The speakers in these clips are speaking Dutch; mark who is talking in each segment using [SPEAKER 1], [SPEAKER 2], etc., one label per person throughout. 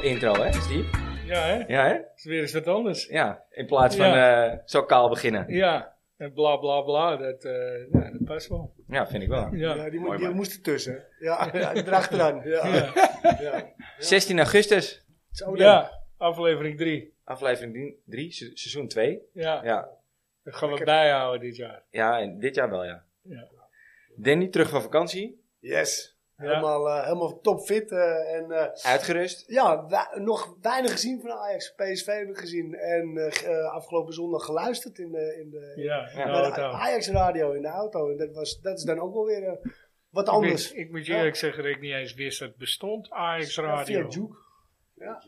[SPEAKER 1] intro, hè, Steve?
[SPEAKER 2] Ja, hè?
[SPEAKER 1] Ja, hè?
[SPEAKER 2] Het is weer eens wat anders.
[SPEAKER 1] Ja, in plaats van eh, zo kaal beginnen.
[SPEAKER 2] Ja, en bla bla bla, dat, eh, ja, dat past wel.
[SPEAKER 1] Ja, vind ik wel.
[SPEAKER 2] Ja.
[SPEAKER 3] Ja, die, mo-
[SPEAKER 1] Mooi,
[SPEAKER 3] die
[SPEAKER 1] man.
[SPEAKER 3] moest ertussen. Ja, ja erachteraan. Ja.
[SPEAKER 2] Ja.
[SPEAKER 3] Ja. Ja.
[SPEAKER 1] 16 augustus,
[SPEAKER 3] Zo dan.
[SPEAKER 2] ja, aflevering 3.
[SPEAKER 1] aflevering 3, seizoen 2.
[SPEAKER 2] Ja,
[SPEAKER 1] Ja.
[SPEAKER 2] dat gaan we
[SPEAKER 3] Lekker.
[SPEAKER 2] bijhouden dit jaar.
[SPEAKER 1] ja, en dit jaar wel, ja.
[SPEAKER 2] Ja.
[SPEAKER 1] Danny, terug van vakantie,
[SPEAKER 3] Yes.
[SPEAKER 2] Ja.
[SPEAKER 3] Helemaal, eh, helemaal topfit. eh, en eh,
[SPEAKER 1] uitgerust.
[SPEAKER 3] ja, we- nog weinig gezien van Ajax. PSV heb ik gezien. En eh, ge- eh, afgelopen zondag geluisterd in de, in de,
[SPEAKER 2] Ja,
[SPEAKER 1] Ja.
[SPEAKER 3] bij
[SPEAKER 2] nou,
[SPEAKER 3] de
[SPEAKER 2] het ook.
[SPEAKER 3] Ajax radio in de auto. En dat, was, dat is dan ook wel weer eh, wat
[SPEAKER 2] Ik,
[SPEAKER 3] anders.
[SPEAKER 2] wist- ik moet je
[SPEAKER 3] Ja.
[SPEAKER 2] eerlijk zeggen dat ik niet eens wist dat het bestond, Ajax
[SPEAKER 3] Ja,
[SPEAKER 2] Radio.
[SPEAKER 3] via
[SPEAKER 2] Oké,
[SPEAKER 3] Juke. Ja,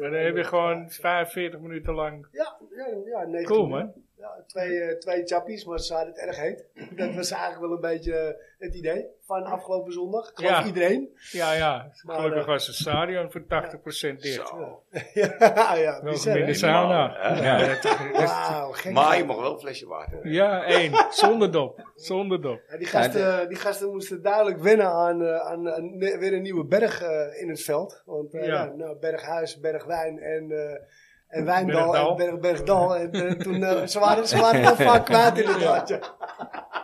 [SPEAKER 2] maar dan heb je gewoon 45 minuten lang...
[SPEAKER 3] Ja, ja, ja 19
[SPEAKER 2] Cool, man.
[SPEAKER 3] Ja, twee, eh, twee chappies, maar ze hadden het erg heet. Dat was eigenlijk wel een beetje eh, het idee van afgelopen zondag. Ik geloof
[SPEAKER 2] Ja.
[SPEAKER 3] iedereen.
[SPEAKER 2] Ja, ja,
[SPEAKER 3] Maar,
[SPEAKER 2] gelukkig
[SPEAKER 3] eh,
[SPEAKER 2] was het stadion voor 80% dicht.
[SPEAKER 3] ja, ja, bizar,
[SPEAKER 2] Welkom in
[SPEAKER 3] hè?
[SPEAKER 2] de
[SPEAKER 4] Helemaal,
[SPEAKER 1] Eh,
[SPEAKER 2] sauna.
[SPEAKER 4] hè?
[SPEAKER 2] Ja, dat- dat-
[SPEAKER 3] Wauw, gek.
[SPEAKER 4] Maar je mag wel een flesje water.
[SPEAKER 2] Ja, één. Zonder dop. Zonder dop.
[SPEAKER 3] Ja, die, gasten, die gasten moesten duidelijk wennen aan, eh, aan, aan ne- weer een nieuwe berg eh, in het veld. Want eh,
[SPEAKER 2] Ja.
[SPEAKER 3] ja, nou, Berghuis, Bergwijn en, eh en Wijndal
[SPEAKER 2] Bergdal.
[SPEAKER 3] en Berg, Bergdal. En eh, toen, eh, ze waren, ze waren heel vaak kwaad inderdaad. Ja.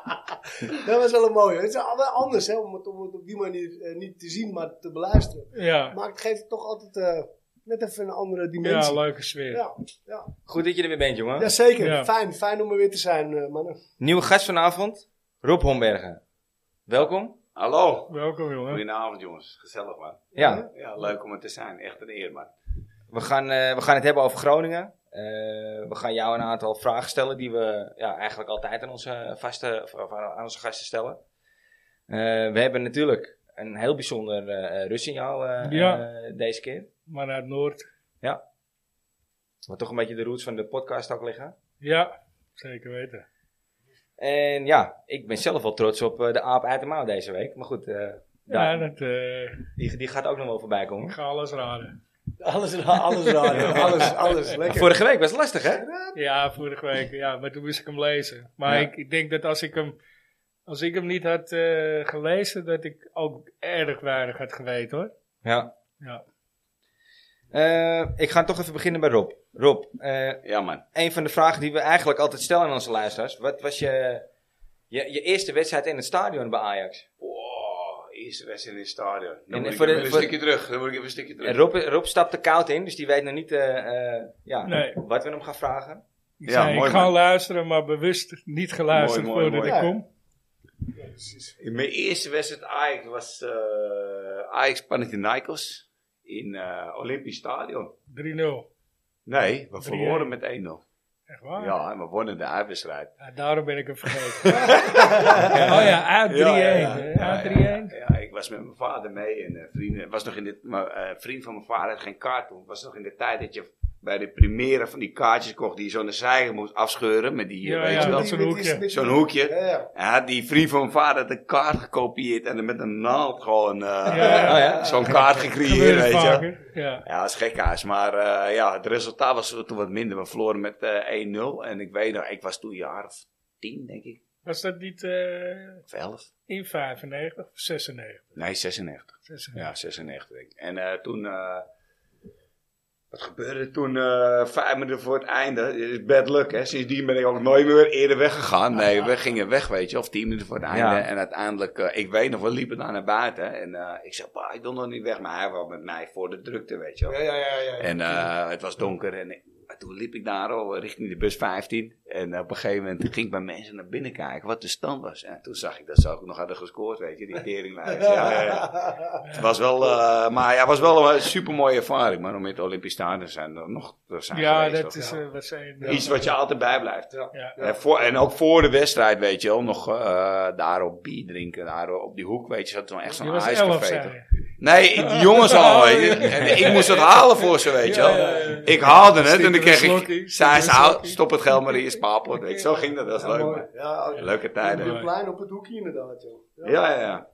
[SPEAKER 3] Dat was wel een mooie. Het is wel anders hè, om, het, om het op die manier eh, niet te zien, maar te beluisteren.
[SPEAKER 2] Ja,
[SPEAKER 3] Maar het geeft het toch altijd eh, net even een andere
[SPEAKER 2] ja
[SPEAKER 3] dimensie.
[SPEAKER 2] leuke sfeer.
[SPEAKER 3] ja, ja.
[SPEAKER 1] Goed dat je er weer bent, jongen.
[SPEAKER 3] Jazeker,
[SPEAKER 2] Ja.
[SPEAKER 3] Fijn, fijn om er weer te zijn, eh, mannen.
[SPEAKER 1] Nieuwe gast vanavond, Rob Hombergen. Welkom.
[SPEAKER 4] Hallo.
[SPEAKER 2] Welkom jongen.
[SPEAKER 4] Goedenavond jongens. Gezellig man.
[SPEAKER 1] Ja,
[SPEAKER 4] Ja, leuk om het te zijn. Echt een eer man.
[SPEAKER 1] we gaan, eh, we gaan het hebben over Groningen. Eh, we gaan jou een aantal vragen stellen die we ja, eigenlijk altijd aan onze, vaste, of, of aan aan onze gasten stellen. Eh, we hebben natuurlijk een heel bijzonder eh Rus in jou eh,
[SPEAKER 2] Ja.
[SPEAKER 1] eh, deze keer.
[SPEAKER 2] Maar uit Noord.
[SPEAKER 1] Wat toch een beetje de roots van de podcast ook liggen.
[SPEAKER 2] Ja, zeker weten.
[SPEAKER 1] En ja, ik ben zelf wel trots op eh, de aap uit de mouw deze week. Maar goed, eh,
[SPEAKER 2] Ja,
[SPEAKER 1] daar-
[SPEAKER 2] dat, eh,
[SPEAKER 1] die, die gaat ook nog wel voorbij komen.
[SPEAKER 2] ik ga alles raden.
[SPEAKER 3] Alles raar, alles raar. ja. Alles, alles.
[SPEAKER 1] Maar
[SPEAKER 3] Lekker.
[SPEAKER 1] Vorige week was het lastig, hè?
[SPEAKER 2] Ja, vorige week. Ja, maar toen moest ik hem lezen. Maar
[SPEAKER 1] Ja.
[SPEAKER 2] ik, ik denk dat als ik hem, als ik hem niet had eh, gelezen, dat ik ook erg weinig had geweten hoor.
[SPEAKER 1] Ja.
[SPEAKER 2] Ja.
[SPEAKER 1] Eh, ik ga toch even beginnen bij Rob. Rob, eh,
[SPEAKER 4] Ja man.
[SPEAKER 1] een van de vragen die we eigenlijk altijd stellen aan onze luisteraars. Wat was je, je, je eerste wedstrijd in het stadion bij Ajax?
[SPEAKER 4] Wow, eerste wedstrijd in het stadion. Dan
[SPEAKER 1] En
[SPEAKER 4] moet ik
[SPEAKER 1] voor de-
[SPEAKER 4] even een
[SPEAKER 1] voor-
[SPEAKER 4] stukje terug. Dan moet ik even een stukje
[SPEAKER 1] En
[SPEAKER 4] terug.
[SPEAKER 1] Rob, Rob stapte koud in, dus die weet nog niet eh, eh, ja,
[SPEAKER 2] Nee.
[SPEAKER 1] wat we hem gaan vragen.
[SPEAKER 2] Ik
[SPEAKER 4] Ja,
[SPEAKER 2] zei,
[SPEAKER 4] mooi,
[SPEAKER 2] ik ga
[SPEAKER 4] man.
[SPEAKER 2] luisteren, maar bewust niet geluisterd
[SPEAKER 4] Mooi, mooi,
[SPEAKER 2] voordat ik
[SPEAKER 3] mooi.
[SPEAKER 2] kom.
[SPEAKER 4] Mijn eerste wedstrijd Ajax was eh Ajax Panathinaikos. In eh Olympisch Stadion.
[SPEAKER 2] 3-0.
[SPEAKER 4] Nee, we verloren
[SPEAKER 2] 3-1.
[SPEAKER 4] met 1-0.
[SPEAKER 2] Echt waar?
[SPEAKER 4] Ja, en we wonnen de uitwedstrijd.
[SPEAKER 2] Ja, daarom ben ik hem vergeten. oh ja, uit 3-1.
[SPEAKER 4] Ja, ja, ja.
[SPEAKER 2] hè?
[SPEAKER 4] Ja,
[SPEAKER 2] Uit 3-1.
[SPEAKER 4] ja, ja. ik was met mijn vader mee en eh, vrienden. Het was nog in dit, maar, eh, vriend van mijn vader had geen kaart toen. Het was nog in de tijd dat je bij de première van die kaartjes kocht die je zo naar zijde moest afscheuren met die, eh,
[SPEAKER 2] Ja,
[SPEAKER 4] weet
[SPEAKER 2] ja,
[SPEAKER 4] je wel,
[SPEAKER 2] dat zo'n hoekje.
[SPEAKER 4] zo'n hoekje.
[SPEAKER 3] Ja, ja.
[SPEAKER 4] Hij had die vriend van mijn vader had een kaart gekopieëerd en er met een naald gewoon eh,
[SPEAKER 2] Ja.
[SPEAKER 1] Oh ja?
[SPEAKER 4] zo'n kaart gecreëerd,
[SPEAKER 2] Gebeurt
[SPEAKER 4] weet je.
[SPEAKER 2] vaker. Ja.
[SPEAKER 4] Ja, dat is gekhuis. Maar eh, ja, het resultaat was toen wat minder. We verloren met eh, 1-0. En ik weet nog, ik was toen een jaar of tien, denk ik.
[SPEAKER 2] Was dat niet eh,
[SPEAKER 4] Of elf.
[SPEAKER 2] in 95 of 96?
[SPEAKER 4] Nee, 96.
[SPEAKER 2] 96.
[SPEAKER 4] Ja, 96 denk ik. En eh, toen... eh, wat gebeurde er toen? eh, vijf minuten voor het einde. Dit is bad luck, hè. Sindsdien ben ik ook nooit meer eerder weggegaan. Nee, we gingen weg, weet je. Of tien minuten voor het einde.
[SPEAKER 1] Ja.
[SPEAKER 4] En uiteindelijk... eh, ik weet nog, we liepen daar naar buiten. En eh, ik zei, pa, ik wil nog niet weg. Maar hij was met mij voor de drukte, weet je wel.
[SPEAKER 3] Ja, ja, ja, ja.
[SPEAKER 4] En eh, het was donker en ik- maar toen liep ik daar al richting de bus 15. En op een gegeven moment ging ik bij mensen naar binnen kijken wat de stand was. En toen zag ik dat ze ook nog hadden gescoord, weet je, die teringlijst. Ja, ja, ja. Het was wel, eh, maar ja, het was wel een supermooie ervaring, man, om in het Olympisch Stadion te zijn. er Nog te zijn
[SPEAKER 2] Ja,
[SPEAKER 4] geweest,
[SPEAKER 2] dat
[SPEAKER 4] of-
[SPEAKER 2] is eh, wat zijn.
[SPEAKER 4] Iets wat je altijd bijblijft.
[SPEAKER 2] Ja.
[SPEAKER 4] En, voor, en ook voor de wedstrijd, weet je wel, nog eh daar op bier drinken, daar op die hoek, weet je, zat toen echt
[SPEAKER 2] Je
[SPEAKER 4] zo'n
[SPEAKER 2] was 11,
[SPEAKER 4] ijscafé.
[SPEAKER 2] zei
[SPEAKER 4] toch?
[SPEAKER 2] je.
[SPEAKER 4] Nee, die jongens al. weet je. En ik moest dat halen voor ze, weet je wel. Ik haalde het en dan kreeg ik... Zij is oud, stop het geld maar in je spaarpot. weet je. Zo ging dat, dat was leuk. man.
[SPEAKER 3] Ja, oh,
[SPEAKER 4] Leuke
[SPEAKER 3] op het
[SPEAKER 4] tijden.
[SPEAKER 3] plein op het hoekje inderdaad, joh.
[SPEAKER 4] Ja, ja, ja.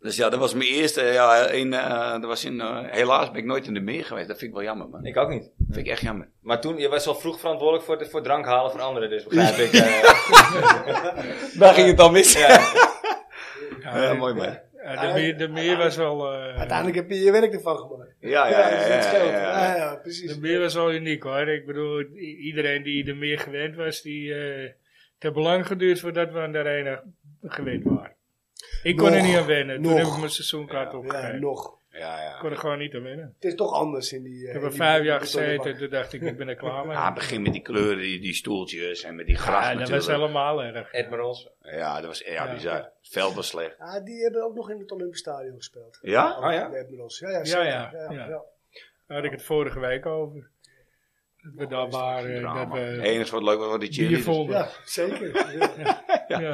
[SPEAKER 4] Dus ja, dat was mijn eerste... Ja, in, eh, dat was in, eh, helaas ben ik nooit in de meer geweest. Dat vind ik wel jammer, man.
[SPEAKER 1] Ik ook niet.
[SPEAKER 4] Dat vind ik echt jammer.
[SPEAKER 1] Maar toen, je was al vroeg verantwoordelijk voor, de, voor drank halen voor anderen, dus begrijp ik. eh,
[SPEAKER 4] Daar ging het dan mis.
[SPEAKER 1] ja.
[SPEAKER 2] Ja,
[SPEAKER 4] Ja,
[SPEAKER 2] dit-
[SPEAKER 4] mooi man.
[SPEAKER 2] Ja, de, meer, de meer was wel... eh,
[SPEAKER 3] Uiteindelijk heb je je werk ervan gemaakt.
[SPEAKER 4] Ja, ja, ja.
[SPEAKER 3] dus
[SPEAKER 4] ja,
[SPEAKER 3] dat scheelt.
[SPEAKER 4] ja, ja.
[SPEAKER 3] Ja, ja,
[SPEAKER 2] De
[SPEAKER 3] precies.
[SPEAKER 2] meer was wel uniek hoor. Ik bedoel, i- iedereen die de meer gewend was, die... eh, het heeft lang geduurd voordat we aan de arena gewend waren. Ik kon er
[SPEAKER 3] Nog,
[SPEAKER 2] niet aan wennen. Toen
[SPEAKER 3] nog.
[SPEAKER 2] heb ik mijn seizoenkaart
[SPEAKER 4] Ja,
[SPEAKER 3] Ja,
[SPEAKER 2] opgegeven.
[SPEAKER 3] nog.
[SPEAKER 4] Ja,
[SPEAKER 2] ik
[SPEAKER 4] ja.
[SPEAKER 2] kon er gewoon niet aan wennen.
[SPEAKER 3] Het is toch anders in die...
[SPEAKER 2] Ik heb er vijf jaar gezeten. dus- Toen dacht ik, ik ben er klaar mee.
[SPEAKER 4] Ah, begin met die kleuren, die, die stoeltjes en met die gras
[SPEAKER 2] Ja, dat
[SPEAKER 4] natuurlijk.
[SPEAKER 2] was helemaal erg.
[SPEAKER 1] Admirals.
[SPEAKER 4] Ja, dat was ja,
[SPEAKER 2] Ja.
[SPEAKER 4] bizar. Het veld was slecht.
[SPEAKER 3] Ja, die hebben ook nog in het Olympisch Stadion gespeeld.
[SPEAKER 4] Ja?
[SPEAKER 1] Oh ja?
[SPEAKER 3] De Admirals. Ja, ja, zeker.
[SPEAKER 2] Ah, ja,
[SPEAKER 3] ja,
[SPEAKER 2] ja.
[SPEAKER 3] ja.
[SPEAKER 2] Daar had ik het vorige week over. Dat
[SPEAKER 3] Oh,
[SPEAKER 2] we daar waren. Eh, Dat
[SPEAKER 4] Drama. Het
[SPEAKER 2] we
[SPEAKER 4] enige wat leuk was, was die
[SPEAKER 2] bier
[SPEAKER 4] cheerleaders.
[SPEAKER 2] vonden.
[SPEAKER 3] dus- Ja, zeker. Ja.
[SPEAKER 2] Ja.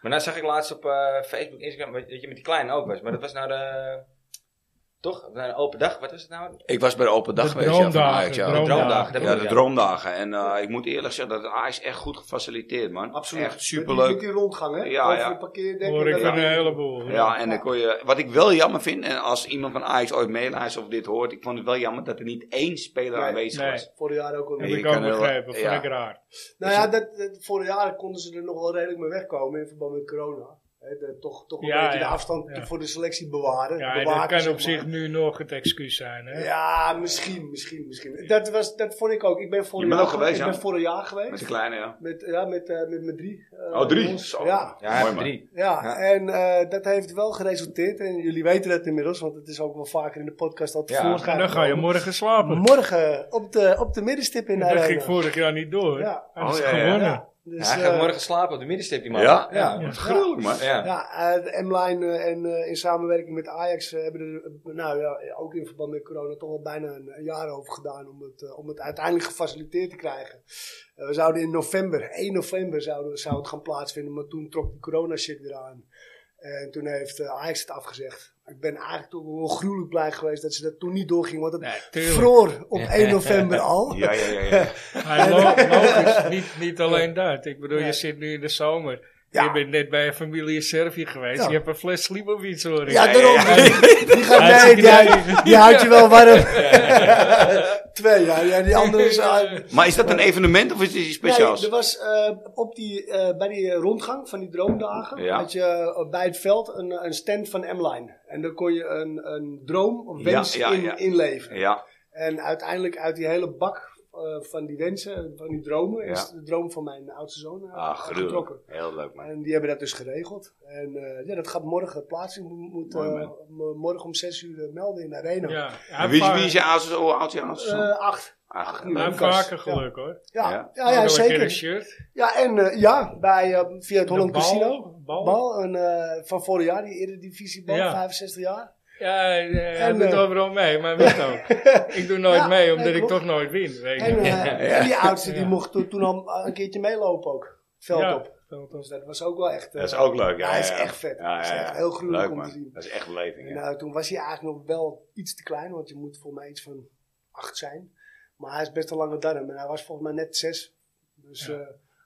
[SPEAKER 1] Maar nou zag ik laatst op eh, Facebook, Instagram, weet- dat je met die kleine ook was. Maar dat was naar de... Toch? Naar de open dag. Wat was het nou?
[SPEAKER 4] Ik was bij de open dag
[SPEAKER 2] De
[SPEAKER 4] geweest. Ja, van
[SPEAKER 2] droomdagen,
[SPEAKER 4] Ajax, ja.
[SPEAKER 2] droomdagen.
[SPEAKER 1] Droomdagen, dat
[SPEAKER 4] Ja, de
[SPEAKER 1] Ja.
[SPEAKER 4] droomdagen. En eh, ik moet eerlijk zeggen dat Ajax echt goed gefaciliteerd, man.
[SPEAKER 3] Absoluut.
[SPEAKER 4] Echt
[SPEAKER 3] Met die,
[SPEAKER 4] superleuk.
[SPEAKER 3] met die rondgang, hè?
[SPEAKER 4] Ja,
[SPEAKER 3] Over
[SPEAKER 4] ja.
[SPEAKER 3] de parkeerdekken.
[SPEAKER 2] Hoor ik
[SPEAKER 3] Ja.
[SPEAKER 2] van een heleboel.
[SPEAKER 4] Ja, en dan kon je, wat ik wel jammer vind, en als iemand van Ajax ooit meeluistert of dit hoort, ik vond het wel jammer dat er niet één speler
[SPEAKER 3] Nee.
[SPEAKER 4] aanwezig
[SPEAKER 2] Nee.
[SPEAKER 4] was.
[SPEAKER 3] Vorig jaar ook al.
[SPEAKER 2] eh, Heb
[SPEAKER 4] Ja,
[SPEAKER 2] ik
[SPEAKER 4] je
[SPEAKER 2] ook
[SPEAKER 4] kan heel-
[SPEAKER 2] begrepen. Vond
[SPEAKER 4] ja.
[SPEAKER 2] ik raar.
[SPEAKER 3] Nou ja, dat, dat, vorig jaar konden ze er nog wel redelijk mee wegkomen in verband met corona. Hè, de- toch toch een
[SPEAKER 2] Ja,
[SPEAKER 3] beetje
[SPEAKER 2] ja.
[SPEAKER 3] de afstand
[SPEAKER 2] Ja.
[SPEAKER 3] voor de selectie bewaren.
[SPEAKER 2] Ja, en
[SPEAKER 3] bewaken,
[SPEAKER 2] dat kan
[SPEAKER 3] zeg
[SPEAKER 2] op
[SPEAKER 3] maar.
[SPEAKER 2] zich nu nog het excuus zijn. Hè?
[SPEAKER 3] Ja, misschien, misschien, misschien. Dat, was, dat vond ik ook. Ik ben vorig
[SPEAKER 4] Je bent
[SPEAKER 3] jaar
[SPEAKER 4] ook geweest,
[SPEAKER 3] Ik
[SPEAKER 4] ja?
[SPEAKER 3] ben vorig jaar
[SPEAKER 4] Met de
[SPEAKER 3] geweest.
[SPEAKER 4] kleine, ja.
[SPEAKER 3] Met, ja, met, eh, met, met drie. eh,
[SPEAKER 4] Oh, drie?
[SPEAKER 3] jongens.
[SPEAKER 4] Zo.
[SPEAKER 3] Ja,
[SPEAKER 1] Ja,
[SPEAKER 4] Mooi, man.
[SPEAKER 1] drie.
[SPEAKER 3] ja,
[SPEAKER 1] Ja.
[SPEAKER 3] en eh, dat heeft wel geresulteerd. En jullie weten dat inmiddels, want het is ook wel vaker in de podcast al te
[SPEAKER 1] Ja,
[SPEAKER 3] voorgaan.
[SPEAKER 2] En dan ga je morgen slapen.
[SPEAKER 3] Morgen op de, op de middenstip in de
[SPEAKER 2] dat
[SPEAKER 3] arena.
[SPEAKER 2] ging vorig jaar niet door.
[SPEAKER 3] Ja.
[SPEAKER 2] Hij is
[SPEAKER 4] Oh, ja, ja,
[SPEAKER 2] gewonnen.
[SPEAKER 3] Ja, dus,
[SPEAKER 1] Ja, hij gaat
[SPEAKER 3] eh,
[SPEAKER 1] morgen slapen op de middenstip, die man.
[SPEAKER 4] Ja,
[SPEAKER 1] Ja.
[SPEAKER 4] ja. gruwelijk, man.
[SPEAKER 1] Ja.
[SPEAKER 3] Ja, eh, de M-Line eh, en eh, in samenwerking met Ajax eh, hebben er eh, nou, ja, ook in verband met corona toch al bijna een, een jaar over gedaan om het, eh, om het uiteindelijk gefaciliteerd te krijgen. Eh, we zouden in november, 1 november zouden, we- zou het gaan plaatsvinden, maar toen trok die corona shit weer aan. En toen heeft eh, Ajax het afgezegd. Ik ben eigenlijk toch wel gruwelijk blij geweest dat ze dat toen niet doorging, want het
[SPEAKER 2] Nee, tuurlijk.
[SPEAKER 3] vroor op 1 november al.
[SPEAKER 4] Ja, ja, ja. ja.
[SPEAKER 2] Hij loopt logisch. Niet, niet alleen dat. Ik bedoel,
[SPEAKER 3] Nee.
[SPEAKER 2] je zit nu in de zomer.
[SPEAKER 3] Ja.
[SPEAKER 2] Je bent net bij een familie in Servië geweest.
[SPEAKER 3] Ja.
[SPEAKER 2] Je hebt een fles Slimovic hoor. ik.
[SPEAKER 3] Ja, daarom. Die, gaat,
[SPEAKER 2] Ja,
[SPEAKER 3] nee,
[SPEAKER 2] die
[SPEAKER 3] die,
[SPEAKER 2] knijpen.
[SPEAKER 3] die houdt je wel warm. Twee, ja. ja die andere is... ah,
[SPEAKER 4] Maar is dat een evenement of is het iets speciaals?
[SPEAKER 3] Nee, er was eh, op die, eh, bij die eh, rondgang van die droomdagen,
[SPEAKER 4] Ja.
[SPEAKER 3] had je eh, bij het veld een, een stand van M-Line. En daar kon je een, een droom of
[SPEAKER 4] Ja,
[SPEAKER 3] wens
[SPEAKER 4] ja,
[SPEAKER 3] in,
[SPEAKER 4] ja.
[SPEAKER 3] inleveren.
[SPEAKER 4] Ja,
[SPEAKER 3] En uiteindelijk uit die hele bak eh, van die wensen, van die dromen, is
[SPEAKER 4] Ja.
[SPEAKER 3] de droom van mijn oudste zoon eh,
[SPEAKER 4] ah, gruwelijk.
[SPEAKER 3] getrokken.
[SPEAKER 4] Heel leuk, man.
[SPEAKER 3] En die hebben dat dus geregeld. En eh, ja, dat gaat morgen plaats. Ik moet, moet,
[SPEAKER 4] Mooi,
[SPEAKER 3] eh,
[SPEAKER 4] man.
[SPEAKER 3] m- morgen om 6 uur eh, melden in de arena.
[SPEAKER 2] Ja.
[SPEAKER 4] En
[SPEAKER 2] Hij
[SPEAKER 4] Wie is,
[SPEAKER 2] heeft
[SPEAKER 4] wie is je oudste hoe oud is je oudste zoon?
[SPEAKER 3] Eh, acht.
[SPEAKER 4] Ach,
[SPEAKER 2] va- hij
[SPEAKER 4] leuk.
[SPEAKER 2] heeft
[SPEAKER 3] Lucas.
[SPEAKER 2] vaker
[SPEAKER 3] Ja.
[SPEAKER 2] geluk hoor.
[SPEAKER 3] Ja,
[SPEAKER 4] Ja.
[SPEAKER 3] ja.
[SPEAKER 2] Hij
[SPEAKER 3] ja,
[SPEAKER 2] had ook een keer
[SPEAKER 3] zeker.
[SPEAKER 2] Een shirt.
[SPEAKER 3] Ja, en eh, ja, bij, eh, via het Holland
[SPEAKER 2] De bal,
[SPEAKER 3] Casino.
[SPEAKER 2] Bal.
[SPEAKER 3] Bal, een, eh, van vorig jaar, die Eredivisiebal,
[SPEAKER 2] Ja.
[SPEAKER 3] 65 jaar.
[SPEAKER 2] Ja, hij- hij
[SPEAKER 3] En,
[SPEAKER 2] doet
[SPEAKER 3] eh,
[SPEAKER 2] overal mee, maar hij wint ook. Ik doe nooit
[SPEAKER 3] Ja,
[SPEAKER 2] mee, omdat
[SPEAKER 3] nee,
[SPEAKER 2] ik
[SPEAKER 3] klopt.
[SPEAKER 2] toch nooit win. Weet je.
[SPEAKER 3] En, eh, en die oudste, die
[SPEAKER 2] Ja.
[SPEAKER 3] mocht toen, toen al eh, een keertje meelopen ook. Veld
[SPEAKER 2] Ja,
[SPEAKER 3] op.
[SPEAKER 2] veld
[SPEAKER 3] Dus
[SPEAKER 2] op.
[SPEAKER 3] dat was ook wel echt... eh,
[SPEAKER 4] Dat is ook leuk, ja.
[SPEAKER 3] Hij is
[SPEAKER 4] ja, ja.
[SPEAKER 3] echt vet.
[SPEAKER 4] Ja,
[SPEAKER 3] Dat is
[SPEAKER 4] ja, ja.
[SPEAKER 3] echt heel gruwelijk
[SPEAKER 4] Leuk,
[SPEAKER 3] om
[SPEAKER 4] man.
[SPEAKER 3] te zien.
[SPEAKER 4] Dat is echt een beleving, ja.
[SPEAKER 3] Nou, toen was hij eigenlijk nog wel iets te klein, want je moet volgens mij iets van acht zijn. Maar hij is best een lange darm en hij was volgens mij net zes. Dus eh,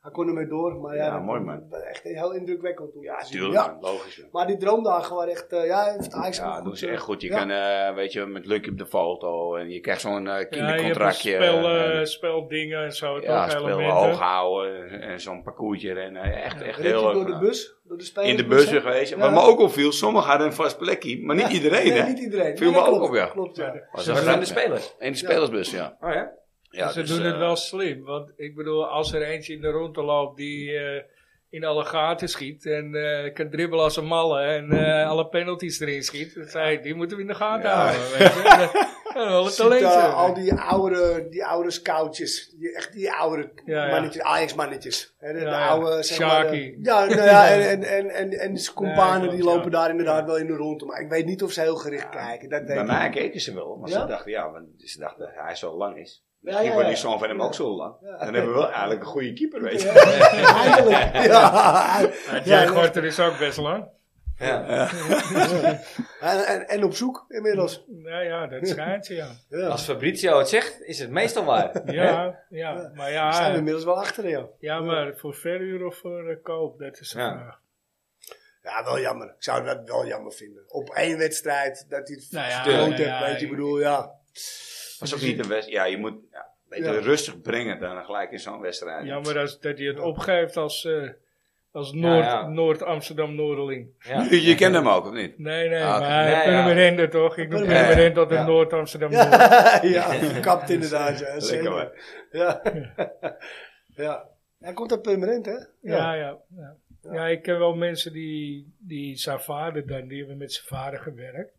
[SPEAKER 3] hij kon ermee door. Maar ja,
[SPEAKER 4] Ja,
[SPEAKER 3] dat-
[SPEAKER 4] mooi, man.
[SPEAKER 3] dat- Echt heel indrukwekkend om
[SPEAKER 4] Ja,
[SPEAKER 3] te zien.
[SPEAKER 4] tuurlijk,
[SPEAKER 3] Ja.
[SPEAKER 4] man. Logisch, man.
[SPEAKER 3] Maar die droomdagen waren echt, eh, ja, heeft Ajax
[SPEAKER 4] Ja,
[SPEAKER 3] wel
[SPEAKER 4] dat doen ze
[SPEAKER 3] eh,
[SPEAKER 4] echt goed. Je
[SPEAKER 3] ja.
[SPEAKER 4] kan, eh, weet je, met Lucky op de foto. En je krijgt zo'n eh
[SPEAKER 2] Ja, je hebt een
[SPEAKER 4] kindercontractje.
[SPEAKER 2] spel, eh,
[SPEAKER 4] en-
[SPEAKER 2] speldingen en zo.
[SPEAKER 4] ja,
[SPEAKER 2] toch
[SPEAKER 4] spelen
[SPEAKER 2] elementen.
[SPEAKER 4] hoog houden. en- En zo'n parcoursje rennen. Echt, echt
[SPEAKER 3] Reed je
[SPEAKER 4] heel leuk.
[SPEAKER 3] door de
[SPEAKER 4] man.
[SPEAKER 3] bus, door de spelers.
[SPEAKER 4] In de bussen geweest.
[SPEAKER 3] Ja.
[SPEAKER 4] Wat me ook opviel, sommigen hadden een vast plekje. Maar niet iedereen,
[SPEAKER 3] nee,
[SPEAKER 4] hè?
[SPEAKER 3] niet iedereen.
[SPEAKER 4] Viel
[SPEAKER 3] Nee,
[SPEAKER 4] me
[SPEAKER 3] klopt,
[SPEAKER 4] ook op, ja.
[SPEAKER 3] Klopt, ja.
[SPEAKER 4] Was
[SPEAKER 1] Ze
[SPEAKER 4] dat
[SPEAKER 1] zijn
[SPEAKER 4] leuk,
[SPEAKER 1] de spelers.
[SPEAKER 4] In de spelersbus, ja.
[SPEAKER 1] Oh ja?
[SPEAKER 4] ja
[SPEAKER 2] ze
[SPEAKER 4] dus,
[SPEAKER 2] doen het
[SPEAKER 4] eh,
[SPEAKER 2] wel slim. Want ik bedoel, als er eentje in de rondte loopt die eh, in alle gaten schiet. En eh, kan dribbelen als een malle. En eh, alle penalties erin schiet. Dan zei ik, die moeten we in de gaten
[SPEAKER 4] Ja.
[SPEAKER 2] houden. Weet je? Dat- dat is wel een
[SPEAKER 3] Ziet, eh,
[SPEAKER 2] talentje.
[SPEAKER 3] al die oude, die oude scoutjes. Die, echt die oude
[SPEAKER 2] Ja, ja.
[SPEAKER 3] mannetjes, Ajax-mannetjes. Hè, De,
[SPEAKER 2] Ja,
[SPEAKER 3] de
[SPEAKER 2] ja.
[SPEAKER 3] oude, zeg maar, de-
[SPEAKER 2] Sjaki.
[SPEAKER 3] ja, nou ja, en, en, en, en, en zijn
[SPEAKER 2] Nee,
[SPEAKER 3] companen
[SPEAKER 2] klopt,
[SPEAKER 3] die lopen
[SPEAKER 2] ja.
[SPEAKER 3] daar inderdaad wel in de rondte. Maar ik weet niet of ze heel gericht kijken. Dat weet
[SPEAKER 4] Bij
[SPEAKER 3] ik
[SPEAKER 4] mij
[SPEAKER 3] niet.
[SPEAKER 4] keken ze dus wel. Maar
[SPEAKER 3] Ja?
[SPEAKER 4] ze dachten, ja, want ze dachten, hij zo lang is.
[SPEAKER 3] Ja,
[SPEAKER 4] Misschien
[SPEAKER 3] ja,
[SPEAKER 4] wordt
[SPEAKER 3] ja.
[SPEAKER 4] die zoon van hem ook zo lang.
[SPEAKER 3] Ja.
[SPEAKER 4] Dan hebben we wel eigenlijk een goede keeper, weet je.
[SPEAKER 3] Eindelijk. Ja.
[SPEAKER 2] Maar
[SPEAKER 3] Ja,
[SPEAKER 2] Jack Gorter is ook best lang.
[SPEAKER 1] Ja.
[SPEAKER 3] en, en, en op zoek inmiddels.
[SPEAKER 2] Nou ja, dat schijnt, ja.
[SPEAKER 3] Ja.
[SPEAKER 1] Als Fabrizio het zegt, is het meestal waar.
[SPEAKER 2] Ja, ja. Maar
[SPEAKER 3] We staan
[SPEAKER 2] ja,
[SPEAKER 3] inmiddels wel achter jou.
[SPEAKER 2] ja, maar voor verhuur of voor eh, koop, dat is de
[SPEAKER 1] Ja.
[SPEAKER 2] vraag.
[SPEAKER 3] Ja, wel jammer. Ik zou dat wel jammer vinden. Op één wedstrijd dat hij het
[SPEAKER 2] Nou ja,
[SPEAKER 3] verstoot
[SPEAKER 2] nou
[SPEAKER 3] hebt,
[SPEAKER 2] ja,
[SPEAKER 3] weet je,
[SPEAKER 2] ik-
[SPEAKER 3] ik bedoel, ja.
[SPEAKER 4] Was ook niet een wedstrijd. Ja, je moet ja, een beetje
[SPEAKER 3] Ja.
[SPEAKER 4] rustig brengen dan gelijk in zo'n wedstrijd.
[SPEAKER 2] Jammer als, dat hij het opgeeft als, eh, Als Noord,
[SPEAKER 1] ja.
[SPEAKER 2] Noord-Amsterdam-Noorderling.
[SPEAKER 1] Ja.
[SPEAKER 4] Je, je kent hem ook, of niet?
[SPEAKER 2] Nee, nee,
[SPEAKER 4] Ah, oké.
[SPEAKER 2] maar
[SPEAKER 1] Nee,
[SPEAKER 2] ik ben
[SPEAKER 1] ja.
[SPEAKER 2] een berender toch? Ik noem
[SPEAKER 3] Ja.
[SPEAKER 2] ja. een berender tot een
[SPEAKER 1] Ja.
[SPEAKER 2] Noord-Amsterdam-Noorderling.
[SPEAKER 3] Ja, ja, verkapt inderdaad. Ja,
[SPEAKER 4] Lekker
[SPEAKER 3] zeker.
[SPEAKER 4] man.
[SPEAKER 3] Ja. ja. Hij komt uit Permanent, hè? Ja.
[SPEAKER 2] Ja, ja, ja. Ja, ik ken wel mensen die, die zijn vader dan, die hebben met zijn vader gewerkt.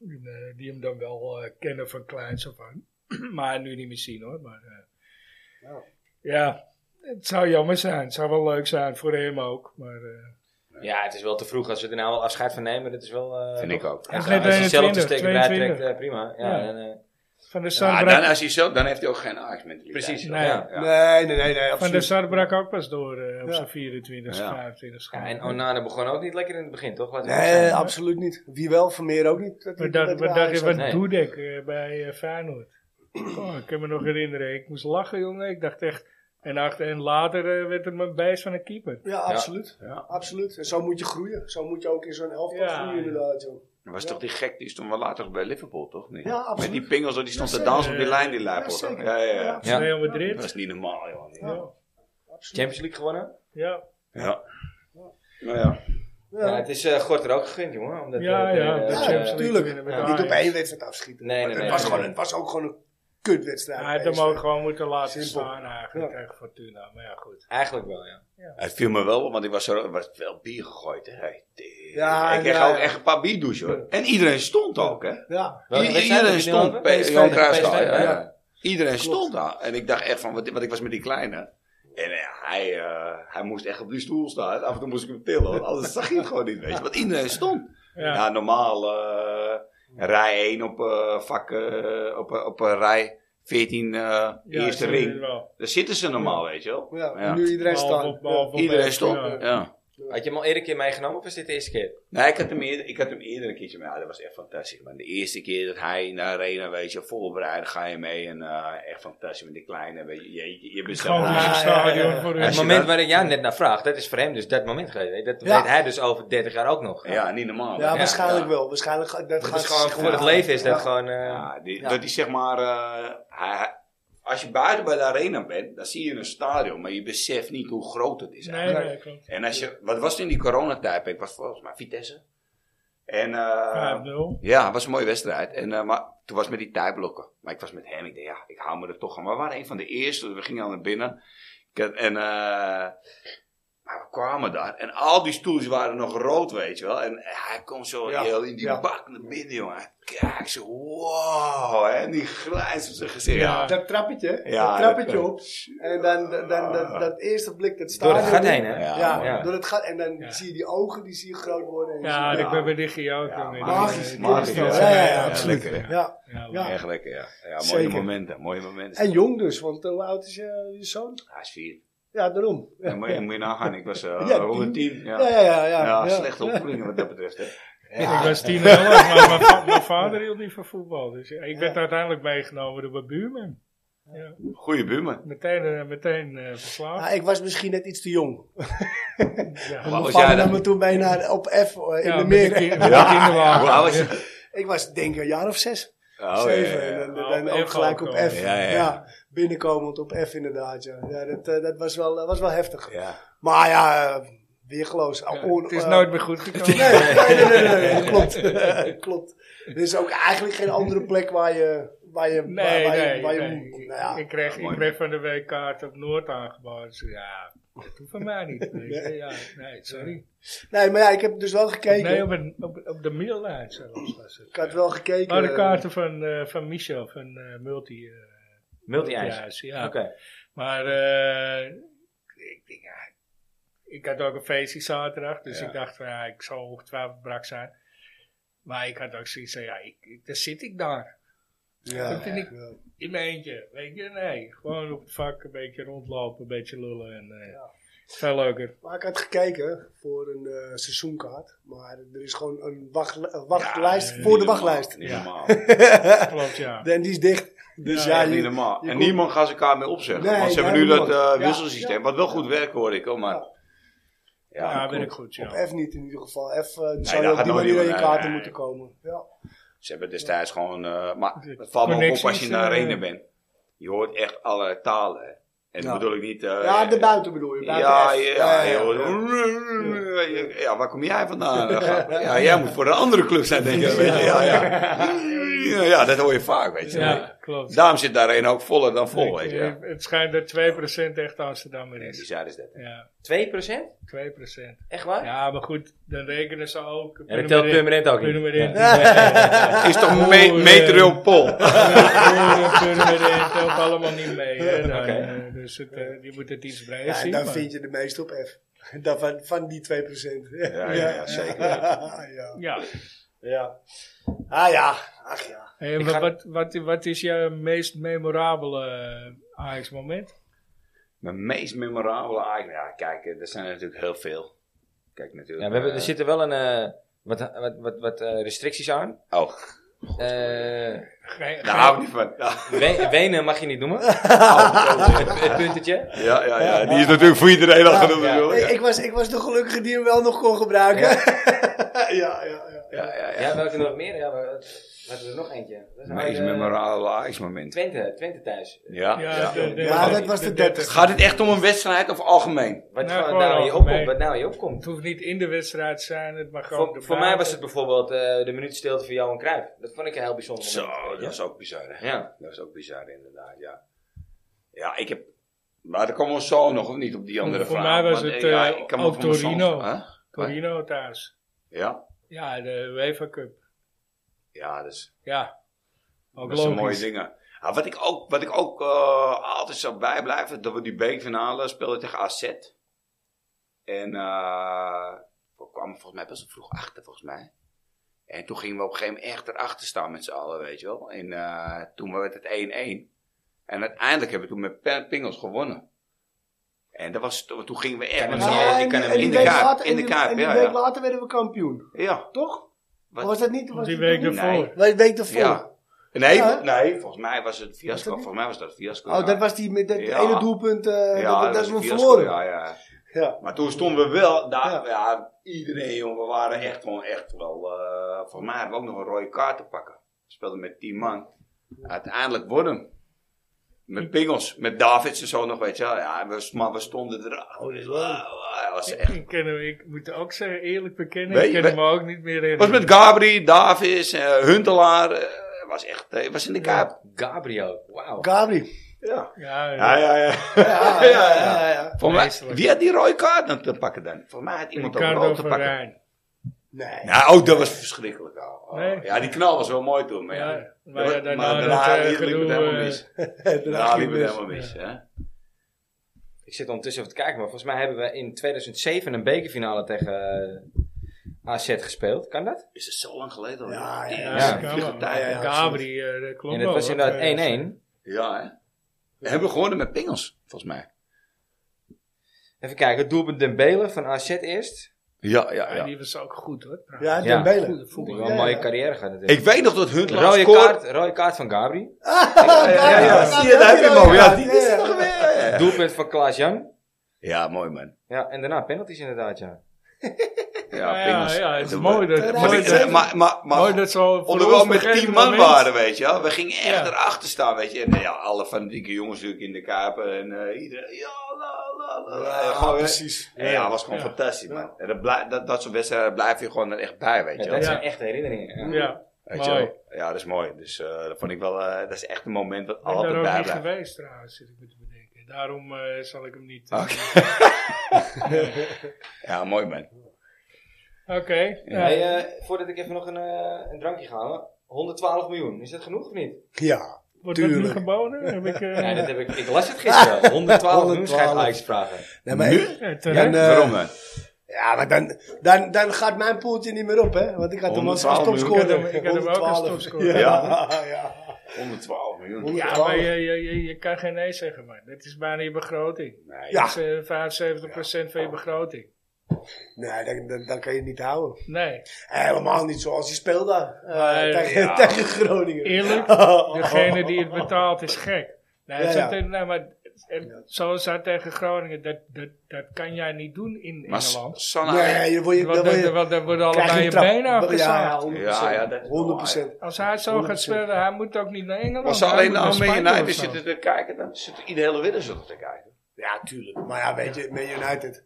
[SPEAKER 2] En, eh, die hem dan wel eh, kennen van kleins af aan. maar nu niet meer zien hoor. Maar, eh,
[SPEAKER 3] Ja.
[SPEAKER 2] Ja, het zou jammer zijn. Het zou wel leuk zijn voor hem ook. Maar, eh,
[SPEAKER 1] Ja, het is wel te vroeg als we er nou wel afscheid van nemen. Dat is wel... eh,
[SPEAKER 4] Vind ik ook.
[SPEAKER 1] Ja,
[SPEAKER 2] Hij
[SPEAKER 1] als
[SPEAKER 2] is net
[SPEAKER 1] je zelf de
[SPEAKER 2] 21,
[SPEAKER 1] stekker eruit trekt,
[SPEAKER 2] 22.
[SPEAKER 1] eh, prima. Ja,
[SPEAKER 2] Ja.
[SPEAKER 1] dan, eh,
[SPEAKER 2] van der Sar
[SPEAKER 4] Ja,
[SPEAKER 2] brak,
[SPEAKER 4] dan, als hij zo, dan heeft hij ook geen ajax
[SPEAKER 1] precies.
[SPEAKER 2] Nee.
[SPEAKER 1] Ja.
[SPEAKER 4] Ja.
[SPEAKER 3] Nee, nee, nee, nee,
[SPEAKER 2] van der
[SPEAKER 3] absoluut.
[SPEAKER 2] Sar brak ook pas door eh, op
[SPEAKER 3] Ja.
[SPEAKER 2] zijn 24,
[SPEAKER 4] Ja.
[SPEAKER 2] 25.
[SPEAKER 1] Ja, en Onana begon ook niet lekker in het eh, begin, toch? Laten we eerlijk
[SPEAKER 3] Nee,
[SPEAKER 1] zijn.
[SPEAKER 3] absoluut niet. Wie wel, Vermeer ook niet.
[SPEAKER 2] Wat
[SPEAKER 3] Dat- dat-
[SPEAKER 2] dacht,
[SPEAKER 3] dat-
[SPEAKER 2] wat dacht je
[SPEAKER 3] dat-
[SPEAKER 2] van
[SPEAKER 1] Nee.
[SPEAKER 2] Doedek eh, bij eh, Feyenoord? Oh, ik kan me nog herinneren. Ik moest lachen, jongen. Ik dacht echt... En, achter, en later eh, werd het mijn bijs van een keeper.
[SPEAKER 3] Ja, absoluut.
[SPEAKER 4] Ja.
[SPEAKER 3] absoluut. En zo moet je groeien. Zo moet je ook in zo'n elftal
[SPEAKER 2] Ja.
[SPEAKER 3] groeien, inderdaad, joh.
[SPEAKER 4] Dat was toch die gek, die stond wel later bij Liverpool, toch? Nee.
[SPEAKER 3] Ja, absoluut.
[SPEAKER 4] Met die pingels, die stond
[SPEAKER 3] Ja,
[SPEAKER 4] te dansen op
[SPEAKER 2] zeker.
[SPEAKER 4] die lijn, die
[SPEAKER 3] Ja,
[SPEAKER 4] Leipel. toch?
[SPEAKER 3] zeker.
[SPEAKER 4] Ja, ja, ja.
[SPEAKER 3] Ja,
[SPEAKER 1] Ja.
[SPEAKER 2] Real
[SPEAKER 4] Dat
[SPEAKER 2] Madrid.
[SPEAKER 4] is niet normaal, joh. Ja.
[SPEAKER 2] Ja.
[SPEAKER 3] absoluut.
[SPEAKER 1] Champions League gewonnen.
[SPEAKER 2] Ja.
[SPEAKER 4] ja. Nou ja.
[SPEAKER 1] Ja.
[SPEAKER 3] Ja.
[SPEAKER 1] het is eh Gort er ook gegund, jongen. Omdat,
[SPEAKER 2] Ja,
[SPEAKER 1] eh,
[SPEAKER 2] ja.
[SPEAKER 1] eh,
[SPEAKER 2] de
[SPEAKER 3] ja,
[SPEAKER 1] eh,
[SPEAKER 2] Champions League
[SPEAKER 3] tuurlijk.
[SPEAKER 2] winnen met
[SPEAKER 1] Ja.
[SPEAKER 2] Ajax.
[SPEAKER 3] Niet op één wedstrijd afschieten.
[SPEAKER 1] Nee, nee,
[SPEAKER 3] Maar
[SPEAKER 1] nee,
[SPEAKER 3] het, was
[SPEAKER 1] nee.
[SPEAKER 3] gewoon, het was ook gewoon een kutwedstrijd.
[SPEAKER 2] Hij had hem ook gewoon moeten laten
[SPEAKER 3] Simpel.
[SPEAKER 2] staan eigenlijk tegen Fortuna. Maar ja, goed.
[SPEAKER 1] Eigenlijk wel, ja.
[SPEAKER 4] Het viel me wel op, want ik was, er, was wel bier gegooid. Hè. Hey, tering.
[SPEAKER 3] Ja,
[SPEAKER 4] ik kreeg
[SPEAKER 3] ja,
[SPEAKER 4] ook
[SPEAKER 3] ja.
[SPEAKER 4] echt een paar bierdouchen. hoor. En iedereen stond ook, hè?
[SPEAKER 3] Ja.
[SPEAKER 1] Welke wedstrijd
[SPEAKER 4] I- iedereen
[SPEAKER 1] heb je het nu
[SPEAKER 4] stond.
[SPEAKER 1] over?
[SPEAKER 4] bij
[SPEAKER 1] PSV,
[SPEAKER 4] Johan Cruijffstal,
[SPEAKER 1] PSV,
[SPEAKER 4] ja,
[SPEAKER 1] ja.
[SPEAKER 4] ja. Iedereen stond daar. En ik dacht echt van, wat, wat ik was met die kleine. En eh, hij, eh, hij moest echt op die stoel staan. Af en toe moest ik hem tillen, want anders zag je het gewoon niet, weet je. Want iedereen stond.
[SPEAKER 2] Ja.
[SPEAKER 4] Ja, normaal eh, rij 1 op eh, vak, eh, op, op eh, rij 14, eh,
[SPEAKER 2] Ja,
[SPEAKER 4] eerste
[SPEAKER 2] zo is het
[SPEAKER 4] ring.
[SPEAKER 2] wel.
[SPEAKER 4] Daar zitten ze normaal, weet je wel.
[SPEAKER 3] Ja.
[SPEAKER 4] Ja.
[SPEAKER 3] Nu iedereen
[SPEAKER 2] Behalve
[SPEAKER 3] staan.
[SPEAKER 2] op- behalve op
[SPEAKER 4] Iedereen
[SPEAKER 2] Ajax,
[SPEAKER 4] stond,
[SPEAKER 2] ja.
[SPEAKER 4] ja.
[SPEAKER 1] Had je hem al eerder een keer meegenomen of is dit de eerste keer?
[SPEAKER 4] Nee, ik had hem eerder, ik had hem eerder een keertje, maar ja, dat was echt fantastisch. Maar de eerste keer dat hij naar de arena, weet je, voorbereid, ga je mee. En eh, echt fantastisch met die kleine, weet je, je, je bent zelf...
[SPEAKER 2] Gewoon in het
[SPEAKER 3] ja,
[SPEAKER 2] stadion
[SPEAKER 3] ja.
[SPEAKER 2] voor
[SPEAKER 4] Als
[SPEAKER 1] Het
[SPEAKER 4] je
[SPEAKER 2] hun.
[SPEAKER 1] moment
[SPEAKER 4] dat-
[SPEAKER 1] waar ik jou net naar vraag, dat is voor hem dus dat moment geweest. Dat
[SPEAKER 3] Ja.
[SPEAKER 1] weet hij dus over 30 jaar ook nog.
[SPEAKER 4] Oh, Ja, niet normaal.
[SPEAKER 3] Ja,
[SPEAKER 4] hè?
[SPEAKER 3] waarschijnlijk
[SPEAKER 4] Ja.
[SPEAKER 3] wel. Waarschijnlijk ga- dat
[SPEAKER 1] Dat
[SPEAKER 3] gaat
[SPEAKER 1] is gewoon
[SPEAKER 3] ze-
[SPEAKER 1] voor het leven is dat
[SPEAKER 3] Ja.
[SPEAKER 1] gewoon... eh,
[SPEAKER 4] Ja, die-
[SPEAKER 1] Ja.
[SPEAKER 4] Dat hij zeg maar... eh, hij- als je buiten bij de arena bent, dan zie je een stadion, maar je beseft niet hoe groot het is
[SPEAKER 2] Nee,
[SPEAKER 4] eigenlijk.
[SPEAKER 2] nee, klopt.
[SPEAKER 4] En als je, wat was het in die coronatijd? Ik was volgens mij Vitesse. En eh
[SPEAKER 2] 5-0.
[SPEAKER 4] Ja, het was een mooie wedstrijd. En, eh, maar toen was het met die tijdblokken. Maar ik was met hem. Ik dacht, ja, ik hou me er toch aan. Maar we waren een van de eerste. We gingen al naar binnen. Ik had- en, eh, maar we kwamen daar. En al die stoeltjes waren nog rood, weet je wel. En hij komt zo
[SPEAKER 3] Ja,
[SPEAKER 4] heel in die
[SPEAKER 3] ja.
[SPEAKER 4] bak naar binnen, jongen. Kijk, zo, wow. Hè, en die grijns op zijn gezicht. Ja,
[SPEAKER 2] Ja.
[SPEAKER 3] Dat trappetje, hè?
[SPEAKER 4] Ja,
[SPEAKER 3] dat trappetje
[SPEAKER 4] dat-
[SPEAKER 3] op. En dan, dan, dan- dat, dat eerste blik, dat
[SPEAKER 1] door
[SPEAKER 3] stadion.
[SPEAKER 1] het gat heen, hè?
[SPEAKER 4] Ja.
[SPEAKER 3] Ja,
[SPEAKER 1] ja.
[SPEAKER 3] door het gat. En dan
[SPEAKER 2] Ja.
[SPEAKER 3] zie je die ogen, die zie je groot worden. En
[SPEAKER 2] Ja,
[SPEAKER 3] je ziet-
[SPEAKER 2] ik ben bij Digi ook.
[SPEAKER 4] Ja,
[SPEAKER 2] jongen.
[SPEAKER 3] magisch.
[SPEAKER 2] Die, eh,
[SPEAKER 4] Magisch,
[SPEAKER 2] die-
[SPEAKER 4] ja.
[SPEAKER 3] Ja, ja, ja,
[SPEAKER 4] absoluut.
[SPEAKER 3] absoluut.
[SPEAKER 4] lekker,
[SPEAKER 3] Ja.
[SPEAKER 2] Ja,
[SPEAKER 3] Ja.
[SPEAKER 4] Echt lekker, ja. ja mooie
[SPEAKER 3] Zeker.
[SPEAKER 4] momenten, mooie momenten.
[SPEAKER 3] En jong dus, want eh, hoe oud is je, je zoon?
[SPEAKER 4] Hij is vier.
[SPEAKER 3] Ja, daarom.
[SPEAKER 4] Ja, moet, je, moet je nagaan, ik was eh
[SPEAKER 3] Ja,
[SPEAKER 4] rond de tien. Ja.
[SPEAKER 3] Ja, ja, ja. ja,
[SPEAKER 4] Ja,
[SPEAKER 3] ja.
[SPEAKER 4] slechte opvoeding wat dat betreft, hè.
[SPEAKER 2] Ik was tien jaar oud, maar mijn, va- mijn vader hield niet van voetbal. Dus ik werd uiteindelijk meegenomen door mijn buurman. Ja.
[SPEAKER 4] Goeie buurman.
[SPEAKER 2] Meteen, eh, meteen eh,
[SPEAKER 3] Ja,
[SPEAKER 2] verslaafd.
[SPEAKER 3] ik was misschien net iets te jong.
[SPEAKER 2] Ja.
[SPEAKER 4] Hoe oud
[SPEAKER 3] Mijn
[SPEAKER 4] was jij
[SPEAKER 3] vader
[SPEAKER 4] dan?
[SPEAKER 3] nam me toen mee naar, op F eh, in
[SPEAKER 2] Ja,
[SPEAKER 3] Ah, de
[SPEAKER 2] met de
[SPEAKER 3] meer.
[SPEAKER 2] kin- met de kinderwagen.
[SPEAKER 4] Hoe oud was je?
[SPEAKER 3] Ik was denk ik een jaar of zes.
[SPEAKER 4] Oh,
[SPEAKER 3] zeven.
[SPEAKER 4] ja, ja, ja.
[SPEAKER 3] En dan, dan
[SPEAKER 2] Op
[SPEAKER 3] ook
[SPEAKER 2] F
[SPEAKER 3] gelijk
[SPEAKER 2] ook
[SPEAKER 3] op F.
[SPEAKER 2] al.
[SPEAKER 4] Ja, ja.
[SPEAKER 3] binnenkomend op F inderdaad. Ja, ja dat, eh, dat was wel, dat was wel heftig.
[SPEAKER 4] Ja.
[SPEAKER 3] Maar ja, eh, weergeloos.
[SPEAKER 2] Ja,
[SPEAKER 3] Oh,
[SPEAKER 2] het is
[SPEAKER 3] eh,
[SPEAKER 2] nooit meer goed gekomen.
[SPEAKER 3] Nee, nee, nee, nee, nee, nee, klopt. klopt. Er is ook eigenlijk geen andere plek waar je... Waar je
[SPEAKER 2] Nee,
[SPEAKER 3] waar,
[SPEAKER 2] nee.
[SPEAKER 3] waar je, waar
[SPEAKER 2] nee.
[SPEAKER 3] je- nou ja.
[SPEAKER 2] Ik, kreeg, ik
[SPEAKER 4] Mooi.
[SPEAKER 2] kreeg van de week kaart op Noord aangeboden. Dus ja, dat hoeft van mij niet. weet je.
[SPEAKER 3] Nee.
[SPEAKER 2] Ja, nee, sorry.
[SPEAKER 3] nee, maar ja, ik heb dus wel gekeken.
[SPEAKER 2] Nee, op, een, op, op de middelheid zelfs was
[SPEAKER 3] ik
[SPEAKER 2] het.
[SPEAKER 3] had wel gekeken.
[SPEAKER 2] Maar de kaarten van, eh, van Michel, van eh Multi. eh,
[SPEAKER 1] Multi-ijs.
[SPEAKER 2] Multi-ijs,
[SPEAKER 1] Oké.
[SPEAKER 2] ja. Maar eh, ik, denk, ja, ik had ook een feestje zaterdag, dus
[SPEAKER 4] Ja.
[SPEAKER 2] ik dacht, van, ja, ik zal ongetwijfeld brak zijn. Maar ik had ook zoiets van, ja, ik, ik- daar zit ik daar.
[SPEAKER 3] Ja,
[SPEAKER 2] dat vind ik-
[SPEAKER 3] ja.
[SPEAKER 2] In mijn eentje, weet je, nee. Gewoon op het vak een beetje rondlopen, een beetje lullen. En, eh,
[SPEAKER 3] Ja.
[SPEAKER 2] Veel leuker.
[SPEAKER 3] Maar ik had gekeken voor een eh, seizoenkaart. Maar er is gewoon een, wacht, een wachtlijst
[SPEAKER 2] Ja,
[SPEAKER 3] voor de
[SPEAKER 4] Niet
[SPEAKER 3] wachtlijst.
[SPEAKER 4] normaal,
[SPEAKER 2] Ja.
[SPEAKER 4] Niet normaal.
[SPEAKER 2] Klopt, ja.
[SPEAKER 3] En die is dicht. Dus
[SPEAKER 2] Ja,
[SPEAKER 3] ja,
[SPEAKER 4] Nou, Echt
[SPEAKER 3] je-
[SPEAKER 4] niet normaal.
[SPEAKER 3] je
[SPEAKER 4] En
[SPEAKER 3] komt-
[SPEAKER 4] niemand gaat ze elkaar mee opzeggen.
[SPEAKER 3] Nee,
[SPEAKER 4] want ze hebben nu
[SPEAKER 3] daar
[SPEAKER 4] dat eh,
[SPEAKER 3] niemand. Ja,
[SPEAKER 4] wisselsysteem,
[SPEAKER 3] ja.
[SPEAKER 4] wat wel goed werkt hoor ik. hoor, Maar
[SPEAKER 3] Ja.
[SPEAKER 2] Ja,
[SPEAKER 4] ja,
[SPEAKER 2] ben
[SPEAKER 4] klopt.
[SPEAKER 2] ik goed, ja.
[SPEAKER 3] Of F niet in ieder geval. F eh
[SPEAKER 4] dat
[SPEAKER 3] zou je op
[SPEAKER 4] gaat
[SPEAKER 3] die
[SPEAKER 4] nooit
[SPEAKER 3] manier aan je
[SPEAKER 4] doen.
[SPEAKER 3] kaarten
[SPEAKER 4] Nee,
[SPEAKER 3] moeten
[SPEAKER 4] nee.
[SPEAKER 3] komen. Ja.
[SPEAKER 4] Ze hebben destijds gewoon... eh, maar
[SPEAKER 2] De
[SPEAKER 4] het valt me ook op als je
[SPEAKER 2] connecties,
[SPEAKER 4] naar de
[SPEAKER 2] eh,
[SPEAKER 4] arena bent. Je hoort echt allerlei talen. hè.
[SPEAKER 3] Ja.
[SPEAKER 4] En dat bedoel ik niet... eh,
[SPEAKER 3] Ja, de buiten bedoel je.
[SPEAKER 4] ja,
[SPEAKER 3] buiten
[SPEAKER 4] ja,
[SPEAKER 3] F.
[SPEAKER 4] ja,
[SPEAKER 3] ja.
[SPEAKER 4] joh. ja. waar kom jij vandaan? Ja, jij moet voor een andere club zijn, denk ik. Weet je. Ja, ja. ja, dat hoor je vaak, weet je.
[SPEAKER 2] Ja, klopt.
[SPEAKER 4] Daarom zit daar een ook voller dan vol, weet
[SPEAKER 2] Ik,
[SPEAKER 4] je.
[SPEAKER 2] eh, Het schijnt dat 2% echt Amsterdammer
[SPEAKER 4] Nee, dus-
[SPEAKER 2] is.
[SPEAKER 4] bizar is dat.
[SPEAKER 2] Ja,
[SPEAKER 1] 2%?
[SPEAKER 2] 2%.
[SPEAKER 1] Echt waar?
[SPEAKER 2] Ja, maar goed, dan rekenen ze ook.
[SPEAKER 1] Ja, dat telt Purmerend ook niet.
[SPEAKER 2] Purmerend.
[SPEAKER 1] Ja.
[SPEAKER 2] Ja.
[SPEAKER 4] Is toch me
[SPEAKER 2] Oeh, eh,
[SPEAKER 4] meteoropol?
[SPEAKER 2] Purmerend, Purmerend telt allemaal niet mee. Hè, dan,
[SPEAKER 1] Oké.
[SPEAKER 2] eh, Dus het, eh, je moet het iets breder
[SPEAKER 3] Ja, en
[SPEAKER 2] zien.
[SPEAKER 3] dan
[SPEAKER 2] maar-
[SPEAKER 3] vind je de meeste op F. Dan van, van die 2%.
[SPEAKER 4] Ja, ja, ja, zeker.
[SPEAKER 3] ja.
[SPEAKER 2] Ja.
[SPEAKER 3] ja. Ah ja, ach ja.
[SPEAKER 2] Hey,
[SPEAKER 1] Ik
[SPEAKER 2] wa-
[SPEAKER 1] ga-
[SPEAKER 2] wat, wat, wat is jouw meest memorabele eh, Ajax-moment?
[SPEAKER 4] Mijn meest memorabele Ajax. Ja, kijk, eh, er zijn er natuurlijk heel veel. Kijk, natuurlijk.
[SPEAKER 1] Ja, we hebben, er
[SPEAKER 4] eh,
[SPEAKER 1] zitten wel een, eh, wat, wat, wat, wat eh, restricties aan.
[SPEAKER 4] Oh,
[SPEAKER 1] Eh,
[SPEAKER 2] Geen-
[SPEAKER 4] daar hou ik niet van. Ja,
[SPEAKER 1] we- Wenen mag je niet noemen. het, het puntetje.
[SPEAKER 4] ja, ja, ja, die is natuurlijk voor iedereen al genoemd.
[SPEAKER 1] Ja.
[SPEAKER 4] natuurlijk.
[SPEAKER 3] Ik, ik was, ik was de gelukkige die hem wel nog kon gebruiken. Ja, ja, ja. ja.
[SPEAKER 4] Ja, ja, ja.
[SPEAKER 1] Ja, welke nog meer? Ja, we we hadden er nog eentje. Dat is
[SPEAKER 4] Mijn meest
[SPEAKER 1] eh,
[SPEAKER 4] memorabele Ajax-moment.
[SPEAKER 1] Twente, Twente thuis.
[SPEAKER 4] Ja, ja.
[SPEAKER 2] de- de-
[SPEAKER 3] Ja, dat was de 30.
[SPEAKER 4] Gaat het echt om een wedstrijd of algemeen?
[SPEAKER 1] Wat,
[SPEAKER 2] Nou,
[SPEAKER 1] nou,
[SPEAKER 2] gewoon
[SPEAKER 1] nou je
[SPEAKER 2] algemeen.
[SPEAKER 1] opkomt, wat nou je opkomt.
[SPEAKER 2] Het hoeft niet in de wedstrijd te zijn, het mag gewoon...
[SPEAKER 1] Voor,
[SPEAKER 2] de
[SPEAKER 1] voor
[SPEAKER 2] baan-
[SPEAKER 1] mij was het bijvoorbeeld eh, de minuut stilte voor Johan Cruijff. Dat vond ik een heel bijzonder moment.
[SPEAKER 4] Zo,
[SPEAKER 1] weet je.
[SPEAKER 4] dat is ook bizar. Hè?
[SPEAKER 1] Ja.
[SPEAKER 4] Dat is ook bizar, inderdaad. Ja, ja ik heb. Maar daar komen we zo nog of niet op die andere
[SPEAKER 2] Voor
[SPEAKER 4] vraag.
[SPEAKER 2] mij was
[SPEAKER 4] want, eh,
[SPEAKER 2] het,
[SPEAKER 4] ja,
[SPEAKER 2] eh,
[SPEAKER 4] ik kan me
[SPEAKER 2] ook
[SPEAKER 4] voor mijn zoon-
[SPEAKER 2] Torino.
[SPEAKER 4] Huh?
[SPEAKER 2] Torino thuis.
[SPEAKER 4] Ja,
[SPEAKER 2] Ja, de UEFA Cup.
[SPEAKER 4] ja dus, dat, is,
[SPEAKER 2] Ja. Ook
[SPEAKER 4] dat zijn mooie
[SPEAKER 2] logisch.
[SPEAKER 4] dingen. Ja, wat ik ook, wat ik ook eh, altijd zou bijblijven, dat we die beekfinale speelden tegen AZ. En eh, we kwamen volgens mij best wel vroeg achter, volgens mij. En toen gingen we op een gegeven moment echt erachter staan met z'n allen, weet je wel. En eh, toen werd het 1-1. En uiteindelijk hebben we toen met Pe- Pingels gewonnen. En dat was, toen toen gingen we echt
[SPEAKER 1] Kan
[SPEAKER 4] met
[SPEAKER 1] hem
[SPEAKER 4] z'n
[SPEAKER 1] niet-
[SPEAKER 4] allen.
[SPEAKER 1] ik kan hem
[SPEAKER 3] en
[SPEAKER 4] in
[SPEAKER 3] die
[SPEAKER 4] de
[SPEAKER 3] week
[SPEAKER 4] kaart,
[SPEAKER 3] later-
[SPEAKER 4] in
[SPEAKER 3] en
[SPEAKER 4] de
[SPEAKER 3] die-
[SPEAKER 4] kaart,
[SPEAKER 3] En die
[SPEAKER 4] ja,
[SPEAKER 3] week
[SPEAKER 4] ja.
[SPEAKER 3] later werden we kampioen.
[SPEAKER 4] Ja.
[SPEAKER 3] Toch?
[SPEAKER 4] Wat-
[SPEAKER 3] was dat niet? Was
[SPEAKER 2] Die
[SPEAKER 3] dat
[SPEAKER 2] week
[SPEAKER 3] toen niet?
[SPEAKER 2] ervoor.
[SPEAKER 3] Week- Week ervoor.
[SPEAKER 4] Ja. Nee,
[SPEAKER 3] Ja, hè?
[SPEAKER 4] nee, volgens mij was het fiasco.
[SPEAKER 3] dat niet?
[SPEAKER 4] volgens mij was dat fiasco.
[SPEAKER 3] Oh,
[SPEAKER 4] ja.
[SPEAKER 3] dat was die met dat
[SPEAKER 4] Ja.
[SPEAKER 3] ene doelpunt. eh,
[SPEAKER 4] Ja,
[SPEAKER 3] dat, dat,
[SPEAKER 4] was
[SPEAKER 3] is
[SPEAKER 4] een
[SPEAKER 3] me
[SPEAKER 4] fiasco,
[SPEAKER 3] verloren.
[SPEAKER 4] Ja, ja.
[SPEAKER 3] Ja.
[SPEAKER 4] Maar toen stonden we wel daar.
[SPEAKER 3] Ja.
[SPEAKER 4] Ja, iedereen, jongen, we waren echt gewoon echt wel. eh volgens mij hadden we ook nog een rode kaart te pakken. We speelden met 10 man. Uiteindelijk wonnen. Met pingels, met Davids en zo nog, weet je wel. Ja, we, maar we stonden er. Oh, dit is wel- ja, was echt.
[SPEAKER 2] Ik, ken hem, ik moet ook zeggen, eerlijk bekennen,
[SPEAKER 4] Weet
[SPEAKER 2] ik
[SPEAKER 4] je,
[SPEAKER 2] ken hem
[SPEAKER 4] we-
[SPEAKER 2] ook niet meer in.
[SPEAKER 4] Het was met Gabri, Davids, eh, Huntelaar. eh, Het was echt, eh, het was in de kaap.
[SPEAKER 1] Gabriel, wauw.
[SPEAKER 3] Gabri.
[SPEAKER 4] Ja.
[SPEAKER 2] Ja,
[SPEAKER 4] Ja, ja, ja.
[SPEAKER 3] Ja,
[SPEAKER 4] ja, ja.
[SPEAKER 3] ja, ja.
[SPEAKER 4] Voor mij,
[SPEAKER 2] Vreselijk.
[SPEAKER 4] wie had die rode kaart dan te pakken dan? Voor mij had iemand ook
[SPEAKER 2] Ricardo
[SPEAKER 4] rood te
[SPEAKER 2] van
[SPEAKER 4] pakken.
[SPEAKER 2] Rijn.
[SPEAKER 3] Nee.
[SPEAKER 4] Ja, ook dat was verschrikkelijk. Oh, oh.
[SPEAKER 2] Nee.
[SPEAKER 4] Ja, die knal was wel mooi toen. Maar, ja.
[SPEAKER 2] Ja, maar ja,
[SPEAKER 4] Dat-
[SPEAKER 2] daarna,
[SPEAKER 4] maar
[SPEAKER 2] dat, eh,
[SPEAKER 4] liep het
[SPEAKER 2] gedoe,
[SPEAKER 4] helemaal
[SPEAKER 2] eh,
[SPEAKER 4] mis.
[SPEAKER 3] Dat
[SPEAKER 4] Daarna
[SPEAKER 3] was geen
[SPEAKER 4] liep het
[SPEAKER 3] bus.
[SPEAKER 4] helemaal mis. hè.
[SPEAKER 1] Ik zit ondertussen even te kijken, maar volgens mij hebben we in 2007 een bekerfinale tegen eh, AZ gespeeld. Kan dat?
[SPEAKER 4] Is het zo lang geleden al?
[SPEAKER 3] Ja, ja,
[SPEAKER 1] Ja,
[SPEAKER 2] dat kan
[SPEAKER 4] vliegt
[SPEAKER 2] wel.
[SPEAKER 4] de tijd,
[SPEAKER 3] ja, ja.
[SPEAKER 2] Gabri, eh, dat klopt
[SPEAKER 1] en het
[SPEAKER 2] wel,
[SPEAKER 1] was
[SPEAKER 2] hoor.
[SPEAKER 1] inderdaad 1-1.
[SPEAKER 2] Eh,
[SPEAKER 4] Ja, hè. We hebben gewonnen met pingels, volgens mij.
[SPEAKER 1] Even kijken, het doelpunt Dembele van AZ eerst.
[SPEAKER 4] Ja, ja,
[SPEAKER 2] ja,
[SPEAKER 4] ja.
[SPEAKER 2] Die was ook goed hoor. trouwens.
[SPEAKER 3] Ja,
[SPEAKER 1] Ja.
[SPEAKER 3] Dembele.
[SPEAKER 1] Wel
[SPEAKER 3] Ja,
[SPEAKER 1] een
[SPEAKER 3] ja.
[SPEAKER 1] mooie carrière gehad
[SPEAKER 4] Ik
[SPEAKER 1] natuurlijk.
[SPEAKER 4] weet nog dat Huntelaar
[SPEAKER 1] Rode
[SPEAKER 4] scoorde.
[SPEAKER 1] kaart, rode kaart van Gabri.
[SPEAKER 3] Nou,
[SPEAKER 4] Ja, ja, ja,
[SPEAKER 2] Ja,
[SPEAKER 4] zie je, daar heb je hem al. Ja, die is er nog weer. Ja,
[SPEAKER 1] Doelpunt van Klaas Jan.
[SPEAKER 4] Ja, mooi man.
[SPEAKER 1] Ja, en daarna penalties inderdaad, ja.
[SPEAKER 4] Ja,
[SPEAKER 2] ja,
[SPEAKER 4] pingels.
[SPEAKER 2] ja, het is
[SPEAKER 4] Dat-
[SPEAKER 2] mooi dat,
[SPEAKER 3] Ja,
[SPEAKER 4] Maar,
[SPEAKER 2] mooi
[SPEAKER 4] ik-
[SPEAKER 2] dat,
[SPEAKER 4] maar, maar, maar,
[SPEAKER 2] mooi dat ze al voor
[SPEAKER 4] Omdat we
[SPEAKER 2] ons
[SPEAKER 4] al met
[SPEAKER 2] vergeten
[SPEAKER 4] tien man
[SPEAKER 2] moment-
[SPEAKER 4] waren, weet je wel. We gingen echt
[SPEAKER 2] Ja.
[SPEAKER 4] erachter staan, weet je. En nou ja, alle fanatieke jongens natuurlijk in de kapen. En eh, iedereen, ja, la, la, la, la. En
[SPEAKER 3] Ja,
[SPEAKER 4] gewoon, eh,
[SPEAKER 3] precies.
[SPEAKER 4] ja, ja, het was gewoon
[SPEAKER 2] Ja.
[SPEAKER 4] fantastisch, man. En dat, blij- dat, dat soort wedstrijden blijf je gewoon er echt bij, weet
[SPEAKER 1] ja
[SPEAKER 4] je
[SPEAKER 1] dat
[SPEAKER 4] wel.
[SPEAKER 1] zijn echte herinneringen. Ja.
[SPEAKER 2] Ja,
[SPEAKER 4] Weet je
[SPEAKER 2] Mooi.
[SPEAKER 4] wel. Ja, dat is mooi. Dus eh, dat vond ik wel, eh, dat is echt een moment dat
[SPEAKER 2] ik ben
[SPEAKER 4] altijd
[SPEAKER 2] daar ook
[SPEAKER 4] bij
[SPEAKER 2] niet
[SPEAKER 4] blijft.
[SPEAKER 2] geweest trouwens, zit ik me te bedenken. Daarom eh, zal ik hem niet... eh,
[SPEAKER 4] Oké. ja, mooi man.
[SPEAKER 2] Oké. ja.
[SPEAKER 1] Hey, eh, voordat ik even nog een, eh, een drankje ga halen. 112 miljoen, is dat genoeg of niet?
[SPEAKER 3] Ja.
[SPEAKER 2] Wordt dat nu
[SPEAKER 3] tuurlijk.
[SPEAKER 2] geboden? Heb ik, eh,
[SPEAKER 1] Nee, dat heb ik, ik las het gisteren. 112 miljoen
[SPEAKER 3] 112.
[SPEAKER 1] schijnt Ajax te vragen.
[SPEAKER 3] Nee, maar ik-
[SPEAKER 2] eh,
[SPEAKER 3] dan,
[SPEAKER 2] terecht?
[SPEAKER 3] eh,
[SPEAKER 4] Waarom dan?
[SPEAKER 3] ja, maar dan, dan, dan gaat mijn poeltje niet meer op, hè? Want ik had hem als als
[SPEAKER 4] 112 miljoen.
[SPEAKER 3] topscorer.
[SPEAKER 2] Ik had hem- ik had hem ook als
[SPEAKER 3] 112.
[SPEAKER 2] topscorer.
[SPEAKER 3] Ja, ja.
[SPEAKER 4] 112 miljoen.
[SPEAKER 2] ja,
[SPEAKER 3] oh.
[SPEAKER 2] maar je, je, je, je kan geen nee zeggen, man. Dat is bijna je begroting.
[SPEAKER 4] Nee,
[SPEAKER 3] Ja.
[SPEAKER 2] Dat is eh, 75% van je begroting.
[SPEAKER 3] Nee, dan, dan, dan kan je het niet houden. Eh,
[SPEAKER 2] Nee.
[SPEAKER 3] Helemaal niet zoals hij speelde daar. eh,
[SPEAKER 2] Maar,
[SPEAKER 3] tegen,
[SPEAKER 4] ja.
[SPEAKER 3] tegen Groningen.
[SPEAKER 2] Eerlijk,
[SPEAKER 3] Oh, oh, oh.
[SPEAKER 2] degene die het betaalt is gek. Nee,
[SPEAKER 3] Ja,
[SPEAKER 2] het is
[SPEAKER 3] ja.
[SPEAKER 2] altijd- nee, maar en Zoals hij tegen Groningen, dat, dat, dat kan jij niet doen in
[SPEAKER 4] Maar
[SPEAKER 2] Engeland.
[SPEAKER 4] Sanne
[SPEAKER 3] Nee, dan word je,
[SPEAKER 2] Want
[SPEAKER 3] dan
[SPEAKER 2] dan,
[SPEAKER 3] word je,
[SPEAKER 2] dan, dan worden
[SPEAKER 3] krijg je
[SPEAKER 2] allebei
[SPEAKER 3] een
[SPEAKER 2] je
[SPEAKER 3] trap.
[SPEAKER 2] benen
[SPEAKER 3] Ja,
[SPEAKER 2] afgezaagd.
[SPEAKER 3] ja, 100%.
[SPEAKER 4] Ja, ja, dat is wel
[SPEAKER 3] 100%.
[SPEAKER 2] Als hij zo gaat
[SPEAKER 3] 100%.
[SPEAKER 2] spelen, hij moet ook niet naar Engeland.
[SPEAKER 4] Maar ze
[SPEAKER 2] hij
[SPEAKER 4] alleen
[SPEAKER 2] moet
[SPEAKER 4] als
[SPEAKER 2] naar
[SPEAKER 4] Man
[SPEAKER 2] Spanje of
[SPEAKER 4] United
[SPEAKER 2] zo.
[SPEAKER 4] zitten te kijken, dan zitten iedere hele winter zitten te kijken.
[SPEAKER 3] Ja, tuurlijk. Maar ja, weet je, Man United.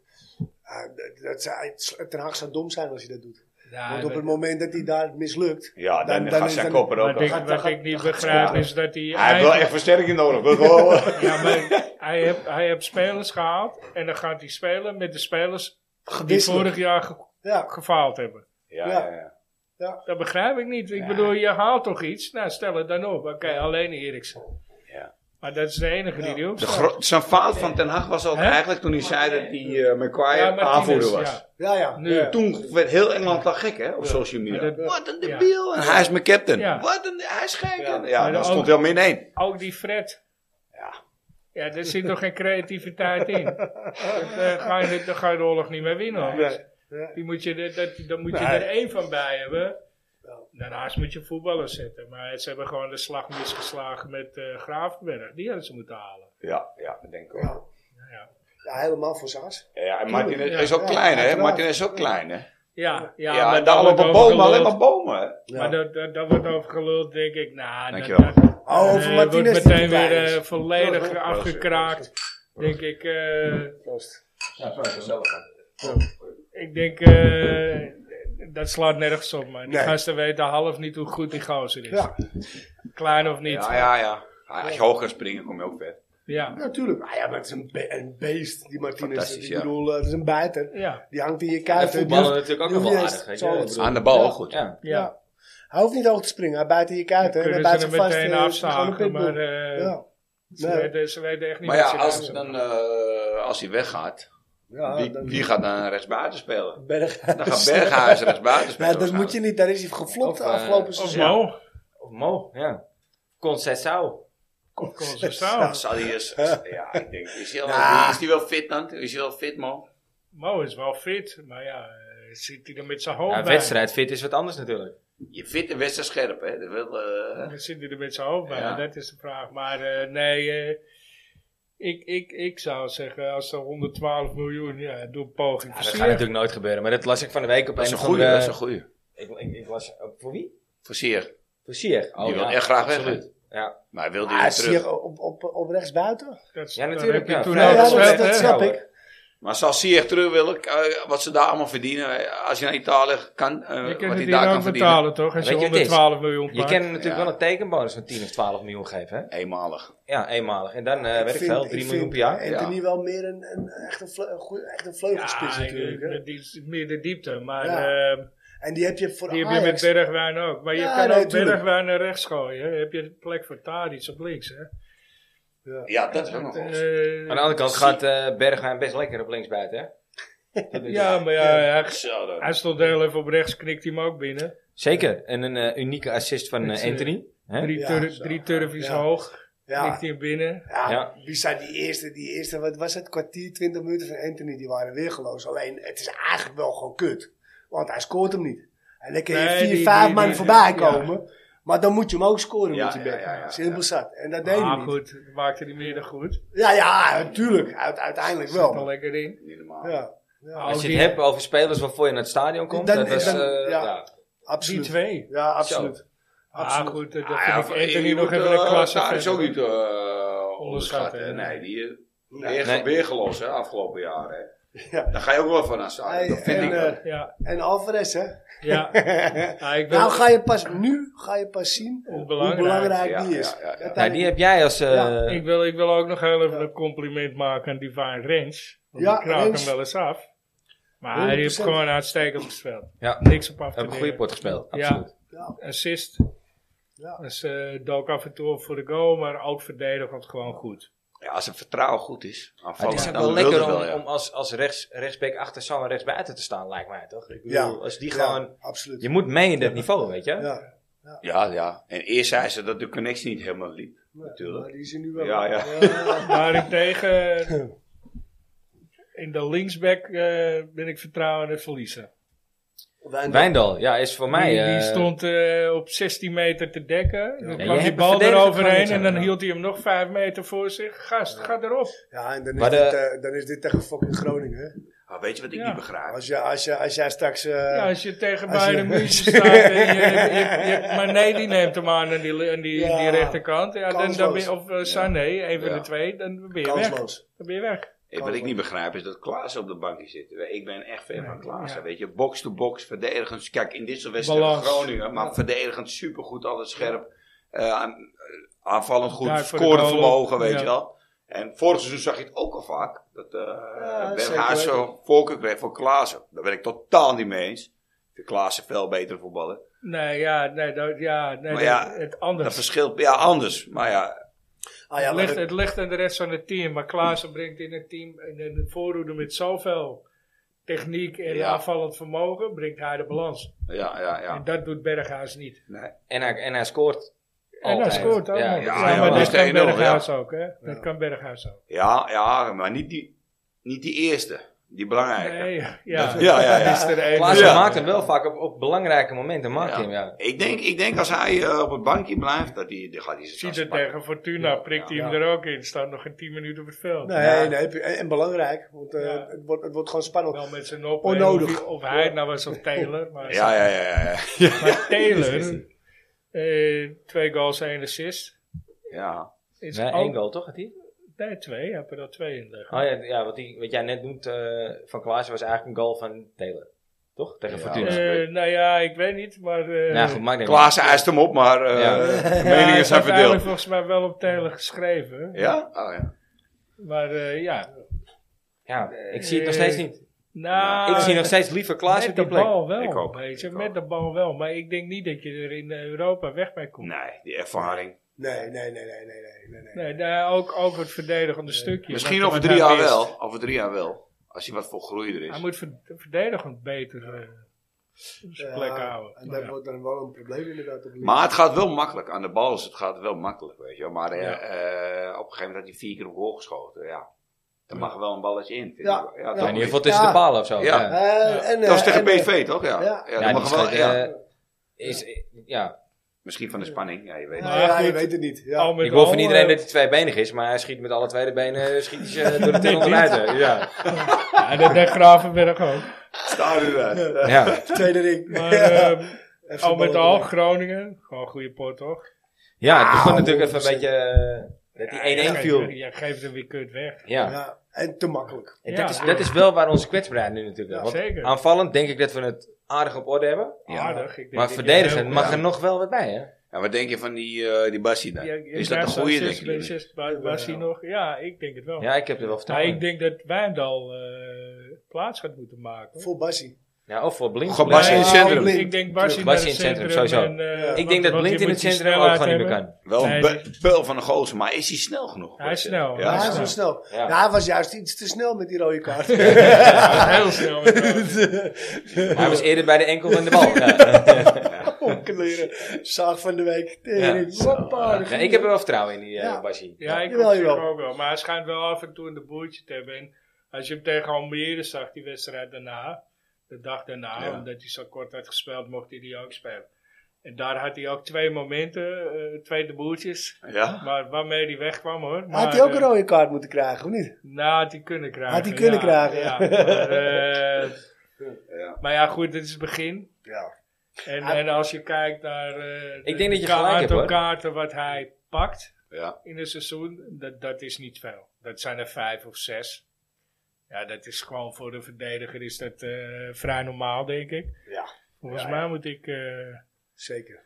[SPEAKER 3] ja, dat- dat zou- Ten Hag zou dom zijn als hij dat doet.
[SPEAKER 2] Ja,
[SPEAKER 3] Want
[SPEAKER 2] dat-
[SPEAKER 3] op het moment dat hij daar mislukt.
[SPEAKER 4] Ja, dan,
[SPEAKER 3] Dan-
[SPEAKER 4] dan,
[SPEAKER 3] dan
[SPEAKER 4] gaat
[SPEAKER 3] is-
[SPEAKER 4] zijn
[SPEAKER 3] dan-
[SPEAKER 4] kop er ook
[SPEAKER 2] Wat ik,
[SPEAKER 4] af.
[SPEAKER 3] gaat-
[SPEAKER 2] wat
[SPEAKER 3] gaat-
[SPEAKER 2] ik niet begrijp
[SPEAKER 4] scoren.
[SPEAKER 2] is dat hij.
[SPEAKER 4] Hij heeft wel echt versterking nodig. wil ik horen.
[SPEAKER 2] Ja, maar hij heeft, hij heeft spelers gehaald en dan gaat hij spelen met de spelers die
[SPEAKER 3] Gewisseld.
[SPEAKER 2] vorig jaar ge-
[SPEAKER 3] Ja,
[SPEAKER 2] gefaald hebben.
[SPEAKER 4] ja, ja, ja.
[SPEAKER 2] Dat begrijp ik niet. Ik
[SPEAKER 4] Ja.
[SPEAKER 2] bedoel, je haalt toch iets? Nou, stel het dan op. Oké, alleen Eriksen.
[SPEAKER 4] Ja.
[SPEAKER 2] Maar dat is de enige die
[SPEAKER 3] Ja.
[SPEAKER 2] die
[SPEAKER 4] De
[SPEAKER 2] opstaat.
[SPEAKER 4] gro- zijn fout van Ten Hag was al
[SPEAKER 2] Hè?
[SPEAKER 4] eigenlijk toen hij zei dat hij eh,
[SPEAKER 2] Ja,
[SPEAKER 4] Maguire
[SPEAKER 2] Martinez,
[SPEAKER 4] aanvoerder was.
[SPEAKER 2] ja.
[SPEAKER 3] ja, ja.
[SPEAKER 2] Nu.
[SPEAKER 3] ja.
[SPEAKER 4] Toen werd heel Engeland al gek, hè, op social media.
[SPEAKER 2] Maar dat-
[SPEAKER 4] Wat een
[SPEAKER 2] ja.
[SPEAKER 4] debiel. En hij is mijn captain.
[SPEAKER 2] Ja.
[SPEAKER 4] Wat een, hij is gek.
[SPEAKER 3] Ja.
[SPEAKER 4] Ja, ja
[SPEAKER 2] Maar
[SPEAKER 4] dan
[SPEAKER 2] ook-
[SPEAKER 4] stond hij al min één.
[SPEAKER 2] Ook die Fred.
[SPEAKER 4] Ja.
[SPEAKER 2] Ja, daar zit toch geen creativiteit in. Dat, eh, ga je, dan ga je de oorlog niet meer winnen. hoor. Dus
[SPEAKER 3] Nee. Ja.
[SPEAKER 2] Die moet je, dat, dat- dan moet je
[SPEAKER 4] Nee.
[SPEAKER 2] er één van bij hebben.
[SPEAKER 3] Ja.
[SPEAKER 2] Daarnaast moet je voetballers zetten. Maar ze hebben gewoon de slag misgeslagen met eh Graafberg. Die hadden ze moeten halen.
[SPEAKER 4] Ja, ja, dat denk ik ook.
[SPEAKER 2] Nou Ja,
[SPEAKER 3] Ja, helemaal voor Saas.
[SPEAKER 4] Ja, en Martinez
[SPEAKER 2] Ja.
[SPEAKER 4] is ook
[SPEAKER 3] Ja,
[SPEAKER 4] klein, hè.
[SPEAKER 3] uiteraard.
[SPEAKER 4] Martinez is ook klein, hè.
[SPEAKER 2] ja, ja,
[SPEAKER 4] Ja,
[SPEAKER 2] maar
[SPEAKER 4] daar
[SPEAKER 2] wordt
[SPEAKER 4] lopen
[SPEAKER 2] over
[SPEAKER 4] bomen, alleen
[SPEAKER 2] geluld.
[SPEAKER 4] maar bomen, hè.
[SPEAKER 3] Ja.
[SPEAKER 2] Maar dat, dat, dat wordt over geluld, denk ik. Nou, dat,
[SPEAKER 4] Dankjewel.
[SPEAKER 2] dat-
[SPEAKER 3] Oh, over
[SPEAKER 2] eh,
[SPEAKER 3] Martinez
[SPEAKER 2] wordt
[SPEAKER 3] die
[SPEAKER 2] meteen
[SPEAKER 3] erbij
[SPEAKER 2] weer eh,
[SPEAKER 3] is.
[SPEAKER 2] volledig
[SPEAKER 3] Proost,
[SPEAKER 2] afgekraakt. Denk ik, eh,
[SPEAKER 3] Proost.
[SPEAKER 2] ik denk, eh, dat slaat nergens op, man. Die
[SPEAKER 3] Nee.
[SPEAKER 2] gasten weten half niet hoe goed die gozer is.
[SPEAKER 3] Ja,
[SPEAKER 2] Klein of niet.
[SPEAKER 4] Ja, ja, ja. Ja, Als je hoog gaat springen, kom je ook ver.
[SPEAKER 2] ja.
[SPEAKER 3] natuurlijk. Maar ja, maar het is een, be- een beest, die Martinez.
[SPEAKER 4] Fantastisch,
[SPEAKER 3] Ik
[SPEAKER 4] ja.
[SPEAKER 3] bedoel, eh, het is een bijter.
[SPEAKER 2] ja.
[SPEAKER 3] Die hangt in je
[SPEAKER 1] En
[SPEAKER 3] kuiten. Die
[SPEAKER 1] voetballen
[SPEAKER 3] hoeft-
[SPEAKER 1] natuurlijk ook
[SPEAKER 3] die
[SPEAKER 1] nog
[SPEAKER 3] hoeft
[SPEAKER 1] wel
[SPEAKER 3] niet
[SPEAKER 1] aardig.
[SPEAKER 3] eens
[SPEAKER 1] Weet je.
[SPEAKER 3] zo-
[SPEAKER 1] Ik bedoel,
[SPEAKER 4] Aan de bal, goed.
[SPEAKER 1] Ja.
[SPEAKER 2] Ja.
[SPEAKER 3] Ja. Hij hoeft niet hoog te springen. Hij bijt in je kuit. Hè. Hij
[SPEAKER 2] kunnen
[SPEAKER 3] bijt
[SPEAKER 2] ze
[SPEAKER 3] ze
[SPEAKER 2] er
[SPEAKER 3] vast.
[SPEAKER 2] meteen
[SPEAKER 3] eh, ze gaan een
[SPEAKER 2] afzagen,
[SPEAKER 3] pitbull.
[SPEAKER 2] maar eh,
[SPEAKER 3] Ja.
[SPEAKER 2] ze,
[SPEAKER 3] Nee.
[SPEAKER 2] weten, ze weten echt niet
[SPEAKER 4] Maar
[SPEAKER 2] wat
[SPEAKER 4] ja,
[SPEAKER 2] ze
[SPEAKER 4] als,
[SPEAKER 2] doen.
[SPEAKER 4] dan, eh, als hij weggaat,
[SPEAKER 3] Ja,
[SPEAKER 4] wie,
[SPEAKER 3] Ah, dan-
[SPEAKER 4] wie gaat dan rechtsbuiten spelen?
[SPEAKER 3] Berghuis.
[SPEAKER 4] Dan gaat Berghuis rechtsbuiten
[SPEAKER 3] Ja,
[SPEAKER 4] spelen.
[SPEAKER 3] dat moet je niet. Daar is hij geflopt
[SPEAKER 1] Of, eh,
[SPEAKER 3] afgelopen
[SPEAKER 1] of
[SPEAKER 2] Of
[SPEAKER 3] seizoen.
[SPEAKER 2] Mo,
[SPEAKER 1] Of Mo, ja. Concessao.
[SPEAKER 2] of
[SPEAKER 4] Ja,
[SPEAKER 2] Conceição.
[SPEAKER 4] zal hij eens, ja, ik denk, is hij, al,
[SPEAKER 3] Ja.
[SPEAKER 4] is hij wel fit dan? Is hij wel fit, man?
[SPEAKER 2] Mo is wel fit, maar ja, eh, zit hij er met zijn hoofd
[SPEAKER 1] Ja,
[SPEAKER 2] bij?
[SPEAKER 1] wedstrijd fit is wat anders natuurlijk.
[SPEAKER 4] Je fit en wedstrijd scherp, hè? Dat wil, eh,
[SPEAKER 2] Dan Zit hij er met zijn hoofd bij?
[SPEAKER 4] Ja.
[SPEAKER 2] Dat is de vraag. Maar eh, nee, eh, ik, ik, ik zou zeggen, als er 112 miljoen, ja, doe een poging.
[SPEAKER 1] Ja, dat
[SPEAKER 2] Versier.
[SPEAKER 1] gaat natuurlijk nooit gebeuren. Maar dat las ik van de week op
[SPEAKER 4] dat is
[SPEAKER 1] een
[SPEAKER 4] een
[SPEAKER 1] of
[SPEAKER 4] goeie,
[SPEAKER 1] andere...
[SPEAKER 4] dat is een goeie.
[SPEAKER 1] Ik, ik, ik las... eh, Voor wie?
[SPEAKER 4] Voor Sier.
[SPEAKER 1] Voor Sier. Oh,
[SPEAKER 4] die wil
[SPEAKER 1] ja,
[SPEAKER 4] echt graag weg,
[SPEAKER 1] absoluut.
[SPEAKER 4] hè?
[SPEAKER 1] Ja.
[SPEAKER 4] Maar hij wilde
[SPEAKER 3] Ah,
[SPEAKER 4] weer
[SPEAKER 3] zie
[SPEAKER 4] terug.
[SPEAKER 3] je op, op, op rechts buiten?
[SPEAKER 2] Dat is-
[SPEAKER 1] Ja,
[SPEAKER 2] dat
[SPEAKER 1] natuurlijk,
[SPEAKER 2] heb je
[SPEAKER 1] ja.
[SPEAKER 2] toen
[SPEAKER 1] Ja,
[SPEAKER 2] al
[SPEAKER 1] dat
[SPEAKER 3] dat,
[SPEAKER 1] is-
[SPEAKER 2] gespeeld,
[SPEAKER 1] dat
[SPEAKER 2] hè?
[SPEAKER 3] snap
[SPEAKER 1] Ja,
[SPEAKER 3] ik.
[SPEAKER 4] Maar zal Sier terug willen, eh, wat ze daar allemaal verdienen, eh, als je naar Italië kan, eh,
[SPEAKER 2] Je kunt
[SPEAKER 4] wat hij
[SPEAKER 2] het
[SPEAKER 4] daar
[SPEAKER 2] hier
[SPEAKER 4] kan
[SPEAKER 2] ook
[SPEAKER 4] verdienen.
[SPEAKER 2] betalen, toch? Als je
[SPEAKER 1] Weet je wat het is?
[SPEAKER 2] 112 miljoen
[SPEAKER 1] Je
[SPEAKER 2] pakt.
[SPEAKER 1] kan natuurlijk
[SPEAKER 4] Ja.
[SPEAKER 1] wel een tekenbonus van 10 of 12 miljoen geven, hè?
[SPEAKER 4] Eenmalig.
[SPEAKER 1] Ja, eenmalig. En dan, eh weet ik
[SPEAKER 3] vind-
[SPEAKER 1] veel, 3
[SPEAKER 3] ik
[SPEAKER 1] miljoen
[SPEAKER 3] vind
[SPEAKER 1] per jaar.
[SPEAKER 3] Anthony wel meer een, een, echt, een vle- een goeie- echt een vleugelspits
[SPEAKER 2] Ja,
[SPEAKER 3] natuurlijk. hè.
[SPEAKER 2] die- die is meer de diepte, maar...
[SPEAKER 3] Ja.
[SPEAKER 2] ehm,
[SPEAKER 3] En die heb je voor
[SPEAKER 2] Die heb je met
[SPEAKER 3] Ajax.
[SPEAKER 2] Bergwijn ook. Maar je
[SPEAKER 3] Ja,
[SPEAKER 2] kan
[SPEAKER 3] nee,
[SPEAKER 2] ook
[SPEAKER 3] tuurlijk.
[SPEAKER 2] Bergwijn naar rechts gooien. hè. Dan heb je plek voor Tadic op links. Hè?
[SPEAKER 4] Ja, dat is ook
[SPEAKER 1] Oh.
[SPEAKER 4] nog wel.
[SPEAKER 2] Eh,
[SPEAKER 1] Aan de andere kant gaat eh Bergwijn best lekker op linksbuiten, hè? Dat is-
[SPEAKER 2] ja, maar ja, hij,
[SPEAKER 4] Zo dan.
[SPEAKER 2] hij stond heel even op rechts, knikt hij hem ook binnen.
[SPEAKER 1] Zeker. En een eh, unieke assist van
[SPEAKER 2] Het,
[SPEAKER 1] eh,
[SPEAKER 2] eh,
[SPEAKER 1] Anthony. Hè?
[SPEAKER 2] Drie,
[SPEAKER 3] Ja,
[SPEAKER 2] tur-
[SPEAKER 3] zo.
[SPEAKER 2] drie turfjes
[SPEAKER 3] Ja.
[SPEAKER 2] hoog,
[SPEAKER 3] Ja,
[SPEAKER 2] knikt hij hem binnen.
[SPEAKER 3] ja.
[SPEAKER 1] Ja.
[SPEAKER 3] Wie zijn die eerste, die eerste, wat was het, kwartier, 20 minuten van Anthony, die waren weergeloos. Alleen, het is eigenlijk wel gewoon kut. Want hij scoort hem niet. En dan kun je
[SPEAKER 2] Nee,
[SPEAKER 3] vier,
[SPEAKER 2] die-
[SPEAKER 3] vijf
[SPEAKER 2] die-
[SPEAKER 3] man
[SPEAKER 2] die- ja.
[SPEAKER 3] voorbij komen. Maar dan moet je hem ook scoren
[SPEAKER 4] Ja,
[SPEAKER 3] met je
[SPEAKER 4] ja,
[SPEAKER 3] bek.
[SPEAKER 4] ja, ja,
[SPEAKER 3] Simpel
[SPEAKER 4] ja.
[SPEAKER 3] zat. En dat deed hij
[SPEAKER 2] Maar
[SPEAKER 3] niet.
[SPEAKER 2] goed, dat maakte hij meer dan goed.
[SPEAKER 3] Ja, ja, natuurlijk. Uit, uiteindelijk
[SPEAKER 2] Zat er
[SPEAKER 3] wel.
[SPEAKER 2] lekker in.
[SPEAKER 4] Niet normaal.
[SPEAKER 3] Ja,
[SPEAKER 2] Nou,
[SPEAKER 1] Als je
[SPEAKER 2] die,
[SPEAKER 1] het hebt over spelers waarvoor je naar het stadion komt,
[SPEAKER 3] Dan-
[SPEAKER 1] dat is...
[SPEAKER 3] dan-
[SPEAKER 1] eh,
[SPEAKER 3] ja.
[SPEAKER 1] ja.
[SPEAKER 2] die
[SPEAKER 3] absoluut.
[SPEAKER 2] twee.
[SPEAKER 3] Ja, absoluut.
[SPEAKER 2] Ah,
[SPEAKER 3] absoluut.
[SPEAKER 2] goed, dat
[SPEAKER 4] Ah, ja,
[SPEAKER 2] vind ik
[SPEAKER 4] je
[SPEAKER 2] Anthony
[SPEAKER 4] moet,
[SPEAKER 2] nog even
[SPEAKER 4] eh,
[SPEAKER 2] een klasse
[SPEAKER 4] Daar is ook
[SPEAKER 2] verder.
[SPEAKER 4] niet eh, onderschat. hè.
[SPEAKER 2] hè.
[SPEAKER 4] Nee, die eh,
[SPEAKER 3] Nee.
[SPEAKER 4] weer,
[SPEAKER 1] Nee.
[SPEAKER 4] weer gelost, hè, afgelopen jaren. hè.
[SPEAKER 3] Ja.
[SPEAKER 4] Daar ga je ook wel van aan staan.
[SPEAKER 3] Hey,
[SPEAKER 4] Dat vind
[SPEAKER 3] en,
[SPEAKER 4] ik wel.
[SPEAKER 3] eh,
[SPEAKER 2] Ja,
[SPEAKER 3] en Alvarez, hè?
[SPEAKER 2] ja. Nou, ik ben,
[SPEAKER 3] nou, ga je pas, nu ga je pas zien hoe belangrijk,
[SPEAKER 2] belangrijk.
[SPEAKER 4] Ja,
[SPEAKER 3] die
[SPEAKER 4] ja,
[SPEAKER 3] is.
[SPEAKER 4] ja, ja.
[SPEAKER 3] Dat
[SPEAKER 1] Nou,
[SPEAKER 3] hij-
[SPEAKER 1] die heb jij als... eh,
[SPEAKER 3] Ja,
[SPEAKER 2] ik, wil, ik wil ook nog heel even een compliment maken aan Divine Rens. Want
[SPEAKER 3] Ja,
[SPEAKER 2] die kraakt
[SPEAKER 3] Rens.
[SPEAKER 2] hem wel eens af. Maar hij heeft
[SPEAKER 3] 100%.
[SPEAKER 2] gewoon uitstekend gespeeld.
[SPEAKER 1] ja.
[SPEAKER 2] Niks op af te
[SPEAKER 1] Hebben een goede
[SPEAKER 2] dingen.
[SPEAKER 1] pot gespeeld,
[SPEAKER 2] Ja.
[SPEAKER 1] absoluut.
[SPEAKER 2] Assist.
[SPEAKER 3] Ja.
[SPEAKER 2] Dus eh dook af en toe op voor de goal, maar ook verdedigend gewoon goed.
[SPEAKER 4] Ja, als het vertrouwen goed is,
[SPEAKER 1] Maar het is
[SPEAKER 4] aanvallend,
[SPEAKER 1] ook
[SPEAKER 4] dan
[SPEAKER 1] wel
[SPEAKER 4] wil
[SPEAKER 1] lekker
[SPEAKER 4] het
[SPEAKER 1] om,
[SPEAKER 4] wel. Ja.
[SPEAKER 1] om als, als rechts, rechtsback achter zo'n rechtsbuiten te staan, lijkt mij toch? Ik
[SPEAKER 3] Ja.
[SPEAKER 1] bedoel, als die
[SPEAKER 3] Ja,
[SPEAKER 1] gewoon...
[SPEAKER 3] absoluut.
[SPEAKER 1] Je moet mee in dat niveau, weet je?
[SPEAKER 3] Ja.
[SPEAKER 4] ja, ja. En eerst zei ze dat de connectie niet helemaal liep. Natuurlijk.
[SPEAKER 3] Maar die is er nu wel.
[SPEAKER 4] Ja, ja.
[SPEAKER 2] Daarentegen, in de linksback eh, ben ik vertrouwen in het verliezen.
[SPEAKER 3] Wijndal.
[SPEAKER 1] Wijndal, ja, is voor mij...
[SPEAKER 2] die, die
[SPEAKER 1] eh,
[SPEAKER 2] stond eh, op 16 meter te dekken. Dan
[SPEAKER 1] jij
[SPEAKER 2] kwam die
[SPEAKER 1] hebt
[SPEAKER 2] bal
[SPEAKER 1] het verdedigend
[SPEAKER 2] eroverheen
[SPEAKER 1] gewoon
[SPEAKER 2] en
[SPEAKER 1] niet
[SPEAKER 2] dan
[SPEAKER 1] zo, ja.
[SPEAKER 2] hield hij hem nog 5 meter voor zich. Gast, ga erop.
[SPEAKER 3] Ja, en dan is,
[SPEAKER 1] Maar de-
[SPEAKER 3] dit, eh, dan is dit tegen fucking Groningen. hè.
[SPEAKER 4] Ah, weet je wat ik
[SPEAKER 2] Ja.
[SPEAKER 4] niet begrijp?
[SPEAKER 3] Als, je, als, je, als jij straks... eh,
[SPEAKER 2] Ja, als je tegen
[SPEAKER 3] als je-
[SPEAKER 2] beide muren staat en je, je, je- je- maar nee, die neemt hem aan aan die, li- aan die,
[SPEAKER 3] Ja.
[SPEAKER 2] die rechterkant. Ja, dan, dan ben je,
[SPEAKER 3] Kansloos.
[SPEAKER 2] of eh, Sané, een van
[SPEAKER 4] Ja.
[SPEAKER 2] de twee, dan ben je weg.
[SPEAKER 3] kansloos.
[SPEAKER 2] Dan ben je weg.
[SPEAKER 4] Eh, Wat ik niet begrijp is dat Klaas op de bankje zit. Ik ben echt fan
[SPEAKER 2] Nee,
[SPEAKER 4] van Klaas.
[SPEAKER 2] ja.
[SPEAKER 4] Weet je, box to box, verdedigend. Kijk, in dit soort wedstrijden
[SPEAKER 2] Balans.
[SPEAKER 4] Groningen, maar verdedigend supergoed, alles scherp. Eh, aan- aanvallend goed,
[SPEAKER 2] Daar voor de
[SPEAKER 4] scorevermogen,
[SPEAKER 2] goal,
[SPEAKER 4] weet
[SPEAKER 2] ja.
[SPEAKER 4] je wel. En vorig seizoen zag je het ook al vaak. Dat eh
[SPEAKER 3] Ja,
[SPEAKER 4] Den
[SPEAKER 3] zeker
[SPEAKER 4] Haag
[SPEAKER 3] weten.
[SPEAKER 4] zo voorkeur kreeg voor Klaassen. Daar ben ik totaal niet mee eens. Ik vind Klaassen veel betere voetballer.
[SPEAKER 2] Nee, ja, nee, dat, ja, nee,
[SPEAKER 4] Maar
[SPEAKER 2] dat-
[SPEAKER 4] ja,
[SPEAKER 2] het
[SPEAKER 4] Dat
[SPEAKER 2] anders.
[SPEAKER 4] verschilt, ja, anders. Maar ja,
[SPEAKER 3] Ah, ja,
[SPEAKER 2] het,
[SPEAKER 3] maar
[SPEAKER 2] ligt,
[SPEAKER 3] dat-
[SPEAKER 2] het ligt aan de rest van het team. Maar Klaassen brengt in het team, en in de voorhoede met zoveel techniek en
[SPEAKER 4] Ja.
[SPEAKER 2] aanvallend vermogen, brengt hij de balans.
[SPEAKER 4] ja, ja, ja.
[SPEAKER 2] En dat doet Berghuis niet.
[SPEAKER 4] Nee.
[SPEAKER 1] En hij, en hij scoort.
[SPEAKER 2] En hij
[SPEAKER 1] altijd.
[SPEAKER 2] scoort ook
[SPEAKER 1] Ja,
[SPEAKER 2] nog.
[SPEAKER 1] ja,
[SPEAKER 2] Ja,
[SPEAKER 4] ja,
[SPEAKER 2] maar
[SPEAKER 4] dat
[SPEAKER 2] dat
[SPEAKER 4] is
[SPEAKER 2] kan
[SPEAKER 4] 1-0, ja.
[SPEAKER 2] Berghuis ook, hè. Dat kan Berghuis ook.
[SPEAKER 4] Ja, ja, maar niet die, niet die eerste. Die belangrijke.
[SPEAKER 2] Nee, ja. Ja,
[SPEAKER 4] ja, ja.
[SPEAKER 2] Dat is er één.
[SPEAKER 1] Klaassen
[SPEAKER 4] Ja.
[SPEAKER 1] maakt hem wel vaak op, op belangrijke momenten. Maakt
[SPEAKER 4] Ja.
[SPEAKER 1] hij hem, ja.
[SPEAKER 4] Ik denk, ik denk als hij eh, op het bankje blijft, dat hij, dan gaat hij zijn
[SPEAKER 2] Ziet
[SPEAKER 4] kansen
[SPEAKER 2] het
[SPEAKER 4] pakken.
[SPEAKER 2] tegen Fortuna, prikt hij hem er ook in. Staat nog een 10 minuten op het veld.
[SPEAKER 3] Nee, nee, heb je- en, en belangrijk. Want eh,
[SPEAKER 2] Ja.
[SPEAKER 3] het, wordt, het wordt gewoon spannend.
[SPEAKER 2] Wel met zijn op.
[SPEAKER 3] Onnodig.
[SPEAKER 2] Of, of hij het nou was of Taylor. Maar,
[SPEAKER 4] Ja, ja, ja, ja, ja.
[SPEAKER 2] maar Taylor, eh, twee goals, één assist.
[SPEAKER 4] ja.
[SPEAKER 2] Is
[SPEAKER 1] Nee,
[SPEAKER 2] ook-
[SPEAKER 1] één goal toch had hij?
[SPEAKER 2] Nee, twee. Hij heeft er al twee in liggen.
[SPEAKER 1] Oh ja, ja wat, die, wat jij net noemt eh, van Klaassen was eigenlijk een goal van Taylor. Toch? Tegen
[SPEAKER 4] Ja.
[SPEAKER 1] Fortuna.
[SPEAKER 2] Eh, nou ja, ik weet niet, maar... eh
[SPEAKER 1] nou goed, maakt niet uit.
[SPEAKER 4] Klaas eist hem op, maar eh
[SPEAKER 1] Ja.
[SPEAKER 4] de
[SPEAKER 2] ja,
[SPEAKER 4] meningen
[SPEAKER 2] het
[SPEAKER 4] zijn
[SPEAKER 2] staat eigenlijk
[SPEAKER 4] verdeeld.
[SPEAKER 2] volgens mij wel op Taylor geschreven.
[SPEAKER 4] Ja? Oh, ja.
[SPEAKER 2] Maar eh, ja,
[SPEAKER 1] Ja, ik zie het nog steeds niet.
[SPEAKER 2] nou...
[SPEAKER 1] ik zie nog steeds liever Klaas
[SPEAKER 2] met
[SPEAKER 1] op die
[SPEAKER 2] de
[SPEAKER 1] plek.
[SPEAKER 2] bal wel,
[SPEAKER 4] Ik ook,
[SPEAKER 2] weet je.
[SPEAKER 4] ik
[SPEAKER 2] met
[SPEAKER 4] ook.
[SPEAKER 2] de bal wel. Maar ik denk niet dat je er in eh, Europa weg mee komt.
[SPEAKER 4] Nee, die ervaring.
[SPEAKER 3] Nee, nee, nee, nee, nee, nee, nee. nee.
[SPEAKER 2] Nee, daar ook, ook het verdedigende stukje.
[SPEAKER 4] Misschien
[SPEAKER 2] wat-
[SPEAKER 4] over
[SPEAKER 2] wat
[SPEAKER 4] drie
[SPEAKER 2] hij
[SPEAKER 4] jaar
[SPEAKER 2] mist.
[SPEAKER 4] wel. Over drie jaar wel. Als hij wat voor groei er
[SPEAKER 2] Hij
[SPEAKER 4] is.
[SPEAKER 2] moet ver- verdedigend beter eh, zijn
[SPEAKER 3] Ja,
[SPEAKER 2] plek houden.
[SPEAKER 3] En
[SPEAKER 2] Maar
[SPEAKER 3] dat
[SPEAKER 2] ja.
[SPEAKER 3] wordt dan wel een probleem inderdaad. Op
[SPEAKER 4] Maar het gaat wel makkelijk. Aan de bal is het gaat wel makkelijk, weet je wel. Maar eh,
[SPEAKER 2] Ja.
[SPEAKER 4] eh, op een gegeven moment had hij vier keer op goal geschoten. Ja. Er mag wel een balletje in. vind
[SPEAKER 3] Ja.
[SPEAKER 4] ik wel.
[SPEAKER 3] Ja,
[SPEAKER 1] Ja, in
[SPEAKER 4] toch?
[SPEAKER 1] ieder geval tussen
[SPEAKER 3] Ja.
[SPEAKER 1] de palen of zo.
[SPEAKER 4] Ja.
[SPEAKER 1] ja.
[SPEAKER 2] Ja.
[SPEAKER 3] en,
[SPEAKER 4] Dat was
[SPEAKER 3] eh,
[SPEAKER 4] tegen
[SPEAKER 3] en, eh,
[SPEAKER 4] PSV, toch? Ja.
[SPEAKER 3] ja.
[SPEAKER 4] Ja,
[SPEAKER 1] Ja,
[SPEAKER 4] dat
[SPEAKER 1] die
[SPEAKER 4] mag wel.
[SPEAKER 1] schijnt,
[SPEAKER 4] Ja.
[SPEAKER 1] eh, is, ja.
[SPEAKER 4] Misschien van de spanning. Ja, je weet
[SPEAKER 3] nou
[SPEAKER 4] het.
[SPEAKER 2] Maar
[SPEAKER 3] ja, je
[SPEAKER 2] goed.
[SPEAKER 3] weet het niet.
[SPEAKER 2] Al
[SPEAKER 3] Ja.
[SPEAKER 2] met
[SPEAKER 1] Ik hoor
[SPEAKER 2] al,
[SPEAKER 1] van iedereen
[SPEAKER 2] eh,
[SPEAKER 1] dat hij tweebenig is, maar hij schiet met alle tweede benen eh, schiet hij, eh, door de tunnel
[SPEAKER 2] Dit
[SPEAKER 1] naar buiten. Ja.
[SPEAKER 2] Ja, dat deed Gravenberg ook.
[SPEAKER 4] Staat u daar.
[SPEAKER 1] Ja.
[SPEAKER 3] Tweede ring.
[SPEAKER 2] Maar
[SPEAKER 3] Ja.
[SPEAKER 2] eh,
[SPEAKER 3] Even
[SPEAKER 2] al met
[SPEAKER 3] ballen
[SPEAKER 2] al,
[SPEAKER 3] erin.
[SPEAKER 2] Groningen. Gewoon een goede pot, toch?
[SPEAKER 1] ja, het begon
[SPEAKER 3] Auw.
[SPEAKER 1] natuurlijk even een beetje eh, dat hij 1-1
[SPEAKER 2] Ja,
[SPEAKER 1] viel.
[SPEAKER 2] Je, je geeft hem weer kut weg.
[SPEAKER 1] Ja.
[SPEAKER 3] Ja, en te makkelijk.
[SPEAKER 1] En
[SPEAKER 2] Ja.
[SPEAKER 1] dat, is, dat is wel waar onze kwetsbaarheid nu natuurlijk
[SPEAKER 3] Ja,
[SPEAKER 1] ligt. Want
[SPEAKER 2] zeker.
[SPEAKER 1] aanvallend denk ik dat we het aardig op orde hebben.
[SPEAKER 4] Ja.
[SPEAKER 2] Aardig. Ik denk
[SPEAKER 1] Maar
[SPEAKER 2] dat je
[SPEAKER 1] verdedigend
[SPEAKER 2] heel-
[SPEAKER 1] mag er nog wel wat bij, hè?
[SPEAKER 4] En wat denk je van die, eh die Bassi dan?
[SPEAKER 2] Ja,
[SPEAKER 4] is dat
[SPEAKER 2] ja,
[SPEAKER 4] een
[SPEAKER 2] zo'n
[SPEAKER 4] goede,
[SPEAKER 2] zes-
[SPEAKER 4] denk je?
[SPEAKER 2] zes- wa- Was hij nog? Ja, ik denk het wel.
[SPEAKER 1] Ja, ik heb er wel
[SPEAKER 2] Maar
[SPEAKER 1] vertrouwen
[SPEAKER 2] ik
[SPEAKER 1] in.
[SPEAKER 2] denk dat Wijndal eh, plaats gaat moeten maken.
[SPEAKER 3] Voor Bassie.
[SPEAKER 1] Ja, of voor Blink.
[SPEAKER 4] Gewoon Bassie
[SPEAKER 2] Nee,
[SPEAKER 4] in het
[SPEAKER 2] ik-
[SPEAKER 4] centrum.
[SPEAKER 2] Ik, denk Bassie,
[SPEAKER 1] Bassie
[SPEAKER 2] in het centrum,
[SPEAKER 1] sowieso.
[SPEAKER 2] en, eh,
[SPEAKER 3] Ik
[SPEAKER 1] Ik
[SPEAKER 2] want-
[SPEAKER 1] denk dat
[SPEAKER 2] want je
[SPEAKER 1] Blind in
[SPEAKER 2] moet
[SPEAKER 1] het
[SPEAKER 2] die
[SPEAKER 1] centrum ook
[SPEAKER 2] snelheid
[SPEAKER 1] gewoon niet meer
[SPEAKER 2] hebben.
[SPEAKER 1] kan.
[SPEAKER 4] Wel een
[SPEAKER 2] Nee,
[SPEAKER 4] be- beul van een gozer, maar is hij snel genoeg?
[SPEAKER 2] Hij is snel.
[SPEAKER 4] Ja,
[SPEAKER 3] Ja,
[SPEAKER 2] hij
[SPEAKER 3] hij
[SPEAKER 2] is
[SPEAKER 3] is wel snel.
[SPEAKER 1] Ja.
[SPEAKER 3] Ja, hij was juist iets te snel met die rode kaart.
[SPEAKER 2] Hij is heel snel. met elkaar.
[SPEAKER 1] Maar hij was eerder bij de enkel dan de bal. Ja.
[SPEAKER 3] Onkleren. Zaag van de week. Tering.
[SPEAKER 1] Zo,
[SPEAKER 3] Hoppa.
[SPEAKER 1] Ja, ik heb er wel vertrouwen in, die eh,
[SPEAKER 3] Ja.
[SPEAKER 1] Bassie.
[SPEAKER 2] Ja, ik
[SPEAKER 3] Jawel,
[SPEAKER 2] op zich
[SPEAKER 3] jawel.
[SPEAKER 2] ook wel. Maar hij schijnt wel af en toe een de boertje te hebben. En als je hem tegen Almere zag, die wedstrijd daarna, de dag daarna,
[SPEAKER 4] Ja.
[SPEAKER 2] omdat hij zo kort had gespeeld, mocht hij die ook spelen. En daar had hij ook twee momenten, eh, twee de boertjes.
[SPEAKER 4] Ja?
[SPEAKER 2] Maar waarmee hij wegkwam hoor. Maar,
[SPEAKER 3] Had hij ook
[SPEAKER 2] eh,
[SPEAKER 3] een rode kaart moeten krijgen, of niet?
[SPEAKER 2] Nou, had hij kunnen krijgen.
[SPEAKER 3] Had hij kunnen
[SPEAKER 2] ja,
[SPEAKER 3] krijgen.
[SPEAKER 2] Ja, maar, eh,
[SPEAKER 4] Ja.
[SPEAKER 2] maar ja, goed, dit is het begin.
[SPEAKER 3] Ja.
[SPEAKER 2] En,
[SPEAKER 3] Hij-
[SPEAKER 2] en als je kijkt naar eh
[SPEAKER 1] Ik denk dat je
[SPEAKER 2] ka-
[SPEAKER 1] gelijk hebt,
[SPEAKER 2] aantal
[SPEAKER 1] hoor.
[SPEAKER 2] kaarten wat hij pakt
[SPEAKER 4] Ja.
[SPEAKER 2] in een seizoen, dat, dat is niet veel. Dat zijn er vijf of zes. Ja, dat is gewoon voor de verdediger is dat eh, vrij normaal, denk ik.
[SPEAKER 3] Ja,
[SPEAKER 2] Volgens
[SPEAKER 3] Ja, ja.
[SPEAKER 2] mij moet ik eh,
[SPEAKER 3] zeker.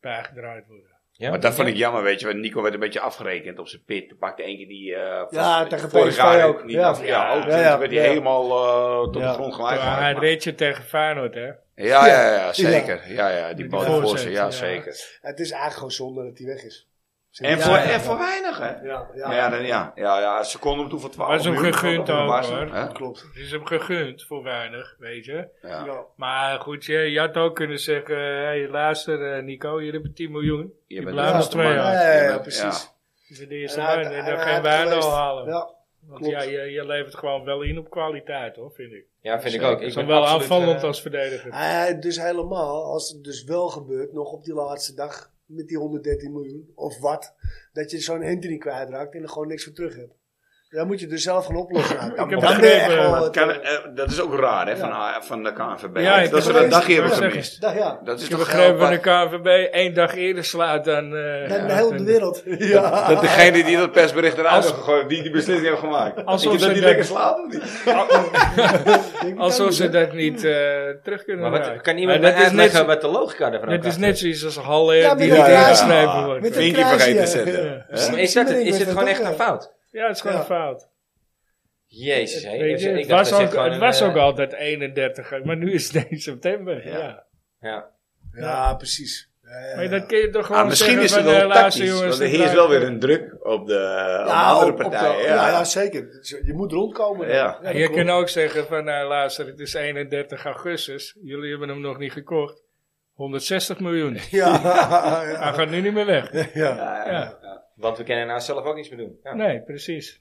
[SPEAKER 2] bijgedraaid worden.
[SPEAKER 1] Ja?
[SPEAKER 4] Maar dat vond ik jammer, weet je. Want Nico werd een beetje afgerekend op zijn pit. Hij pakte één keer die... eh,
[SPEAKER 3] Ja,
[SPEAKER 4] voor-
[SPEAKER 3] tegen
[SPEAKER 4] vorig
[SPEAKER 3] PSV
[SPEAKER 4] jaar
[SPEAKER 3] ook.
[SPEAKER 4] Niet
[SPEAKER 3] Ja.
[SPEAKER 4] af- ja, ook.
[SPEAKER 3] Ja, ja.
[SPEAKER 4] Toen werd hij
[SPEAKER 3] Ja.
[SPEAKER 4] helemaal eh, tot
[SPEAKER 3] Ja.
[SPEAKER 4] de grond gelijk
[SPEAKER 2] Maar hij
[SPEAKER 4] gemaakt. Maar-
[SPEAKER 2] reed je tegen Feyenoord, hè?
[SPEAKER 4] Ja, ja, ja, zeker. Ja, ja, die
[SPEAKER 2] Die
[SPEAKER 4] bal
[SPEAKER 2] voorzet,
[SPEAKER 4] voor ze. Ja,
[SPEAKER 2] ja.
[SPEAKER 4] zeker.
[SPEAKER 3] Het is eigenlijk gewoon zonde dat hij weg is.
[SPEAKER 4] En
[SPEAKER 3] Ja,
[SPEAKER 4] voor,
[SPEAKER 3] ja,
[SPEAKER 4] en
[SPEAKER 3] ja.
[SPEAKER 4] voor weinig, hè? Ja,
[SPEAKER 3] Ja, ja.
[SPEAKER 4] ja, dan, ja. ja, ja een seconde om toe voor 12
[SPEAKER 2] Was hem
[SPEAKER 4] miljoen.
[SPEAKER 2] gegund
[SPEAKER 4] Dat
[SPEAKER 2] ook,
[SPEAKER 4] was
[SPEAKER 2] hoor.
[SPEAKER 4] hem, hè?
[SPEAKER 3] Klopt.
[SPEAKER 2] Het is hem gegund voor weinig, weet je.
[SPEAKER 4] Ja.
[SPEAKER 3] Ja.
[SPEAKER 2] Maar goed, je, je had ook kunnen zeggen, hé, hey, luister eh, Nico, je hebt 10 miljoen.
[SPEAKER 4] Je bent
[SPEAKER 2] blijft nog
[SPEAKER 4] de beste
[SPEAKER 2] twee
[SPEAKER 4] man.
[SPEAKER 2] jaar.
[SPEAKER 4] Je
[SPEAKER 3] Ja, ja,
[SPEAKER 4] bent-
[SPEAKER 3] precies.
[SPEAKER 2] Je bent de eerste
[SPEAKER 3] En hij-
[SPEAKER 2] man en
[SPEAKER 3] en
[SPEAKER 2] dan
[SPEAKER 3] hij
[SPEAKER 2] geen
[SPEAKER 3] had
[SPEAKER 2] Wijndal
[SPEAKER 3] geweest.
[SPEAKER 2] halen.
[SPEAKER 3] Ja.
[SPEAKER 2] Want
[SPEAKER 3] Klopt.
[SPEAKER 2] ja, je, je levert gewoon wel in op kwaliteit hoor, vind ik.
[SPEAKER 1] Ja, vind ik ook. Ik ben
[SPEAKER 2] Zowel
[SPEAKER 1] absoluut,
[SPEAKER 2] aanvallend
[SPEAKER 1] eh,
[SPEAKER 2] als verdediger.
[SPEAKER 3] Eh, dus helemaal, als het dus wel gebeurt, nog op die laatste dag met die 113 miljoen of wat, dat je zo'n Anthony kwijtraakt en er gewoon niks voor terug hebt. Dan moet je dus zelf gaan oplossen. Nou, dan,
[SPEAKER 2] heb
[SPEAKER 3] dan ben je echt
[SPEAKER 2] begrepen,
[SPEAKER 3] wel
[SPEAKER 2] maar
[SPEAKER 3] wat,
[SPEAKER 4] Kan-
[SPEAKER 3] eh,
[SPEAKER 4] eh, dat is ook raar hè, van, ah, van de KNVB.
[SPEAKER 2] oh, Ja, ik
[SPEAKER 4] dat ze
[SPEAKER 3] heb
[SPEAKER 4] dat
[SPEAKER 3] het
[SPEAKER 4] dagje
[SPEAKER 2] gezien.
[SPEAKER 4] hebben
[SPEAKER 2] Ik
[SPEAKER 4] gemist.
[SPEAKER 3] nou ja,
[SPEAKER 4] Dat is
[SPEAKER 2] Ik heb
[SPEAKER 4] toch
[SPEAKER 2] begrepen
[SPEAKER 4] heel
[SPEAKER 2] van de
[SPEAKER 4] apart.
[SPEAKER 2] KNVB één dag eerder slaat dan... eh,
[SPEAKER 3] dan de
[SPEAKER 2] ja,
[SPEAKER 3] hele
[SPEAKER 2] dan-
[SPEAKER 3] wereld. Ja.
[SPEAKER 4] Dat degene die dat persbericht eruit
[SPEAKER 2] Als-
[SPEAKER 4] heeft gegooid, die die beslissing heeft gemaakt.
[SPEAKER 2] Alsof
[SPEAKER 4] Denk je
[SPEAKER 2] ze Ah, oh,
[SPEAKER 4] dat die
[SPEAKER 2] dat-
[SPEAKER 4] lekker slaapt of niet?
[SPEAKER 2] Alsof ze dat niet eh, terug kunnen
[SPEAKER 1] Maar wat,
[SPEAKER 2] draaien.
[SPEAKER 1] kan iemand
[SPEAKER 2] Maar
[SPEAKER 1] mij
[SPEAKER 2] dat is
[SPEAKER 1] uitleggen
[SPEAKER 2] net-
[SPEAKER 1] wat de logica daarvan
[SPEAKER 2] Dat is
[SPEAKER 1] achter
[SPEAKER 2] net zoiets als Haller
[SPEAKER 3] Ja,
[SPEAKER 2] die
[SPEAKER 3] met
[SPEAKER 2] niet
[SPEAKER 3] een kruisje.
[SPEAKER 2] ingesneven wordt.
[SPEAKER 3] Met
[SPEAKER 2] Ja.
[SPEAKER 3] een
[SPEAKER 4] Vinkie vergeten te
[SPEAKER 3] kruisje.
[SPEAKER 4] zetten.
[SPEAKER 1] zit? Maar is, dat, het- is het gewoon echt een fout?
[SPEAKER 2] het is gewoon
[SPEAKER 3] Ja.
[SPEAKER 2] een fout.
[SPEAKER 1] Jezus, hé.
[SPEAKER 2] Weet je,
[SPEAKER 1] Ik
[SPEAKER 2] het
[SPEAKER 1] dacht,
[SPEAKER 2] was
[SPEAKER 1] dat zit
[SPEAKER 2] ook,
[SPEAKER 1] gewoon
[SPEAKER 2] het was
[SPEAKER 1] een, eh,
[SPEAKER 2] ook altijd 31, maar nu is het 1 september.
[SPEAKER 4] Ja.
[SPEAKER 2] Ja.
[SPEAKER 1] Ja.
[SPEAKER 3] Ja, Eh, precies. Ja, ja,
[SPEAKER 2] Maar
[SPEAKER 3] ja.
[SPEAKER 2] dat kun je toch gewoon
[SPEAKER 4] Ah, misschien
[SPEAKER 2] zeggen
[SPEAKER 4] is het
[SPEAKER 2] van,
[SPEAKER 4] wel
[SPEAKER 2] eh, luister,
[SPEAKER 4] tactisch,
[SPEAKER 2] jongens,
[SPEAKER 4] want er
[SPEAKER 2] dit
[SPEAKER 4] heerst wel
[SPEAKER 2] blijft-
[SPEAKER 4] weer een druk op de op de
[SPEAKER 3] Ja,
[SPEAKER 4] andere
[SPEAKER 3] op- op de-
[SPEAKER 4] partijen.
[SPEAKER 3] ja,
[SPEAKER 4] ja.
[SPEAKER 3] ja, zeker. Je moet rondkomen.
[SPEAKER 4] Ja.
[SPEAKER 3] Ja,
[SPEAKER 2] je kan ook zeggen van, nou luister, het is 31 augustus. Jullie hebben hem nog niet gekocht. 160 miljoen.
[SPEAKER 3] Ja,
[SPEAKER 2] Hij
[SPEAKER 3] ja,
[SPEAKER 2] gaat nu niet meer weg.
[SPEAKER 3] ja.
[SPEAKER 4] Ja, ja.
[SPEAKER 2] Ja.
[SPEAKER 1] Want we kunnen nou zelf ook niets meer doen. Ja.
[SPEAKER 2] Nee, precies.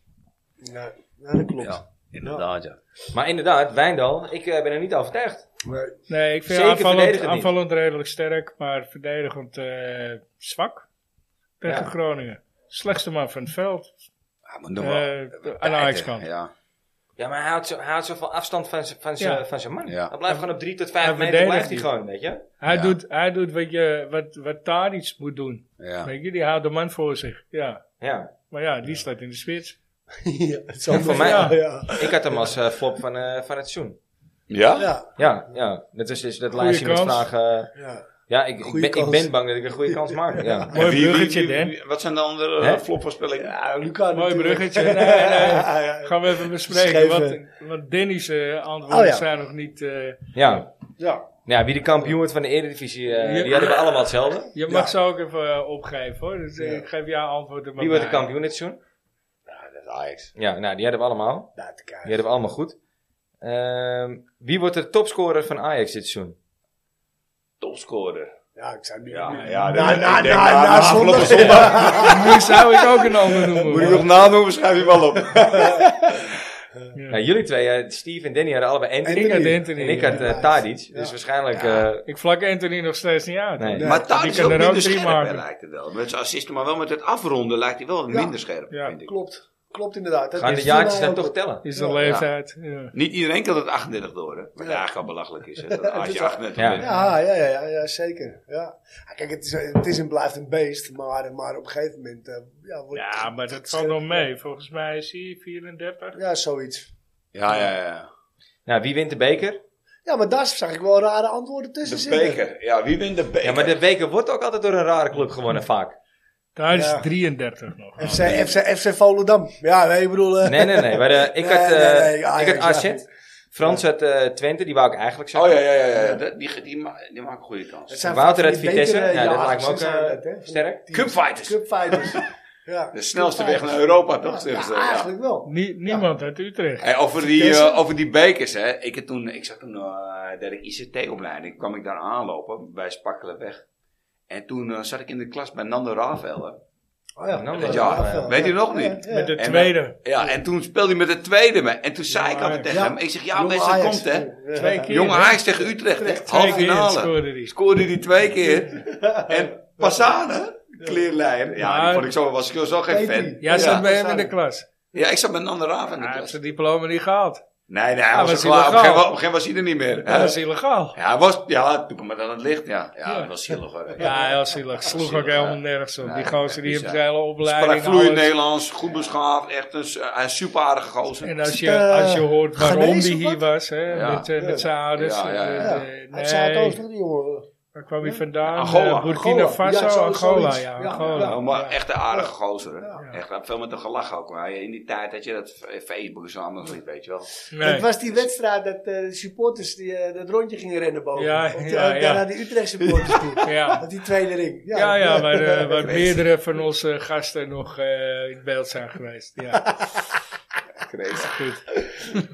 [SPEAKER 3] Ja, ja, dat klopt.
[SPEAKER 4] Ja, Inderdaad, ja.
[SPEAKER 1] Maar inderdaad, Wijndal, ik eh, ben er niet overtuigd.
[SPEAKER 3] Maar
[SPEAKER 2] Nee, ik vind
[SPEAKER 1] Zeker
[SPEAKER 2] aanvallend,
[SPEAKER 1] verdedigend niet.
[SPEAKER 2] aanvallend redelijk sterk, maar verdedigend eh, zwak tegen
[SPEAKER 1] Ja.
[SPEAKER 2] Groningen. Slechtste man van het veld.
[SPEAKER 4] Ja, maar nog
[SPEAKER 2] Eh,
[SPEAKER 4] wel.
[SPEAKER 2] aan de Ajaxkant.
[SPEAKER 4] Ja,
[SPEAKER 1] Ja, maar hij houdt, zo, hij houdt zoveel afstand van zijn van
[SPEAKER 2] Ja.
[SPEAKER 1] zijn- van zijn man.
[SPEAKER 4] Ja.
[SPEAKER 1] Hij blijft gewoon op 3 tot
[SPEAKER 2] Hij
[SPEAKER 1] 5 meter
[SPEAKER 2] verdedigt
[SPEAKER 1] blijft hij
[SPEAKER 2] niet.
[SPEAKER 1] gewoon, weet je.
[SPEAKER 2] Hij,
[SPEAKER 4] Ja.
[SPEAKER 2] doet, hij doet wat, je, wat, wat Tadic moet doen.
[SPEAKER 4] ja.
[SPEAKER 2] Weet je, die houdt de man voor zich. Ja.
[SPEAKER 1] Ja.
[SPEAKER 2] Maar ja, die staat in de spits.
[SPEAKER 3] ja, het is
[SPEAKER 1] Ja, voor
[SPEAKER 3] anders.
[SPEAKER 1] mij-
[SPEAKER 3] Ja, ja.
[SPEAKER 1] Ik had hem als eh, flop van, eh, van het seizoen.
[SPEAKER 4] Ja?
[SPEAKER 3] Ja,
[SPEAKER 1] Ja, ja. Dat is dus dat
[SPEAKER 2] Goeie
[SPEAKER 1] lijstje met
[SPEAKER 2] kans.
[SPEAKER 1] vragen. eh,
[SPEAKER 3] ja.
[SPEAKER 1] ja, ik, ik,
[SPEAKER 3] Goeie
[SPEAKER 1] ben, ik
[SPEAKER 3] kans.
[SPEAKER 1] ben bang dat ik een goede kans maak. Ja.
[SPEAKER 2] Mooi
[SPEAKER 4] En wie- wie-
[SPEAKER 2] bruggetje,
[SPEAKER 4] wie-
[SPEAKER 2] Dan.
[SPEAKER 4] wie- Wat zijn de andere
[SPEAKER 1] Hè?
[SPEAKER 4] eh, flopvoorspellingen?
[SPEAKER 3] Ja, Luca
[SPEAKER 2] Mooi
[SPEAKER 3] natuurlijk.
[SPEAKER 2] bruggetje. Nee, nee.
[SPEAKER 3] Ja, ja.
[SPEAKER 2] Gaan we even bespreken.
[SPEAKER 3] Scheef,
[SPEAKER 2] Want, want Dennis' eh, antwoorden
[SPEAKER 3] Oh, ja.
[SPEAKER 2] zijn nog niet... eh,
[SPEAKER 1] Ja.
[SPEAKER 3] Ja.
[SPEAKER 1] ja, wie de kampioen wordt van de Eredivisie, eh,
[SPEAKER 2] Ja.
[SPEAKER 1] die hadden we allemaal hetzelfde.
[SPEAKER 2] je mag
[SPEAKER 3] Ja.
[SPEAKER 2] ze ook even eh, opgeven hoor. Dus eh,
[SPEAKER 3] Ja.
[SPEAKER 2] ik geef jouw antwoord er maar
[SPEAKER 1] Wie wordt de
[SPEAKER 2] bij.
[SPEAKER 1] kampioen dit seizoen?
[SPEAKER 4] Ja, dat is Ajax.
[SPEAKER 1] Ja, nou, die hadden we allemaal.
[SPEAKER 3] Nou, te
[SPEAKER 1] Die
[SPEAKER 3] kijken.
[SPEAKER 1] hadden we allemaal goed. Ehm, wie wordt de topscorer van Ajax dit seizoen?
[SPEAKER 4] Topscorer.
[SPEAKER 3] Ja, ik zou nu.
[SPEAKER 4] Ja,
[SPEAKER 3] Ja,
[SPEAKER 4] ja.
[SPEAKER 3] Na-
[SPEAKER 4] dat-
[SPEAKER 3] na-
[SPEAKER 4] ik denk,
[SPEAKER 3] na-
[SPEAKER 4] na-
[SPEAKER 3] na
[SPEAKER 4] na afgelopen
[SPEAKER 3] zondag.
[SPEAKER 4] zondag.
[SPEAKER 2] Nu zou ik ook een ander noemen.
[SPEAKER 4] Moet je
[SPEAKER 2] hoor.
[SPEAKER 4] nog nadoen, schrijf je wel op.
[SPEAKER 2] Ja.
[SPEAKER 1] Nou, jullie twee, eh, Steve en Danny, hadden allebei Anthony.
[SPEAKER 2] Ik had
[SPEAKER 3] Anthony.
[SPEAKER 2] Anthony.
[SPEAKER 1] En ik had eh,
[SPEAKER 3] Ja.
[SPEAKER 1] Tadic.
[SPEAKER 3] Ja.
[SPEAKER 1] Dus waarschijnlijk...
[SPEAKER 4] Ja.
[SPEAKER 1] eh,
[SPEAKER 2] Ik vlak Anthony nog steeds niet uit.
[SPEAKER 1] Nee.
[SPEAKER 2] hoor.
[SPEAKER 4] Maar Tadic
[SPEAKER 2] Die
[SPEAKER 4] is
[SPEAKER 2] kan
[SPEAKER 4] ook
[SPEAKER 2] er
[SPEAKER 4] minder
[SPEAKER 2] ook drie
[SPEAKER 4] scherp,
[SPEAKER 2] maken.
[SPEAKER 4] hè, lijkt het wel. Met zijn assisten, maar wel met het afronden lijkt hij wel
[SPEAKER 3] Ja.
[SPEAKER 4] minder scherp,
[SPEAKER 2] Ja.
[SPEAKER 4] vind ik.
[SPEAKER 3] Klopt. Klopt inderdaad. Dat
[SPEAKER 1] gaan de
[SPEAKER 3] is
[SPEAKER 1] jaartjes
[SPEAKER 3] voor
[SPEAKER 1] dan
[SPEAKER 3] mij
[SPEAKER 1] toch
[SPEAKER 3] ook-
[SPEAKER 1] tellen?
[SPEAKER 2] Is de
[SPEAKER 3] Ja.
[SPEAKER 2] leeftijd. Ja.
[SPEAKER 4] Niet iedereen kan het 38 door, hè? Wat eigenlijk al belachelijk is. Hè? Dat als
[SPEAKER 3] Het
[SPEAKER 4] je
[SPEAKER 3] is
[SPEAKER 4] 38
[SPEAKER 1] al-
[SPEAKER 4] bent.
[SPEAKER 3] Ja, ja, ja, ja, ja, zeker. Ja. Ah, Kijk, het is, het is en blijft een beest, maar, maar op een gegeven moment. eh, ja, wordt,
[SPEAKER 2] Ja, maar dat valt nog mee. Volgens mij is hij 34.
[SPEAKER 3] Ja, zoiets.
[SPEAKER 4] Ja, ja, ja.
[SPEAKER 1] Nou, wie wint de beker?
[SPEAKER 3] Ja, maar daar zag ik wel rare antwoorden tussen
[SPEAKER 4] De
[SPEAKER 3] zitten.
[SPEAKER 4] beker. Ja, wie wint de beker?
[SPEAKER 1] Ja, maar de beker wordt ook altijd door een rare club gewonnen, vaak.
[SPEAKER 2] Daar is
[SPEAKER 3] Ja.
[SPEAKER 2] 33 nog.
[SPEAKER 3] FC, FC, FC Volendam. Ja, nee, ik bedoel... eh,
[SPEAKER 1] Nee, nee, nee. Maar eh, ik, had,
[SPEAKER 3] Nee, nee, nee,
[SPEAKER 1] eh,
[SPEAKER 3] Ajax,
[SPEAKER 1] ik had
[SPEAKER 3] ja.
[SPEAKER 1] AZ. Frans had eh, Twente, die wou ik eigenlijk
[SPEAKER 4] Oh
[SPEAKER 1] zeggen.
[SPEAKER 4] ja, ja, ja. ja. Dat, die, die, ma- die maken een goede
[SPEAKER 3] het
[SPEAKER 4] kans.
[SPEAKER 3] zijn
[SPEAKER 1] Wouter
[SPEAKER 3] van
[SPEAKER 1] uit
[SPEAKER 3] die
[SPEAKER 1] Vitesse.
[SPEAKER 3] beker, eh,
[SPEAKER 1] ja, dat
[SPEAKER 3] jaren
[SPEAKER 1] lijkt me ook
[SPEAKER 3] zijn
[SPEAKER 1] eh,
[SPEAKER 3] dat, hè.
[SPEAKER 1] sterk.
[SPEAKER 4] Cupfighters.
[SPEAKER 3] Cupfighters. ja.
[SPEAKER 4] De snelste weg
[SPEAKER 3] Cupfighters.
[SPEAKER 4] naar Europa, toch?
[SPEAKER 3] Ja,
[SPEAKER 4] Dus, eh,
[SPEAKER 3] ja,
[SPEAKER 4] ja.
[SPEAKER 3] eigenlijk wel.
[SPEAKER 2] Nie- niemand uit Utrecht.
[SPEAKER 4] Hey, over, die,
[SPEAKER 3] Vitesse?
[SPEAKER 4] eh, over die bekers, hè. Ik, had toen, ik zat toen, eh deed ik ICT-opleiding, kwam ik daar aanlopen bij Spakkelenweg. En toen eh, zat ik in de klas bij Nando Ravel, hè.
[SPEAKER 3] Oh ja,
[SPEAKER 1] Nou,
[SPEAKER 3] dat
[SPEAKER 1] ja,
[SPEAKER 3] is wel
[SPEAKER 1] ja.
[SPEAKER 3] veel.
[SPEAKER 4] Weet je
[SPEAKER 3] Ja,
[SPEAKER 4] nog niet?
[SPEAKER 3] ja.
[SPEAKER 2] Met de
[SPEAKER 4] En-
[SPEAKER 2] tweede.
[SPEAKER 4] Ja, en toen speelde hij met de tweede mee. En toen zei
[SPEAKER 2] Jong
[SPEAKER 4] ik altijd
[SPEAKER 2] Ajax.
[SPEAKER 4] tegen
[SPEAKER 3] Ja.
[SPEAKER 4] hem, ik zeg, ja,
[SPEAKER 3] Jong
[SPEAKER 4] mensen, dat
[SPEAKER 3] Ajax.
[SPEAKER 4] komt, hè.
[SPEAKER 2] Twee keer.
[SPEAKER 4] Jong
[SPEAKER 2] hè?
[SPEAKER 4] Ajax tegen Utrecht, hè.
[SPEAKER 2] Twee
[SPEAKER 4] Halve
[SPEAKER 2] keer
[SPEAKER 4] finale.
[SPEAKER 2] scoorde hij.
[SPEAKER 4] Scoorde hij twee keer. En Passade, kleerleier. Ja, die
[SPEAKER 2] Maar-
[SPEAKER 4] vond ik zo, was ik zo geen
[SPEAKER 3] Weet
[SPEAKER 4] fan.
[SPEAKER 3] hij.
[SPEAKER 2] Jij
[SPEAKER 4] Ja.
[SPEAKER 2] zat bij hem in de klas.
[SPEAKER 4] Ja, ik zat met Nando Ravel in de
[SPEAKER 2] Hij heeft
[SPEAKER 4] klas.
[SPEAKER 2] zijn diploma niet gehaald.
[SPEAKER 4] Nee, nee, hij was,
[SPEAKER 2] was
[SPEAKER 4] er klaar. Op een
[SPEAKER 2] illegaal.
[SPEAKER 4] gegeven moment- op een gegeven moment was hij er niet meer.
[SPEAKER 2] Dat
[SPEAKER 4] hè.
[SPEAKER 2] is illegaal.
[SPEAKER 4] Ja, hij was, ja, toen kwam het aan het licht, ja. Ja,
[SPEAKER 2] Ja.
[SPEAKER 4] het was zielig hoor.
[SPEAKER 2] Ja, heel zielig. Sloeg ook
[SPEAKER 4] Zielig,
[SPEAKER 2] helemaal
[SPEAKER 4] ja.
[SPEAKER 2] nergens op.
[SPEAKER 4] Nee,
[SPEAKER 2] Die gozer die
[SPEAKER 4] bizar.
[SPEAKER 2] heeft zijn hele
[SPEAKER 4] Sprak
[SPEAKER 2] opleiding.
[SPEAKER 4] vloeiend
[SPEAKER 2] alles.
[SPEAKER 4] Nederlands, goed beschaafd, echt een, s- hij is super aardige gozer.
[SPEAKER 2] En als je,
[SPEAKER 3] Eh,
[SPEAKER 2] als je hoort waarom
[SPEAKER 3] Ghanese
[SPEAKER 2] die
[SPEAKER 3] of
[SPEAKER 2] hier
[SPEAKER 3] wat?
[SPEAKER 2] was, hè,
[SPEAKER 4] Ja.
[SPEAKER 2] met, eh,
[SPEAKER 3] Ja.
[SPEAKER 2] met zijn ouders.
[SPEAKER 4] Ja, ja, ja.
[SPEAKER 2] eh,
[SPEAKER 3] Ja.
[SPEAKER 2] eh,
[SPEAKER 3] Uit Zuidoost,
[SPEAKER 2] nee,
[SPEAKER 3] toch, die jongen?
[SPEAKER 2] waar kwam hij vandaan?
[SPEAKER 4] Angola.
[SPEAKER 2] Eh, Burkina
[SPEAKER 3] Angola.
[SPEAKER 2] Faso,
[SPEAKER 3] Ja, zo-
[SPEAKER 2] Angola,
[SPEAKER 3] zoiets.
[SPEAKER 2] ja,
[SPEAKER 3] Ja,
[SPEAKER 2] Angola.
[SPEAKER 3] ja.
[SPEAKER 4] Ja, maar echt een aardige gozer. hè.
[SPEAKER 3] Ja.
[SPEAKER 4] Echt, hij had veel met een gelach ook. Maar in die tijd had je dat f- Facebook zo allemaal niet, weet je wel.
[SPEAKER 2] Nee.
[SPEAKER 3] Het was die wedstrijd dat eh, de supporters die, eh, dat rondje gingen rennen boven.
[SPEAKER 2] Ja,
[SPEAKER 3] Op de-
[SPEAKER 2] ja,
[SPEAKER 3] daar
[SPEAKER 2] ja.
[SPEAKER 3] naar die Utrecht supporters toe.
[SPEAKER 2] Ja.
[SPEAKER 3] Op die tweede ring.
[SPEAKER 2] Ja, ja, waar, eh, waar
[SPEAKER 4] Ik weet
[SPEAKER 2] meerdere van onze gasten nog eh, in beeld zijn geweest. Ja,
[SPEAKER 4] Crazy.
[SPEAKER 2] goed.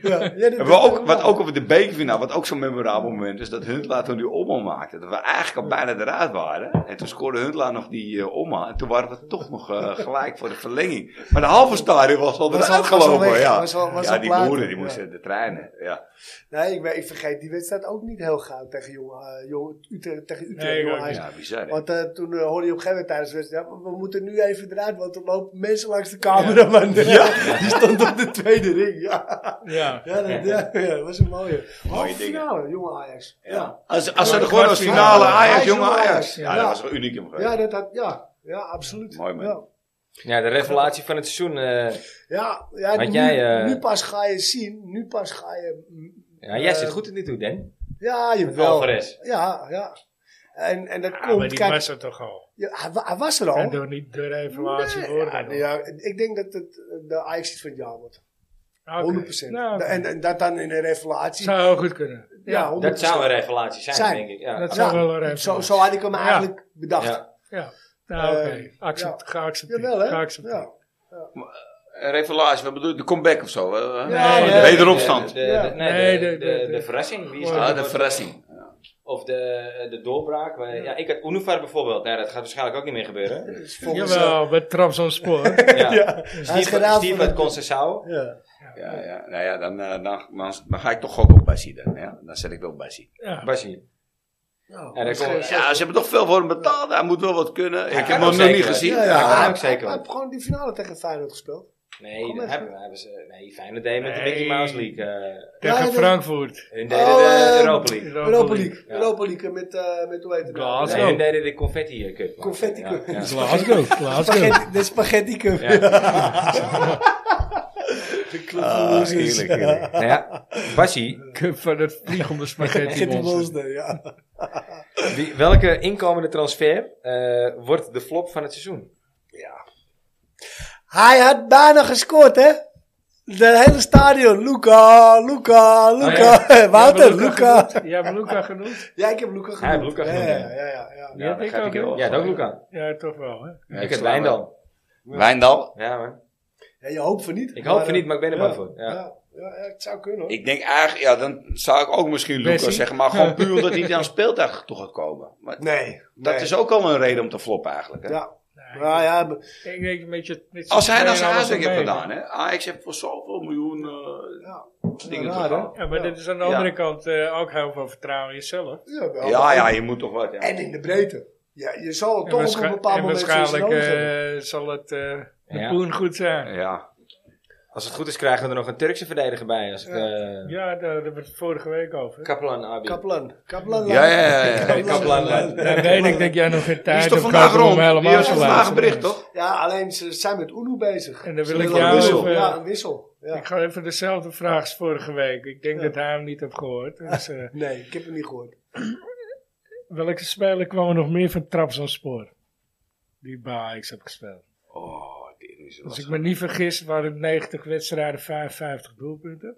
[SPEAKER 3] Ja, ja, dit-
[SPEAKER 4] Hebben we ook, wat ook over de bekerfinale, wat ook zo'n memorabel moment is, dat Huntelaar toen die omhaal maakte. Dat we eigenlijk al bijna eruit waren. En toen scoorde Huntelaar nog die eh omhaal. En toen waren we toch nog eh, gelijk voor de verlenging. Maar de halve stadion was al
[SPEAKER 3] Was al-
[SPEAKER 4] eruit
[SPEAKER 3] was al
[SPEAKER 4] gelopen.
[SPEAKER 3] weg,
[SPEAKER 4] Ja,
[SPEAKER 3] was al- was
[SPEAKER 4] ja
[SPEAKER 3] al
[SPEAKER 4] die
[SPEAKER 3] klaar.
[SPEAKER 4] boeren die
[SPEAKER 3] Ja.
[SPEAKER 4] moesten de treinen. Ja.
[SPEAKER 3] Nee, ik, ben- ik vergeet die wedstrijd ook niet heel gauw tegen, jong, eh, Jong- Utrecht, tegen Utrecht.
[SPEAKER 2] Nee, ik
[SPEAKER 3] Jong
[SPEAKER 2] ook
[SPEAKER 3] Ajax.
[SPEAKER 4] ja, bizar hè.
[SPEAKER 3] Want eh, toen eh, hoorde je op een gegeven moment tijdens de wedstrijd, ja, we moeten nu even eruit, want er lopen mensen langs de cameraman. Ja. die stond op de tweede ring. Ja,
[SPEAKER 2] Ja.
[SPEAKER 3] ja dat ja, ja, was een mooie. Halve
[SPEAKER 4] dingen.
[SPEAKER 3] finale, jonge Ajax. Ja,
[SPEAKER 4] Ja. Als, als ze
[SPEAKER 2] Ja,
[SPEAKER 4] er gewoon als
[SPEAKER 2] kwartfinale.
[SPEAKER 4] finale
[SPEAKER 3] Ajax,
[SPEAKER 4] Ajax, jonge
[SPEAKER 3] jonge Ajax.
[SPEAKER 4] Ajax. Ja,
[SPEAKER 3] Ja.
[SPEAKER 4] dat was wel uniek in
[SPEAKER 3] ja. dat had, ja. ja absoluut.
[SPEAKER 4] Mooi, man.
[SPEAKER 3] Ja.
[SPEAKER 1] Ja, de revelatie van het seizoen. eh,
[SPEAKER 3] Ja, ja,
[SPEAKER 1] Want
[SPEAKER 3] nu,
[SPEAKER 1] jij, eh,
[SPEAKER 3] nu pas ga je zien, nu pas ga je... mm,
[SPEAKER 1] ja, jij
[SPEAKER 3] eh,
[SPEAKER 1] zit goed in dit toe, Dan.
[SPEAKER 3] Ja,
[SPEAKER 1] Met
[SPEAKER 3] jawel.
[SPEAKER 1] Alvarez.
[SPEAKER 3] Ja, ja. En, en dat
[SPEAKER 2] Ja, Ah, maar
[SPEAKER 3] komt,
[SPEAKER 2] die
[SPEAKER 3] kijk,
[SPEAKER 2] was er toch al.
[SPEAKER 3] ja, hij, wa- hij was er al.
[SPEAKER 2] En door niet de revelatie
[SPEAKER 3] Nee,
[SPEAKER 2] worden.
[SPEAKER 3] ja,
[SPEAKER 2] dan.
[SPEAKER 3] nee, ja, ik denk dat het eh, de Ajax iets van het jaar wordt.
[SPEAKER 2] Oké.
[SPEAKER 3] 100%.
[SPEAKER 2] Nou, oké.
[SPEAKER 3] en, en dat dan in een revelatie.
[SPEAKER 2] zou heel goed kunnen.
[SPEAKER 3] ja, 100%.
[SPEAKER 1] Dat zou een revelatie zijn,
[SPEAKER 3] Zijn.
[SPEAKER 1] denk ik. Ja,
[SPEAKER 2] Dat
[SPEAKER 1] absoluut.
[SPEAKER 2] zou wel een revelatie
[SPEAKER 3] Zo, zo had ik hem
[SPEAKER 2] Ja.
[SPEAKER 3] eigenlijk bedacht.
[SPEAKER 1] Ja.
[SPEAKER 2] Ja. Nou, oké.
[SPEAKER 3] Eh,
[SPEAKER 2] Accept, Geaccepteerd.
[SPEAKER 3] Jawel, hè?
[SPEAKER 2] Geaccepteerd.
[SPEAKER 3] Ja.
[SPEAKER 4] Revelatie, wat bedoel je? De comeback of zo? hè?
[SPEAKER 2] Ja,
[SPEAKER 1] Nee,
[SPEAKER 2] ja.
[SPEAKER 1] de-
[SPEAKER 4] Wederopstand.
[SPEAKER 1] de- de-
[SPEAKER 3] Ja.
[SPEAKER 1] de- Nee, de- de- de- de verrassing. Wie is
[SPEAKER 2] Ah,
[SPEAKER 4] Ah,
[SPEAKER 1] dat?
[SPEAKER 4] de verrassing.
[SPEAKER 1] Of de, eh, de doorbraak. Wij- Ja. ik had Unifar bijvoorbeeld. Nou, dat gaat waarschijnlijk ook niet meer gebeuren.
[SPEAKER 3] Dus volgens,
[SPEAKER 2] Jawel,
[SPEAKER 4] eh,
[SPEAKER 2] met Trabzon Spoor.
[SPEAKER 1] Ja.
[SPEAKER 3] Ja. Hij is
[SPEAKER 1] Steve,
[SPEAKER 3] gedaan
[SPEAKER 1] Steve
[SPEAKER 3] voor
[SPEAKER 1] uit
[SPEAKER 3] het-
[SPEAKER 1] Concessao.
[SPEAKER 3] eh, ja.
[SPEAKER 4] Ja, ja. Nou ja, dan, eh, dan, dan, dan ga ik toch ook op Bassi dan. Ja? Dan zet ik wel Bassi.
[SPEAKER 2] Ja.
[SPEAKER 1] Bassie.
[SPEAKER 3] Nou,
[SPEAKER 1] Ja, daar
[SPEAKER 3] misschien-
[SPEAKER 1] komen we-
[SPEAKER 4] Ja, ze hebben toch veel voor hem betaald. Hij moet wel wat kunnen. ik
[SPEAKER 1] kan
[SPEAKER 4] heb hem nog
[SPEAKER 1] ook zeker.
[SPEAKER 4] niet gezien.
[SPEAKER 3] Ja, ja,
[SPEAKER 1] Ja, kan
[SPEAKER 3] hij-
[SPEAKER 1] ook zeker
[SPEAKER 3] Hij
[SPEAKER 1] wel.
[SPEAKER 3] heeft gewoon die finale tegen Feyenoord gespeeld.
[SPEAKER 1] Nee,
[SPEAKER 3] Kom
[SPEAKER 1] dat
[SPEAKER 3] even.
[SPEAKER 1] hebben, hebben ze. Nee, Feyenoord deed met de
[SPEAKER 2] Nee.
[SPEAKER 1] Mickey Mouse League. eh
[SPEAKER 2] Tegen
[SPEAKER 3] Ja, dat-
[SPEAKER 2] Frankfurt.
[SPEAKER 1] hun deden
[SPEAKER 3] Oh,
[SPEAKER 1] de
[SPEAKER 3] eh,
[SPEAKER 1] Europa League.
[SPEAKER 2] Europa
[SPEAKER 3] Europa
[SPEAKER 2] League.
[SPEAKER 3] League.
[SPEAKER 1] Ja.
[SPEAKER 3] Europa League eh, met, eh, met hoe heet het? nou?
[SPEAKER 2] Glasgow.
[SPEAKER 1] Nee, hun deden de confetti eh, cup.
[SPEAKER 3] Confetti cup.
[SPEAKER 1] Ja, ja.
[SPEAKER 2] Glasgow, Glasgow.
[SPEAKER 3] Spaghetti, de Spaghetti Cup.
[SPEAKER 1] Ja.
[SPEAKER 3] De club
[SPEAKER 4] Ah,
[SPEAKER 3] van losers.
[SPEAKER 4] heerlijk, heerlijk.
[SPEAKER 1] Nou ja, Bassie,
[SPEAKER 2] Cup van het vliegende spaghetti
[SPEAKER 3] Spaghetti
[SPEAKER 2] monster.
[SPEAKER 3] Monster, ja.
[SPEAKER 1] wie- welke inkomende transfer eh, wordt de flop van het seizoen?
[SPEAKER 3] Hij had bijna gescoord, hè? De hele stadion. Luca, Luca, Luca.
[SPEAKER 1] Oh,
[SPEAKER 3] Wouter, Luca.
[SPEAKER 2] Ja, maar Luca genoemd.
[SPEAKER 3] Ja, ik heb Luca genoemd.
[SPEAKER 1] heeft Luca genoemd,
[SPEAKER 3] Ja,
[SPEAKER 1] ja.
[SPEAKER 3] ja, ja. ja, ja.
[SPEAKER 2] Ja,
[SPEAKER 4] dat
[SPEAKER 2] ik
[SPEAKER 4] gaat
[SPEAKER 2] ook,
[SPEAKER 4] hij
[SPEAKER 2] hè?
[SPEAKER 4] wel.
[SPEAKER 1] Ja, dat ook Luca.
[SPEAKER 2] Ja, toch wel, hè?
[SPEAKER 4] Ja,
[SPEAKER 1] ik
[SPEAKER 4] sla
[SPEAKER 1] heb
[SPEAKER 4] me-
[SPEAKER 1] Wijndal.
[SPEAKER 4] Wijndal.
[SPEAKER 1] Ja, man.
[SPEAKER 3] Ja, je hoopt van niet.
[SPEAKER 1] Ik hoop van
[SPEAKER 3] eh,
[SPEAKER 1] niet, maar ik ben er
[SPEAKER 3] ja,
[SPEAKER 1] bang voor. Ja.
[SPEAKER 3] Ja, ja, ja, het zou kunnen hoor.
[SPEAKER 4] Ik denk eigenlijk, ja, dan zou ik ook misschien Lucas
[SPEAKER 2] Bessie.
[SPEAKER 4] zeggen. Maar gewoon puur dat hij dan speeltuig toe gaat komen. Maar
[SPEAKER 3] nee,
[SPEAKER 4] dat
[SPEAKER 3] nee.
[SPEAKER 4] is ook al een reden om te floppen eigenlijk. Hè?
[SPEAKER 3] Ja,
[SPEAKER 2] Nee,
[SPEAKER 3] ja, ja. maar-
[SPEAKER 2] Ik denk een beetje... met z'n
[SPEAKER 4] Als hij dat
[SPEAKER 2] tweeën
[SPEAKER 4] zijn
[SPEAKER 3] nou,
[SPEAKER 2] alles
[SPEAKER 4] huiswerk heeft
[SPEAKER 2] omheen.
[SPEAKER 4] gedaan. Hè? Ajax heeft voor zoveel miljoen eh,
[SPEAKER 3] ja.
[SPEAKER 4] dingen
[SPEAKER 3] Ja, raar, hè?
[SPEAKER 4] gedaan.
[SPEAKER 2] Ja, maar dit is aan de
[SPEAKER 4] Ja.
[SPEAKER 2] andere kant eh, ook heel veel vertrouwen in jezelf.
[SPEAKER 3] Ja, wel.
[SPEAKER 4] Ja, ja, je moet toch wat. Ja.
[SPEAKER 3] En in de breedte. Ja, je zal het toch op
[SPEAKER 2] waarsch-
[SPEAKER 3] een bepaald
[SPEAKER 2] en
[SPEAKER 3] moment
[SPEAKER 2] waarschijnlijk
[SPEAKER 3] zoiets nodig hebben.
[SPEAKER 2] eh, zal het eh de
[SPEAKER 1] Ja.
[SPEAKER 2] poen goed zijn.
[SPEAKER 4] Ja.
[SPEAKER 1] Als het goed is, krijgen we er nog een Turkse verdediger bij. Als ik, eh
[SPEAKER 2] Ja, daar hebben we het vorige week over.
[SPEAKER 1] Kaplan Abi.
[SPEAKER 3] Kaplan. Kaplan.
[SPEAKER 4] Ja, ja, ja, ja.
[SPEAKER 1] Kaplan,
[SPEAKER 2] Ja, weet ik dat jij nog geen
[SPEAKER 4] Die is
[SPEAKER 2] tijd hebt
[SPEAKER 4] toch
[SPEAKER 2] gehad
[SPEAKER 4] vandaag
[SPEAKER 2] om
[SPEAKER 4] rond?
[SPEAKER 2] hem
[SPEAKER 4] Die
[SPEAKER 2] helemaal
[SPEAKER 4] heeft
[SPEAKER 2] te
[SPEAKER 4] vandaag
[SPEAKER 2] luisteren.
[SPEAKER 4] een bericht, toch?
[SPEAKER 3] Ja, alleen ze zijn met Uno bezig.
[SPEAKER 2] En dan
[SPEAKER 3] Ze
[SPEAKER 2] wil ik
[SPEAKER 3] willen
[SPEAKER 2] jou
[SPEAKER 3] een wissel.
[SPEAKER 2] even-
[SPEAKER 3] Ja, een wissel. Ja.
[SPEAKER 2] Ik ga even dezelfde vraag als vorige week. Ik denk
[SPEAKER 3] Ja.
[SPEAKER 2] dat hij hem niet heeft gehoord. Dus, eh,
[SPEAKER 3] Nee, ik heb hem niet gehoord.
[SPEAKER 2] welke speler kwam er nog meer van Trabzonspor? Die bij Ajax heb gespeeld.
[SPEAKER 4] Oh, dit is
[SPEAKER 2] Als ik
[SPEAKER 4] lastig.
[SPEAKER 2] me niet vergis waren het 90 wedstrijden 55 doelpunten.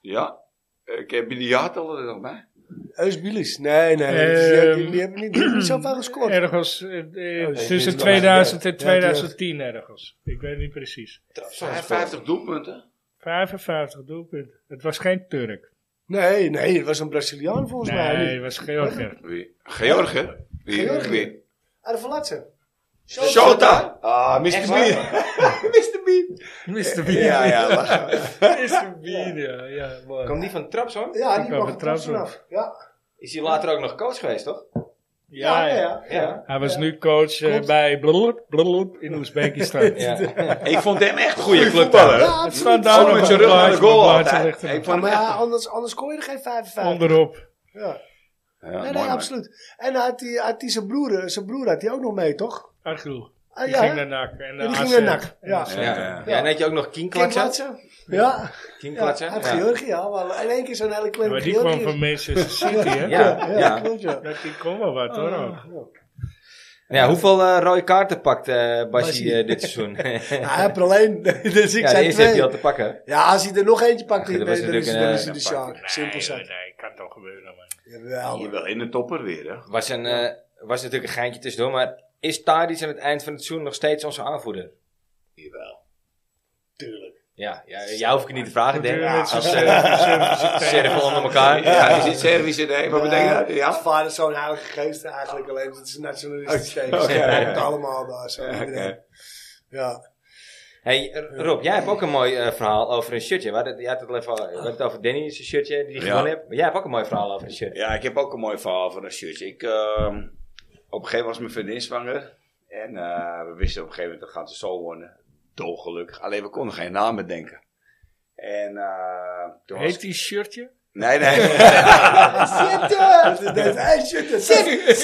[SPEAKER 4] Ja? Ik heb die had al er nog bij.
[SPEAKER 3] Eus Bilis. Nee, nee.
[SPEAKER 2] Ehm,
[SPEAKER 3] dat is- die, die, die hebben niet, die hebben niet zoveel gescoord.
[SPEAKER 2] Ergens eh, eh,
[SPEAKER 1] die is
[SPEAKER 2] tussen
[SPEAKER 1] nog
[SPEAKER 2] 2000 en
[SPEAKER 3] Ja, die is-
[SPEAKER 2] 2010 ergens. Ik weet niet precies.
[SPEAKER 4] 55 doelpunten.
[SPEAKER 2] 55 doelpunten. Het was geen Turk.
[SPEAKER 3] Nee, nee. Het was een Braziliaan volgens mij.
[SPEAKER 2] Nee,
[SPEAKER 3] Nee.
[SPEAKER 2] het was oh, Georgië.
[SPEAKER 4] Wie? George? Wie?
[SPEAKER 3] George.
[SPEAKER 4] Wie?
[SPEAKER 3] Arvelatse.
[SPEAKER 4] Shota. Ah, Mr.
[SPEAKER 1] Echt
[SPEAKER 4] Bean. Mr. Bean.
[SPEAKER 2] Mr. Bean.
[SPEAKER 4] Ja, Ah, ja. lachen we.
[SPEAKER 2] Mr. Bean, ja. ja mooi.
[SPEAKER 1] Komt die van Trabzon?
[SPEAKER 3] Ja,
[SPEAKER 2] Die
[SPEAKER 3] die
[SPEAKER 2] kwam
[SPEAKER 3] mag
[SPEAKER 2] van
[SPEAKER 3] het trap
[SPEAKER 2] Trabzon.
[SPEAKER 3] vanaf. Ja.
[SPEAKER 1] Is hij later ook nog coach geweest, toch?
[SPEAKER 3] Ja, ja, ja.
[SPEAKER 1] Ja.
[SPEAKER 2] Hij was nu coach eh, bij blub, blub in Oezbekistan.
[SPEAKER 1] ja.
[SPEAKER 4] Ik vond hem echt een goede club.
[SPEAKER 3] Ja,
[SPEAKER 2] Het staat
[SPEAKER 3] absoluut.
[SPEAKER 2] daar
[SPEAKER 4] Zo
[SPEAKER 2] nog
[SPEAKER 4] met
[SPEAKER 2] op
[SPEAKER 4] je
[SPEAKER 2] een
[SPEAKER 4] rug naar de
[SPEAKER 2] blaadje,
[SPEAKER 4] goal
[SPEAKER 2] maar blaadje
[SPEAKER 4] altijd.
[SPEAKER 2] ligt er
[SPEAKER 4] Ik
[SPEAKER 2] nog
[SPEAKER 4] vond
[SPEAKER 3] Maar
[SPEAKER 4] hem
[SPEAKER 3] ja,
[SPEAKER 4] echt...
[SPEAKER 3] anders, anders scoor je er geen 55.
[SPEAKER 2] onderop.
[SPEAKER 3] Ja.
[SPEAKER 4] Ja,
[SPEAKER 3] Nee,
[SPEAKER 4] mooi,
[SPEAKER 3] nee,
[SPEAKER 4] man.
[SPEAKER 3] absoluut. En had hij had die zijn broer, eh, zijn broer had hij ook nog mee, toch?
[SPEAKER 2] Argel.
[SPEAKER 3] Ah,
[SPEAKER 2] die
[SPEAKER 3] ja,
[SPEAKER 2] ging
[SPEAKER 3] hè?
[SPEAKER 2] naar NAC. En
[SPEAKER 3] Ja, die
[SPEAKER 2] AZ.
[SPEAKER 3] ging naar NAC,
[SPEAKER 2] En
[SPEAKER 3] ja.
[SPEAKER 2] AZ.
[SPEAKER 1] Ja. Ja. en
[SPEAKER 4] Ja.
[SPEAKER 1] dan had je ook nog Kien Klatsen.
[SPEAKER 3] Klatsen. Ja.
[SPEAKER 1] Kien
[SPEAKER 3] Ja, uit
[SPEAKER 1] Klatsen.
[SPEAKER 3] Georgië, ja. Maar in één keer zo'n hele kleine
[SPEAKER 2] Maar die
[SPEAKER 3] Georgië.
[SPEAKER 2] kwam van Manchester City, hè?
[SPEAKER 1] Ja, ja.
[SPEAKER 3] Ja, Ah. klopt, ja.
[SPEAKER 2] Dat die kon wel wat, hoor. ook.
[SPEAKER 1] Ja, hoeveel eh, rode kaarten pakt eh Bassi
[SPEAKER 3] Bassie.
[SPEAKER 1] eh, dit seizoen?
[SPEAKER 3] Ja, hij heeft er alleen. Dus ik
[SPEAKER 1] ja, de
[SPEAKER 3] zei
[SPEAKER 1] eerste heeft hij al
[SPEAKER 3] twee.
[SPEAKER 1] te pakken.
[SPEAKER 3] Ja, als hij er nog eentje pakt,
[SPEAKER 1] Ja,
[SPEAKER 3] dan
[SPEAKER 1] dat was
[SPEAKER 3] is dan is-
[SPEAKER 1] natuurlijk
[SPEAKER 3] dan
[SPEAKER 1] een,
[SPEAKER 3] is hij de
[SPEAKER 4] eh, een
[SPEAKER 3] Shark. Simpel
[SPEAKER 2] nee,
[SPEAKER 3] zijn.
[SPEAKER 2] nee, kan toch gebeuren, man.
[SPEAKER 3] Jawel.
[SPEAKER 4] Nou, Wel in de topper weer, hè?
[SPEAKER 1] Was, een, eh, was natuurlijk een geintje tussendoor, maar is Tadic aan het eind van het seizoen nog steeds onze aanvoerder?
[SPEAKER 4] Jawel.
[SPEAKER 3] Tuurlijk.
[SPEAKER 1] Ja, ja, jou hoef ik het niet te vragen, denk ik.
[SPEAKER 2] Natuurlijk met
[SPEAKER 1] Als
[SPEAKER 2] z'n
[SPEAKER 1] eh, sheriff onder elkaar.
[SPEAKER 4] Ja, je zit service nee, wat betekent dat?
[SPEAKER 3] Ja, als
[SPEAKER 4] Ja?
[SPEAKER 3] Eh, vader, zoon, heilige geest eigenlijk. Alleen dat is nationalistisch
[SPEAKER 4] Oké,
[SPEAKER 3] tegen. Ze
[SPEAKER 4] oké,
[SPEAKER 3] hebben het
[SPEAKER 4] oké.
[SPEAKER 3] allemaal daar. Zo,
[SPEAKER 4] Ja,
[SPEAKER 3] iedereen.
[SPEAKER 4] oké.
[SPEAKER 3] Ja.
[SPEAKER 1] Hey, eh, Rob, jij hebt ook een mooi eh, verhaal over een shirtje. We hadden, jij had het al even, we hadden het over Danny, zijn shirtje die hij
[SPEAKER 4] Ja.
[SPEAKER 1] gewonnen hebt. Maar jij hebt ook een mooi verhaal over een shirt.
[SPEAKER 4] Ja, ik heb ook een mooi verhaal van een shirtje. Ik, ehm, op een gegeven moment was mijn vriendin zwanger. En eh, we wisten op een gegeven moment dat gaat ze zo worden. Dolgelukkig. Alleen we konden geen naam bedenken. En eh toen was
[SPEAKER 2] Heet die shirtje?
[SPEAKER 4] Nee, nee.
[SPEAKER 3] Dat is deze. Hey, shit, shit, shit,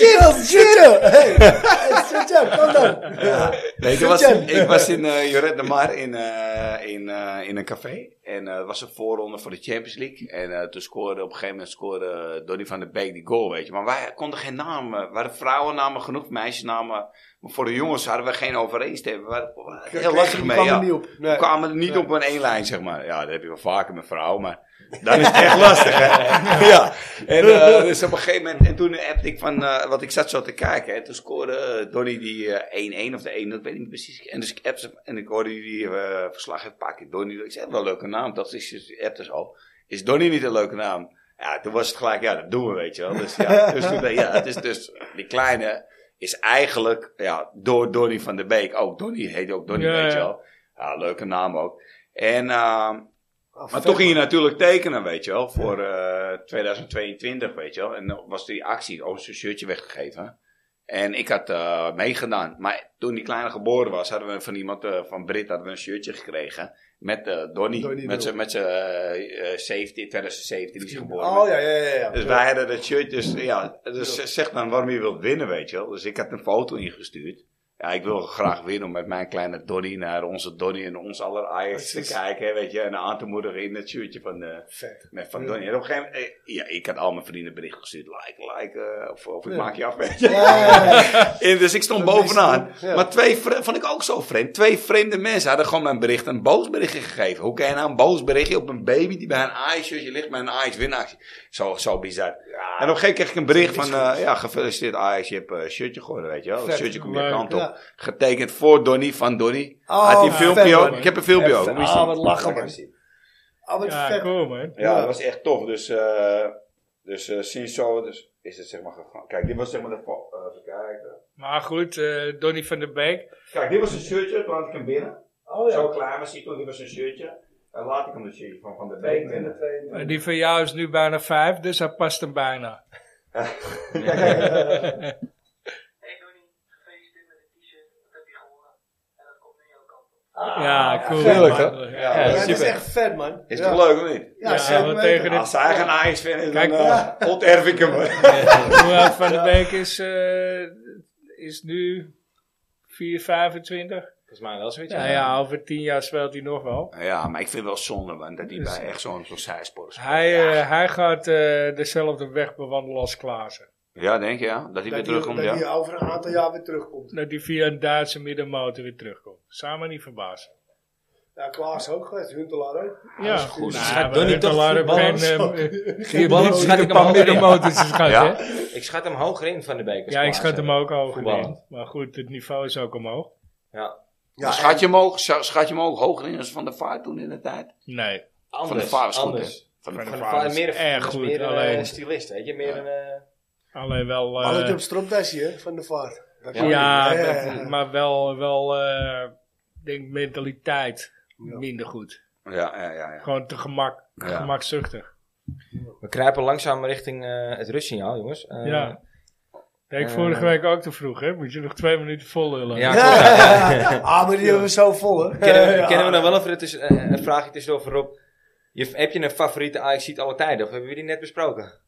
[SPEAKER 3] shit, Hey, hey, shit, ja, kom dan. Ja.
[SPEAKER 4] nee toen was, ik was in eh Joret de Mar in, eh, in, eh, in een café. En eh, het was een voorronde voor de Champions League. En eh, toen scoorde op een gegeven moment scoorde eh, Donny van der Beek die goal, weet je. Maar wij konden geen namen. We hadden vrouwennamen genoeg, meisjesnamen. Maar voor de jongens hadden we geen overeenstemming. We hadden- we hadden het heel lastig
[SPEAKER 3] Die
[SPEAKER 4] mee,
[SPEAKER 3] kwam er
[SPEAKER 4] ja.
[SPEAKER 3] niet op. Nee.
[SPEAKER 4] We kwamen er niet op een één lijn, zeg maar. Ja, dat heb je wel vaker met vrouwen, maar dan is het echt lastig, hè? Ja.
[SPEAKER 3] Oh,
[SPEAKER 4] En eh, dus op een gegeven moment, en toen appte ik van, eh want ik zat zo te kijken, hè, toen scoorde eh, Donny die eh, 1-1 of de 1, dat weet ik niet precies. En dus ik appte ze, en ik hoorde die eh verslag een paar keer Donny. Ik zei, wel een leuke naam, dat is, dus appte ze al. Is Donny niet een leuke naam? Ja, toen was het gelijk, ja, dat doen we, weet je wel. Dus, ja, dus toen, dacht ik, ja, het is dus, die kleine is eigenlijk, ja, door Donny van der Beek, ook Donny, heet ook Donny,
[SPEAKER 2] Ja,
[SPEAKER 4] weet je
[SPEAKER 2] ja.
[SPEAKER 4] wel. Ja, leuke naam ook. En, ehm,
[SPEAKER 3] Ah,
[SPEAKER 4] maar
[SPEAKER 3] vet,
[SPEAKER 4] toch ging je natuurlijk tekenen, weet je wel, voor eh, 2022, weet je wel. En dan was die actie, oh, zijn shirtje weggegeven. En ik had eh, meegedaan. Maar toen die kleine geboren was, hadden we van iemand, eh, van Brit, hadden we een shirtje gekregen. Met eh Donny,
[SPEAKER 3] Donnie
[SPEAKER 4] met
[SPEAKER 3] erop.
[SPEAKER 4] zijn met eh eh, 17, 2017 is hij geboren.
[SPEAKER 3] Oh ja, ja, ja. ja.
[SPEAKER 4] Dus
[SPEAKER 3] Ja.
[SPEAKER 4] wij hadden dat shirt, dus ja, dus ze- zeg dan waarom je wilt winnen, weet je wel. Dus ik had een foto ingestuurd. Ja, ik wil graag winnen om met mijn kleine Donny naar onze Donny en ons aller Ajax te
[SPEAKER 3] Precies.
[SPEAKER 4] kijken, hè, weet je. En aan te moedigen in het shirtje van, eh
[SPEAKER 3] Vet.
[SPEAKER 4] met van
[SPEAKER 3] Ja.
[SPEAKER 4] Donny. En op een gegeven moment, eh, ja, ik had al mijn vrienden bericht gestuurd, like, like, eh, of, of ik
[SPEAKER 3] Ja.
[SPEAKER 4] maak je af, weet je.
[SPEAKER 3] Ja, ja, ja.
[SPEAKER 4] En dus ik stond
[SPEAKER 3] Dat is-
[SPEAKER 4] bovenaan.
[SPEAKER 3] ja.
[SPEAKER 4] Maar twee, vre- vond ik ook zo vreemd, twee vreemde mensen hadden gewoon mijn bericht een boos berichtje gegeven. Hoe kan je nou een boos berichtje op een baby die bij een Ajax shirtje ligt, met een Ajax winactie. Zo, zo bizar. En op een gegeven moment kreeg ik een bericht van, eh, ja, gefeliciteerd Ajax, je hebt een shirtje geworden, weet je wel. Een
[SPEAKER 3] Vet.
[SPEAKER 4] shirtje komt je
[SPEAKER 2] Leuk,
[SPEAKER 4] kant op.
[SPEAKER 3] ja.
[SPEAKER 4] Getekend voor Donny, van Donny.
[SPEAKER 3] Oh,
[SPEAKER 4] Had hij een
[SPEAKER 3] vet,
[SPEAKER 4] filmpje ook?
[SPEAKER 3] man.
[SPEAKER 4] Ik heb een filmpje ook.
[SPEAKER 3] Vet.
[SPEAKER 4] Moet je zien.
[SPEAKER 3] Ah, wat lachen, man. Ah, wat
[SPEAKER 2] Ja,
[SPEAKER 3] vet.
[SPEAKER 2] cool man.
[SPEAKER 4] Ja, dat was echt tof. Dus, eh, dus eh, sinds zo dus is het zeg maar gegaan. Kijk, dit was zeg maar de... po- eh, even kijken.
[SPEAKER 2] Maar goed, eh Donny van der Beek.
[SPEAKER 4] Kijk, dit was een shirtje, toen had ik hem binnen.
[SPEAKER 3] Oh
[SPEAKER 4] Zo klaar was hij toen, dit was een shirtje. En laat ik hem een shirtje van Van der Beek binnen.
[SPEAKER 2] Eh, die van jou is nu bijna vijf, dus hij past hem bijna.
[SPEAKER 4] Kijk, kijk.
[SPEAKER 5] Hey Donnie, gefeliciteerd met het t-shirt. Dat heb je gewonnen. En dat komt nu jouw kant op.
[SPEAKER 2] ja, cool.
[SPEAKER 1] tuurlijk,
[SPEAKER 2] man.
[SPEAKER 1] hè?
[SPEAKER 2] Ja.
[SPEAKER 1] Ja,
[SPEAKER 3] Ja, dat is
[SPEAKER 1] super.
[SPEAKER 3] echt vet, man.
[SPEAKER 4] Is
[SPEAKER 3] ja.
[SPEAKER 4] toch leuk, of niet?
[SPEAKER 3] Ja,
[SPEAKER 2] Ja,
[SPEAKER 3] zeker
[SPEAKER 2] want
[SPEAKER 3] weten.
[SPEAKER 1] Ah,
[SPEAKER 2] tegen
[SPEAKER 4] Als hij geen Ajax fan is, dan
[SPEAKER 2] Kijk,
[SPEAKER 4] eh, onterf ik hem.
[SPEAKER 2] eh, Hoe oud van der Beek is, eh, is nu 4, 25?
[SPEAKER 1] Volgens mij wel zoiets.
[SPEAKER 2] Ja, ja, over 10 jaar speelt hij nog wel.
[SPEAKER 4] Ja, maar ik vind het wel zonde, man, dat hij
[SPEAKER 2] Dus-
[SPEAKER 4] bij echt zo'n zo'n zijspoor speelt.
[SPEAKER 2] Hij, eh, hij gaat eh, dezelfde weg bewandelen als Klaassen.
[SPEAKER 4] Ja, denk je, ja. Dat hij weer
[SPEAKER 3] Dat
[SPEAKER 4] terugkomt,
[SPEAKER 3] die- dat die
[SPEAKER 4] ja.
[SPEAKER 3] over een aantal jaar weer terugkomt.
[SPEAKER 2] Dat hij via een Duitse middenmotor weer terugkomt. Zou me niet verbazen.
[SPEAKER 3] Ja, Klaas ook geweest, Huntelaar ook.
[SPEAKER 2] Ja,
[SPEAKER 4] goed.
[SPEAKER 2] Nou,
[SPEAKER 4] Dus
[SPEAKER 1] gaat
[SPEAKER 2] we
[SPEAKER 1] Donny
[SPEAKER 2] hebben
[SPEAKER 1] toch
[SPEAKER 2] al een
[SPEAKER 1] voetballen?
[SPEAKER 2] pen, ehm, eh, die
[SPEAKER 1] ballen,
[SPEAKER 2] heeft
[SPEAKER 1] schat ik
[SPEAKER 2] niet
[SPEAKER 1] hem
[SPEAKER 2] een paar
[SPEAKER 1] hoger in.
[SPEAKER 2] middenmotors geschat,
[SPEAKER 4] Ja.
[SPEAKER 2] hè?
[SPEAKER 1] Ik schat hem hoger in van de beker.
[SPEAKER 2] Ja, ik schat hem ook hoger
[SPEAKER 1] Voetballen.
[SPEAKER 2] in. Maar goed, het niveau is ook omhoog.
[SPEAKER 1] Ja.
[SPEAKER 3] Ja,
[SPEAKER 4] schat, je hem ook, schat je hem ook hoger in als Van der Vaart toen in de tijd?
[SPEAKER 2] Nee.
[SPEAKER 1] Anders,
[SPEAKER 4] Van der Vaart is goed, hè?
[SPEAKER 1] anders.
[SPEAKER 4] Van
[SPEAKER 2] Van
[SPEAKER 4] der
[SPEAKER 1] Van
[SPEAKER 4] Vaart.
[SPEAKER 1] de
[SPEAKER 2] Vaart
[SPEAKER 1] Vaart
[SPEAKER 2] is
[SPEAKER 1] meer,
[SPEAKER 2] erg
[SPEAKER 1] is
[SPEAKER 2] goed,
[SPEAKER 1] meer een
[SPEAKER 2] alleen-
[SPEAKER 1] stylist, weet je. Meer
[SPEAKER 4] Ja.
[SPEAKER 1] een, eh,
[SPEAKER 2] Alleen wel... eh,
[SPEAKER 3] Balletje op stropdasje, hè, van de vaart. Dat
[SPEAKER 1] Ja.
[SPEAKER 3] kan
[SPEAKER 2] ja,
[SPEAKER 3] niet. ja, ja.
[SPEAKER 2] maar wel, wel eh, ik denk mentaliteit
[SPEAKER 3] Ja.
[SPEAKER 2] minder goed.
[SPEAKER 4] Ja, ja, ja. ja.
[SPEAKER 2] Gewoon te gemak,
[SPEAKER 4] Ja.
[SPEAKER 2] gemakzuchtig.
[SPEAKER 1] we kruipen langzaam richting eh, het rustsignaal, jongens. Eh,
[SPEAKER 2] Ja. Dat ik
[SPEAKER 1] Eh.
[SPEAKER 2] vorige week ook te vroeg, hè? Moet je nog twee minuten vol lullen.
[SPEAKER 1] Ja,
[SPEAKER 3] Ah, maar die hebben we zo vol, hè. Ah,
[SPEAKER 1] Kennen we,
[SPEAKER 3] Ja.
[SPEAKER 1] kennen we nog wel even het is, eh, een vraagje tussendoor voor Rob? Je, heb je een favoriete ajax alle tijden? Of hebben we die net besproken?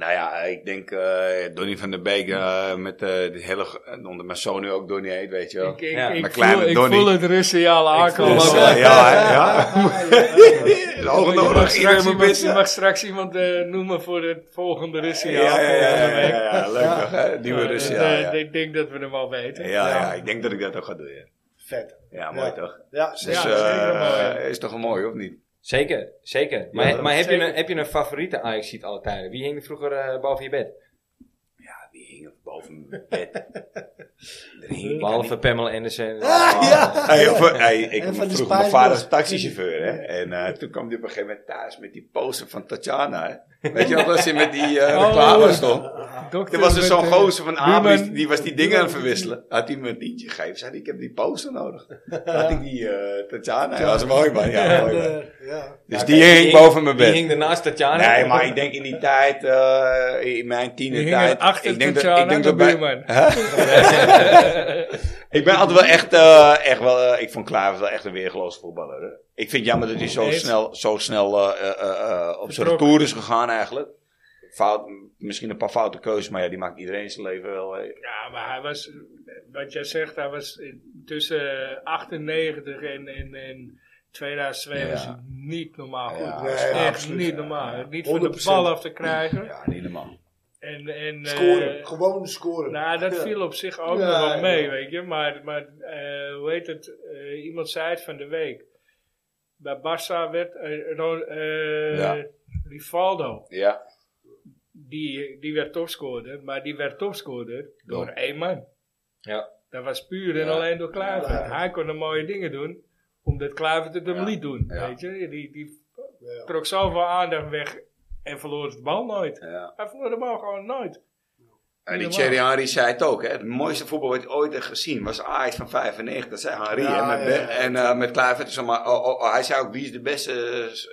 [SPEAKER 4] Nou ja, ik denk eh Donny van der Beek eh, met eh de hele... ge- eh, Onder mijn zoon nu ook Donny heet, weet je wel.
[SPEAKER 2] Ik, ik,
[SPEAKER 1] Ja,
[SPEAKER 2] ik
[SPEAKER 4] maar kleine
[SPEAKER 2] voel, ik
[SPEAKER 4] Donnie.
[SPEAKER 2] voel het Russiale aankomen.
[SPEAKER 4] Dus,
[SPEAKER 1] hem ook,
[SPEAKER 4] eh,
[SPEAKER 1] hè?
[SPEAKER 4] ja, hè, ja. Hoog
[SPEAKER 2] Je mag
[SPEAKER 4] nodig, iedereen
[SPEAKER 2] straks
[SPEAKER 4] moet
[SPEAKER 2] iemand, je
[SPEAKER 4] pissen.
[SPEAKER 2] mag straks iemand eh, noemen voor het volgende Russiaal.
[SPEAKER 4] Ja, ja, ja, ja,
[SPEAKER 2] volgende week.
[SPEAKER 4] ja, ja, leuk toch, hè? Nieuwe
[SPEAKER 2] Maar
[SPEAKER 4] Rus,
[SPEAKER 2] dat,
[SPEAKER 4] ja,
[SPEAKER 2] eh,
[SPEAKER 4] ja.
[SPEAKER 2] dat- Ik denk dat we hem al weten.
[SPEAKER 4] Ja, ja, ik denk dat ik dat ook ga doen, ja.
[SPEAKER 3] Vet.
[SPEAKER 4] Ja, mooi
[SPEAKER 3] Ja.
[SPEAKER 4] toch?
[SPEAKER 3] Ja,
[SPEAKER 4] Dus,
[SPEAKER 3] zeker.
[SPEAKER 2] dat is
[SPEAKER 4] eh,
[SPEAKER 2] helemaal mooi.
[SPEAKER 4] is toch mooi, of niet?
[SPEAKER 1] Zeker, zeker. Maar,
[SPEAKER 4] Ja,
[SPEAKER 1] maar heb,
[SPEAKER 2] zeker.
[SPEAKER 1] Je een, heb je een favoriete ajax alle tijden? Wie hing er vroeger eh, boven je bed?
[SPEAKER 4] Ja, Ah, die hing boven mijn bed. Er hing-
[SPEAKER 1] Behalve Pamela Anderson.
[SPEAKER 3] Ah, ja.
[SPEAKER 4] Hey, of, eh, hey, ik
[SPEAKER 3] En van die
[SPEAKER 4] vroeg mijn
[SPEAKER 3] Spice
[SPEAKER 4] vader
[SPEAKER 3] Girls.
[SPEAKER 4] is taxichauffeur. Hè? En eh, toen kwam hij op een gegeven moment thuis met die poster van Tatjana. Hè? Weet je nog dat ze met die eh
[SPEAKER 2] Oh.
[SPEAKER 4] reclame stond?
[SPEAKER 2] Dokter
[SPEAKER 4] Er was er
[SPEAKER 2] met,
[SPEAKER 4] zo'n
[SPEAKER 2] eh,
[SPEAKER 4] gozer van Abris,
[SPEAKER 2] Buurman.
[SPEAKER 4] die was die dingen aan het verwisselen. Had hij me een tientje gegeven, zei hij, ik heb die poster nodig. Had ik die eh Tatjana, ja, dat is mooi man. Ja, mooi, man.
[SPEAKER 3] Eh, ja.
[SPEAKER 4] Dus die hing ik boven mijn
[SPEAKER 1] Die
[SPEAKER 4] bed.
[SPEAKER 1] hing ernaast
[SPEAKER 2] Ah,
[SPEAKER 1] Tatjana.
[SPEAKER 4] Nee, maar ik denk in die tijd, eh, in mijn
[SPEAKER 2] Die
[SPEAKER 4] tienertijd.
[SPEAKER 2] hingen achter
[SPEAKER 4] ik denk
[SPEAKER 2] Tatjana, de
[SPEAKER 4] bij-
[SPEAKER 2] buurman.
[SPEAKER 4] ik ben altijd wel echt, eh, echt wel, eh, ik vond Klaver wel echt een weergeloze voetballer. Hè. Ik vind het jammer dat hij zo
[SPEAKER 2] Eens.
[SPEAKER 4] snel, zo snel eh, eh, eh, eh, op zijn
[SPEAKER 2] Vertrokken.
[SPEAKER 4] retour is gegaan eigenlijk. Fout, misschien een paar foute keuzes, maar ja, die maakt iedereen zijn leven wel. eh.
[SPEAKER 2] Ja, maar hij was, eh, wat jij zegt, hij was in- tussen eh, 98 en, en, en 2002 was hij niet normaal goed.
[SPEAKER 4] Ja,
[SPEAKER 2] Hij was
[SPEAKER 3] ja,
[SPEAKER 2] echt
[SPEAKER 3] absoluut,
[SPEAKER 2] niet
[SPEAKER 3] ja,
[SPEAKER 2] normaal.
[SPEAKER 3] ja.
[SPEAKER 2] Niet van de
[SPEAKER 3] 100%.
[SPEAKER 2] bal af te krijgen.
[SPEAKER 4] Ja, niet normaal.
[SPEAKER 2] En, en, eh,
[SPEAKER 3] Scoren, gewoon scoren.
[SPEAKER 2] nou, dat
[SPEAKER 3] Ja.
[SPEAKER 2] viel op zich ook
[SPEAKER 3] Ja,
[SPEAKER 2] nog wel mee,
[SPEAKER 3] ja.
[SPEAKER 2] weet je. Maar, maar eh, hoe heet het? Eh, iemand zei het van de week. Bij Barça werd eh, Ro- eh,
[SPEAKER 4] Ja.
[SPEAKER 2] Rivaldo,
[SPEAKER 4] Ja,
[SPEAKER 2] die, die werd topscorer. Maar die werd topscorer door
[SPEAKER 4] Door.
[SPEAKER 2] één man.
[SPEAKER 1] Ja.
[SPEAKER 2] Dat was puur en
[SPEAKER 4] Ja.
[SPEAKER 2] alleen door Klaver.
[SPEAKER 3] Ja.
[SPEAKER 2] Hij kon de mooie dingen doen, omdat Klaver het hem
[SPEAKER 4] Ja.
[SPEAKER 2] liet doen,
[SPEAKER 4] Ja.
[SPEAKER 2] weet je. Die, die
[SPEAKER 3] Ja.
[SPEAKER 2] trok zoveel aandacht weg en verloor de bal nooit.
[SPEAKER 4] ja.
[SPEAKER 2] Hij verloor de bal gewoon nooit.
[SPEAKER 4] En die
[SPEAKER 2] Niet
[SPEAKER 4] Thierry Henry zei het ook, hè. Het mooiste voetbal wat ik ooit heb gezien was Ajax van 95. Dat zei Henry.
[SPEAKER 3] Ja,
[SPEAKER 4] en met,
[SPEAKER 3] ja, ja.
[SPEAKER 4] Ben- en, eh, met Kluivert, zeg maar, oh, oh, oh, hij zei ook, wie is de beste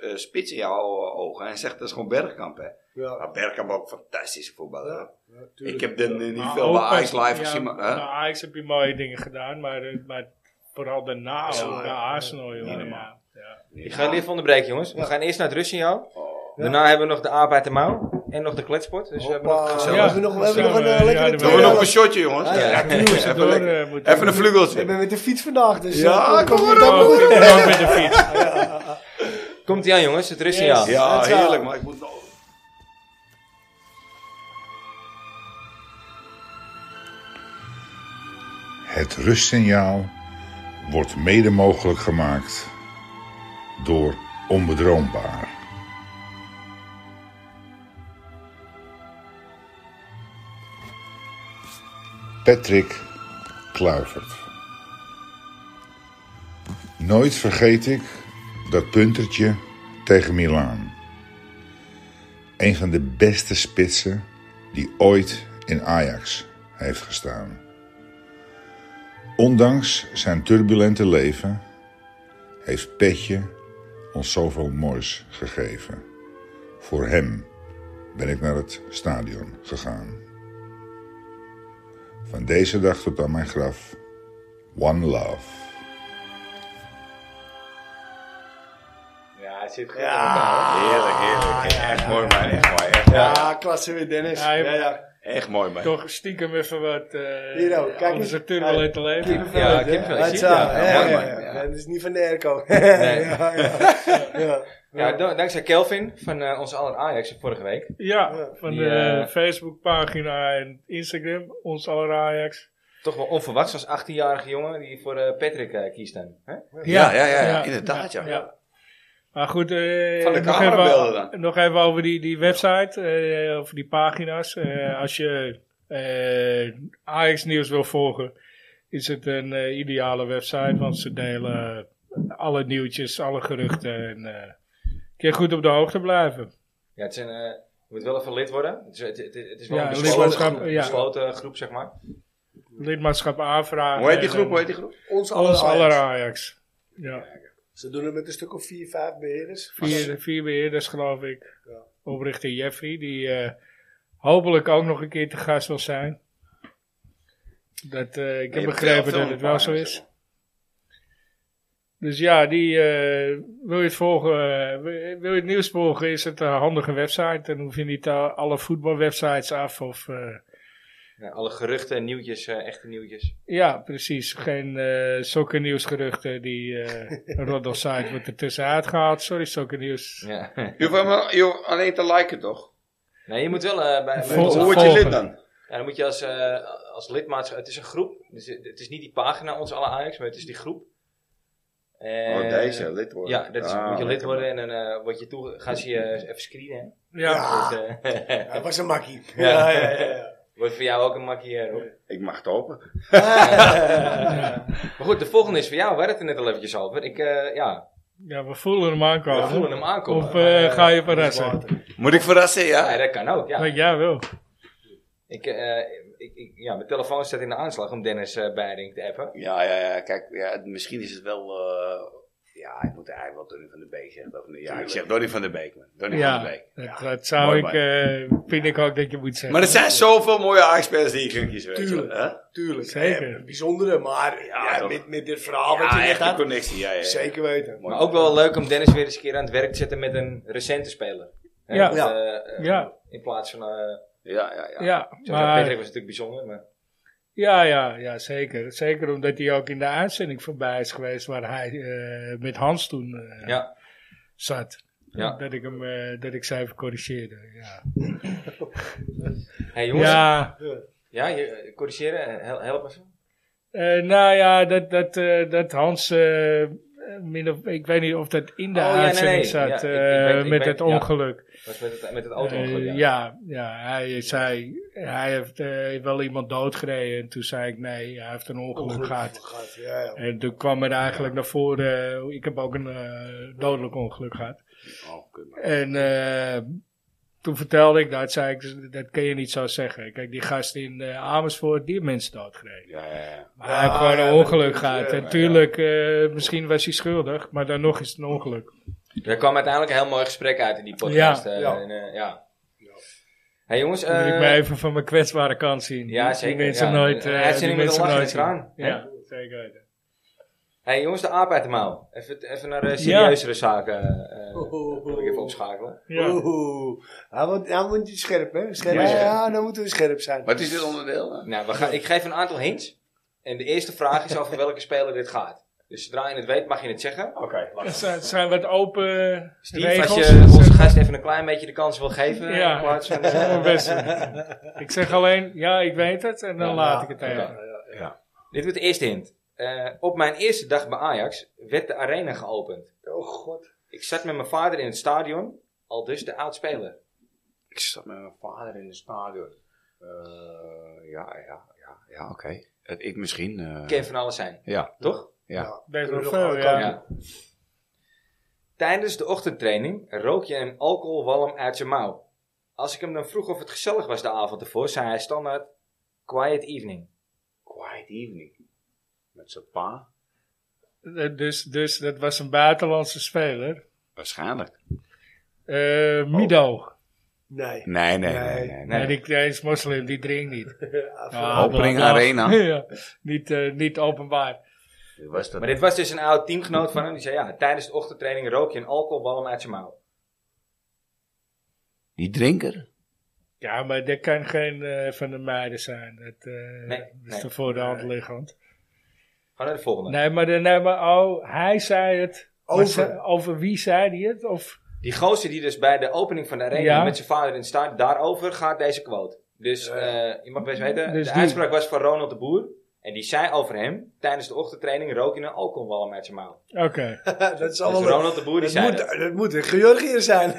[SPEAKER 4] eh, spits in jouw eh, ogen? Hij zegt, dat is gewoon Bergkamp, hè.
[SPEAKER 3] Ja.
[SPEAKER 4] Maar Bergkamp ook fantastische voetballer. hè.
[SPEAKER 3] Ja, ja, tuurlijk.
[SPEAKER 4] Ik heb de, de- niet
[SPEAKER 2] Maar
[SPEAKER 4] veel
[SPEAKER 2] ook
[SPEAKER 4] bij
[SPEAKER 2] pas-
[SPEAKER 4] Ajax live
[SPEAKER 2] ja,
[SPEAKER 4] gezien, maar... hè?
[SPEAKER 2] bij Ajax heb je mooie dingen gedaan, maar, eh, maar vooral daarna,
[SPEAKER 4] Ja,
[SPEAKER 2] ook, bij
[SPEAKER 4] ja.
[SPEAKER 2] Arsenal,
[SPEAKER 4] Niet
[SPEAKER 2] joh.
[SPEAKER 4] normaal.
[SPEAKER 2] Ja, ja.
[SPEAKER 1] Ik ga het even onderbreken, jongens. We
[SPEAKER 3] Ja.
[SPEAKER 1] gaan eerst naar het Russenjaal.
[SPEAKER 4] Oh.
[SPEAKER 1] Daarna hebben we nog de aap uit de mouw. En nog de kletsport. Dus we hebben
[SPEAKER 3] Hoppa.
[SPEAKER 1] nog gezellig.
[SPEAKER 3] Ja, eh, we hebben nog, we hebben nog een eh,
[SPEAKER 2] Ja,
[SPEAKER 3] lekkere
[SPEAKER 2] ja,
[SPEAKER 4] Doen we
[SPEAKER 2] ja.
[SPEAKER 4] nog een shotje, jongens?
[SPEAKER 3] Ja, ja.
[SPEAKER 4] even,
[SPEAKER 2] Door,
[SPEAKER 4] lekker-
[SPEAKER 2] eh, moeten
[SPEAKER 4] even een
[SPEAKER 3] Ik
[SPEAKER 4] vlugeltje.
[SPEAKER 3] ben met de fiets vandaag, dus...
[SPEAKER 4] Ja,
[SPEAKER 3] eh,
[SPEAKER 4] kom
[SPEAKER 3] komt
[SPEAKER 4] maar
[SPEAKER 3] het
[SPEAKER 4] op.
[SPEAKER 3] ook wel
[SPEAKER 2] Oh, ik
[SPEAKER 3] goed.
[SPEAKER 2] ben ook met de fiets.
[SPEAKER 1] Komt ie aan, jongens. Het Russenjaal.
[SPEAKER 3] Yes.
[SPEAKER 4] Ja,
[SPEAKER 3] Dat zou-
[SPEAKER 4] heerlijk, maar ik moet nog...
[SPEAKER 6] Het rustsignaal wordt mede mogelijk gemaakt door onbedroombaar. Patrick Kluivert. Nooit vergeet ik dat puntertje tegen Milaan. Een van de beste spitsen die ooit in Ajax heeft gestaan. Ondanks zijn turbulente leven heeft Petje ons zoveel moois gegeven. Voor hem ben ik naar het stadion gegaan. Van deze dag tot aan mijn graf, one love.
[SPEAKER 1] Ja, het zit goed.
[SPEAKER 3] Ja.
[SPEAKER 4] Heerlijk,
[SPEAKER 2] Ah,
[SPEAKER 4] heerlijk. Echt mooi, man. Echt mooi. Echt, mooi.
[SPEAKER 3] Ja, klasse weer, Dennis.
[SPEAKER 2] Ja,
[SPEAKER 3] Ja,
[SPEAKER 2] je-
[SPEAKER 3] ja.
[SPEAKER 4] echt mooi, man.
[SPEAKER 2] Toch stiekem even wat... eh
[SPEAKER 3] Hier ook, kijk eens.
[SPEAKER 2] Onze turbulente leven.
[SPEAKER 3] Kippenvel,
[SPEAKER 1] Ja,
[SPEAKER 3] hè?
[SPEAKER 1] kippenvel,
[SPEAKER 3] Dat
[SPEAKER 1] zie
[SPEAKER 3] is
[SPEAKER 1] je,
[SPEAKER 3] wel,
[SPEAKER 1] ja.
[SPEAKER 3] ja,
[SPEAKER 1] Mooi,
[SPEAKER 3] ja,
[SPEAKER 1] man,
[SPEAKER 3] ja.
[SPEAKER 1] ja.
[SPEAKER 3] Ja, Dat is niet van de airco.
[SPEAKER 1] Nee.
[SPEAKER 3] Ja, ja. Ja.
[SPEAKER 1] Ja, dan- dankzij Kelvin van eh, onze aller Ajax van vorige week.
[SPEAKER 2] Ja, van
[SPEAKER 1] Die,
[SPEAKER 2] de
[SPEAKER 1] eh,
[SPEAKER 2] Facebookpagina en Instagram, ons aller Ajax.
[SPEAKER 1] Toch wel onverwachts als 18-jarige jongen die voor eh, Patrick eh, kiest dan. Hè?
[SPEAKER 4] Ja, ja, ja, ja, inderdaad, ja.
[SPEAKER 2] Maar goed, eh,
[SPEAKER 4] Van de
[SPEAKER 2] nog,
[SPEAKER 4] camerabelden
[SPEAKER 2] even, nog even over die, die website, eh, over die pagina's. Eh, als je eh Ajax nieuws wil volgen, is het een eh, ideale website, want ze delen alle nieuwtjes, alle geruchten en eh kun je goed op de hoogte blijven.
[SPEAKER 1] Ja, het is een, eh, je moet wel even lid worden. Het is, het, het- het is wel
[SPEAKER 2] Ja,
[SPEAKER 1] een
[SPEAKER 2] een
[SPEAKER 1] besloten,
[SPEAKER 2] lidmaatschap,
[SPEAKER 1] groep,
[SPEAKER 2] ja.
[SPEAKER 1] besloten groep, zeg maar.
[SPEAKER 2] Lidmaatschap aanvragen.
[SPEAKER 4] Hoe heet die
[SPEAKER 2] en,
[SPEAKER 4] groep? Hoe heet die groep?
[SPEAKER 3] Ons
[SPEAKER 2] Alles
[SPEAKER 3] aller
[SPEAKER 2] aller
[SPEAKER 3] Ajax.
[SPEAKER 2] Ajax. Ja,
[SPEAKER 3] Ze doen het met een stuk of vier, vijf beheerders.
[SPEAKER 2] vier, vier beheerders geloof ik.
[SPEAKER 3] Ja.
[SPEAKER 2] Oprichter Jeffrey, die eh, hopelijk ook nog een keer te gast wil zijn. Dat, eh, ik heb begrepen dat het wel zo is. Dus ja, die, eh, wil, je het volgen, eh, wil je het nieuws volgen, is het een handige website. Dan hoef je niet eh, alle voetbalwebsites af. Of, eh,
[SPEAKER 1] Ja, alle geruchten en nieuwtjes, eh, echte nieuwtjes.
[SPEAKER 2] ja, precies. Geen eh sokkennieuwsgeruchten die eh een roddelsites wordt er tussenuit gehaald. Sorry, sokkennieuws.
[SPEAKER 1] Ja.
[SPEAKER 4] Je hoeft, helemaal- je hoeft alleen te liken, toch?
[SPEAKER 1] nee, je moet wel eh, bij, bij
[SPEAKER 2] Vol-
[SPEAKER 1] ons
[SPEAKER 4] Hoe
[SPEAKER 1] af-
[SPEAKER 4] word je
[SPEAKER 2] volgen.
[SPEAKER 4] lid dan?
[SPEAKER 1] ja, dan moet je als, eh als lidmaatschap... Het is een groep. Dus het het is niet die pagina Ons Alle Ajax, maar het is die groep. Eh,
[SPEAKER 4] Oh, deze, lid worden.
[SPEAKER 1] Ja, dat is,
[SPEAKER 4] Ah,
[SPEAKER 1] moet je lid
[SPEAKER 4] lekker,
[SPEAKER 1] worden en dan eh, word je toe, gaan ze je even screenen. hè.
[SPEAKER 2] Ja,
[SPEAKER 4] Ah.
[SPEAKER 1] Dus, eh,
[SPEAKER 3] Ja, dat was een makkie.
[SPEAKER 1] Ja.
[SPEAKER 3] Ja, ja, ja. ja.
[SPEAKER 1] Wordt voor jou ook een makkie, eh, Rob.
[SPEAKER 4] Ik mag het hopen.
[SPEAKER 1] Maar goed, de volgende is voor jou. We hadden het er net al eventjes over. Ik, eh, ja,
[SPEAKER 2] Ja, we voelen hem
[SPEAKER 1] we
[SPEAKER 2] aankomen.
[SPEAKER 1] voelen hem aankomen.
[SPEAKER 2] Of eh, ga je verrassen?
[SPEAKER 3] Water.
[SPEAKER 4] Moet ik verrassen,
[SPEAKER 1] Ja,
[SPEAKER 4] ja?
[SPEAKER 1] dat kan ook, ja.
[SPEAKER 2] Ja. Jij wel.
[SPEAKER 1] Ik, eh, ik, ik, ja, mijn telefoon staat in de aanslag om Dennis eh Beiring te appen.
[SPEAKER 4] Ja, ja, ja. Kijk, ja, misschien is het wel... eh, ja, ik moet eigenlijk wel Donny van der Beek zeggen. Of, nee, ja, ik zeg Donny van der Beek, man. Donny van
[SPEAKER 2] Ja,
[SPEAKER 4] der Beek.
[SPEAKER 2] dat, dat zou
[SPEAKER 4] Mooi,
[SPEAKER 2] ik, eh, vind ik ook dat je moet zeggen.
[SPEAKER 4] Maar er zijn zoveel mooie ajax die je kunt kiezen. weet je wel, hè?
[SPEAKER 3] Tuurlijk.
[SPEAKER 2] Zeker.
[SPEAKER 3] Eh, bijzondere, maar
[SPEAKER 4] Ja,
[SPEAKER 3] ja,
[SPEAKER 4] toch.
[SPEAKER 3] met, met dit verhaal wat
[SPEAKER 4] Ja,
[SPEAKER 3] je net
[SPEAKER 4] echt een
[SPEAKER 3] had.
[SPEAKER 4] connectie. Ja, ja, ja.
[SPEAKER 3] Zeker weten.
[SPEAKER 4] Mooi.
[SPEAKER 1] Maar ook wel leuk om Dennis weer eens een keer aan het werk te zetten met een recente speler. Eh,
[SPEAKER 2] Ja.
[SPEAKER 1] dat,
[SPEAKER 3] Ja.
[SPEAKER 1] eh, eh,
[SPEAKER 2] Ja.
[SPEAKER 1] In plaats van... eh
[SPEAKER 4] Ja, ja, ja.
[SPEAKER 2] ja,
[SPEAKER 1] zeg maar, Patrick
[SPEAKER 2] maar,
[SPEAKER 1] was natuurlijk bijzonder, maar...
[SPEAKER 2] ja, ja, ja, zeker. Zeker omdat hij ook in de uitzending voorbij is geweest waar hij eh, met Hans toen eh,
[SPEAKER 1] Ja.
[SPEAKER 2] zat.
[SPEAKER 1] Ja.
[SPEAKER 2] Dat ik hem, eh, dat ik zijn even corrigeerde. Ja,
[SPEAKER 1] Hey, jongens. Ja,
[SPEAKER 2] ja
[SPEAKER 1] je, eh, corrigeren. eh, hel- Help even.
[SPEAKER 2] eh, nou ja, dat, dat, eh, dat Hans, eh, min of, ik weet niet of dat in de
[SPEAKER 1] Oh, ja, nee,
[SPEAKER 2] uitzending
[SPEAKER 1] nee.
[SPEAKER 2] zat
[SPEAKER 1] Ja, ik-
[SPEAKER 2] eh,
[SPEAKER 1] ik weet- ik
[SPEAKER 2] met
[SPEAKER 1] weet-
[SPEAKER 2] het
[SPEAKER 1] ja.
[SPEAKER 2] ongeluk.
[SPEAKER 1] Dat is met het, met het
[SPEAKER 2] Eh,
[SPEAKER 1] auto ja.
[SPEAKER 2] ja, ja, hij zei, hij heeft eh, wel iemand doodgereden. En toen zei ik, nee, hij heeft een ongeluk, gehad.
[SPEAKER 3] Gaat, ja, ja.
[SPEAKER 2] En toen kwam er eigenlijk naar voren, eh, ik heb ook een eh, dodelijk ongeluk gehad.
[SPEAKER 4] Oh, kut, man.
[SPEAKER 2] En eh, toen vertelde ik dat, zei ik, dat kun je niet zo zeggen. Kijk, die gast in eh, Amersfoort, die heeft mensen doodgereden.
[SPEAKER 4] Ja, ja, ja.
[SPEAKER 2] Maar
[SPEAKER 3] Ja,
[SPEAKER 2] hij heeft gewoon
[SPEAKER 3] Ah, ja,
[SPEAKER 2] een
[SPEAKER 3] dat
[SPEAKER 2] ongeluk
[SPEAKER 3] is-
[SPEAKER 2] gehad.
[SPEAKER 3] ja,
[SPEAKER 2] en
[SPEAKER 4] ja.
[SPEAKER 2] tuurlijk, eh, misschien was hij schuldig, maar dan nog is het een ongeluk.
[SPEAKER 1] Er kwam uiteindelijk een heel mooi gesprek uit in die podcast.
[SPEAKER 2] Ja.
[SPEAKER 1] eh,
[SPEAKER 3] Ja.
[SPEAKER 1] en, eh, ja. Hey jongens,
[SPEAKER 2] Toen moet ik
[SPEAKER 1] eh,
[SPEAKER 2] me even van mijn kwetsbare kant zien.
[SPEAKER 1] ja, zeker,
[SPEAKER 2] Die mensen
[SPEAKER 1] ja.
[SPEAKER 2] nooit...
[SPEAKER 1] Een
[SPEAKER 2] eh,
[SPEAKER 1] uitzending
[SPEAKER 2] die
[SPEAKER 1] met een
[SPEAKER 2] mensen
[SPEAKER 1] lach in
[SPEAKER 2] nooit
[SPEAKER 1] de
[SPEAKER 2] zien.
[SPEAKER 1] traan.
[SPEAKER 2] Ja, zeker weten.
[SPEAKER 1] hey jongens, de aap uit de mouw. Even, even naar eh, serieuzere zaken.
[SPEAKER 3] Oh,
[SPEAKER 1] eh, wil ik even opschakelen.
[SPEAKER 2] Ja.
[SPEAKER 3] Oeh. Hij moet, hij moet niet scherp, hè? Scherp.
[SPEAKER 4] Ja,
[SPEAKER 3] Ja,
[SPEAKER 4] ja.
[SPEAKER 3] ja, dan moeten we scherp zijn.
[SPEAKER 4] Wat is dit onderdeel? hè?
[SPEAKER 1] Nou, we gaan, ik geef een aantal hints. En de eerste vraag is over welke speler dit gaat. Dus zodra je het weet, mag je het zeggen.
[SPEAKER 4] Oké,
[SPEAKER 2] Er
[SPEAKER 4] wacht.
[SPEAKER 2] zijn, zijn wat open
[SPEAKER 1] Steve,
[SPEAKER 2] regels.
[SPEAKER 1] als je onze gast even een klein beetje de kans wil geven. eh,
[SPEAKER 2] Ja.
[SPEAKER 1] in plaats van,
[SPEAKER 2] Dat is
[SPEAKER 1] eh,
[SPEAKER 2] mijn best doen. Ik zeg alleen, ja, ik weet het. En dan
[SPEAKER 1] Ja,
[SPEAKER 2] laat
[SPEAKER 3] ja,
[SPEAKER 2] ik het
[SPEAKER 1] ja.
[SPEAKER 2] even.
[SPEAKER 1] Dit wordt de eerste hint. Eh, op mijn eerste dag bij Ajax werd de arena geopend.
[SPEAKER 3] Oh god.
[SPEAKER 1] Ik zat met mijn vader in het stadion, al dus de oudspeler.
[SPEAKER 4] Ik zat met mijn vader in het stadion. Eh, ja, ja, ja, ja, oké. Het- Ik misschien. eh,
[SPEAKER 1] Kan van alles zijn,
[SPEAKER 4] Ja,
[SPEAKER 1] toch?
[SPEAKER 4] ja.
[SPEAKER 2] Best wel
[SPEAKER 3] Kunnen we
[SPEAKER 2] veel,
[SPEAKER 3] nog
[SPEAKER 2] ja.
[SPEAKER 3] alle
[SPEAKER 1] Ja. Tijdens de ochtendtraining rook je een alcoholwalm uit zijn mouw. Als ik hem dan vroeg of het gezellig was de avond ervoor, zei hij standaard quiet evening.
[SPEAKER 4] Quiet evening. Met zijn pa.
[SPEAKER 2] Eh, Dus, dus dat was een buitenlandse speler.
[SPEAKER 4] Waarschijnlijk.
[SPEAKER 2] Eh, Mido.
[SPEAKER 3] Nee.
[SPEAKER 4] Nee, nee, nee. nee,
[SPEAKER 3] Nee.
[SPEAKER 2] Nee,
[SPEAKER 4] nee.
[SPEAKER 2] die, hij is moslim, die drinkt niet.
[SPEAKER 3] Ah,
[SPEAKER 4] Opening
[SPEAKER 2] bla, bla.
[SPEAKER 4] Arena.
[SPEAKER 2] ja, niet, eh, niet openbaar.
[SPEAKER 4] Wie Was dat?
[SPEAKER 1] Maar dit was dus een oud teamgenoot van hem. Die zei ja, tijdens de ochtendtraining rook je een alcoholwalm uit zijn mouw.
[SPEAKER 4] Die drinker?
[SPEAKER 2] Ja, maar dat kan geen eh, van de meiden zijn. Dat eh, is
[SPEAKER 1] nee.
[SPEAKER 2] er voor de hand liggend.
[SPEAKER 1] Ga naar de volgende.
[SPEAKER 2] Nee, maar, de, nee, maar oh, hij zei het. Maar
[SPEAKER 3] Over.
[SPEAKER 2] ze- over wie zei hij het? Of...
[SPEAKER 1] Die gozer die dus bij de opening van de arena
[SPEAKER 2] Ja.
[SPEAKER 1] met zijn vader in het stadion, daarover gaat deze quote. Dus eh, je mag best weten,
[SPEAKER 2] Dus
[SPEAKER 1] de
[SPEAKER 2] die-
[SPEAKER 1] uitspraak was van Ronald de Boer. En die zei over hem, tijdens de ochtendtraining rook je een alcoholwalm uit zijn mouw.
[SPEAKER 2] Oké.
[SPEAKER 3] dat is
[SPEAKER 1] Dus
[SPEAKER 3] allemaal.
[SPEAKER 1] Ronald de Boer die
[SPEAKER 3] dat,
[SPEAKER 1] zei
[SPEAKER 3] moet,
[SPEAKER 1] dat.
[SPEAKER 3] dat moet in Georgië zijn.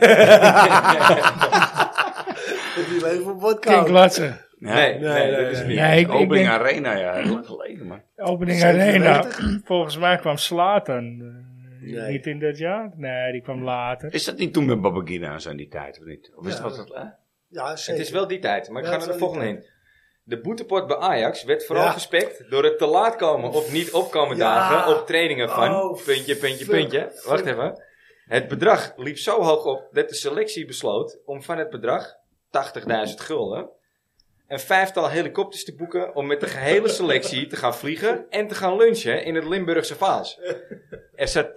[SPEAKER 3] die leven op
[SPEAKER 2] King
[SPEAKER 3] vodka.
[SPEAKER 2] Glatsen.
[SPEAKER 4] Nee.
[SPEAKER 1] Nee, nee,
[SPEAKER 3] Nee, nee,
[SPEAKER 1] dat is
[SPEAKER 3] nee.
[SPEAKER 1] het niet.
[SPEAKER 2] Nee, ik, ik
[SPEAKER 4] Opening
[SPEAKER 2] denk
[SPEAKER 4] Arena, ja. Heel lang geleden, man.
[SPEAKER 2] Opening
[SPEAKER 3] 97?
[SPEAKER 2] Arena. Volgens mij kwam Slatan.
[SPEAKER 3] Nee.
[SPEAKER 2] Niet in dat jaar? Nee, die kwam later.
[SPEAKER 4] Is dat niet toen met Babagina en zo in die tijd, of niet? Of is
[SPEAKER 3] Ja.
[SPEAKER 4] dat wat dat...
[SPEAKER 3] Ja,
[SPEAKER 1] Het
[SPEAKER 3] zeker.
[SPEAKER 1] is wel die tijd, maar ik
[SPEAKER 3] Ja,
[SPEAKER 1] ga
[SPEAKER 3] het
[SPEAKER 1] naar de
[SPEAKER 3] is wel
[SPEAKER 1] volgende heen. De boetepot bij Ajax werd vooral
[SPEAKER 3] Ja.
[SPEAKER 1] gespekt door het te laat komen of niet opkomen
[SPEAKER 3] Ja.
[SPEAKER 1] dagen op trainingen van
[SPEAKER 3] Oh,
[SPEAKER 1] puntje, puntje,
[SPEAKER 3] fuck,
[SPEAKER 1] puntje.
[SPEAKER 3] fuck.
[SPEAKER 1] Wacht even. Het bedrag liep zo hoog op dat de selectie besloot om van het bedrag, 80.000 gulden, een vijftal helikopters te boeken om met de gehele selectie te gaan vliegen en te gaan lunchen in het Limburgse Vaals. Er zat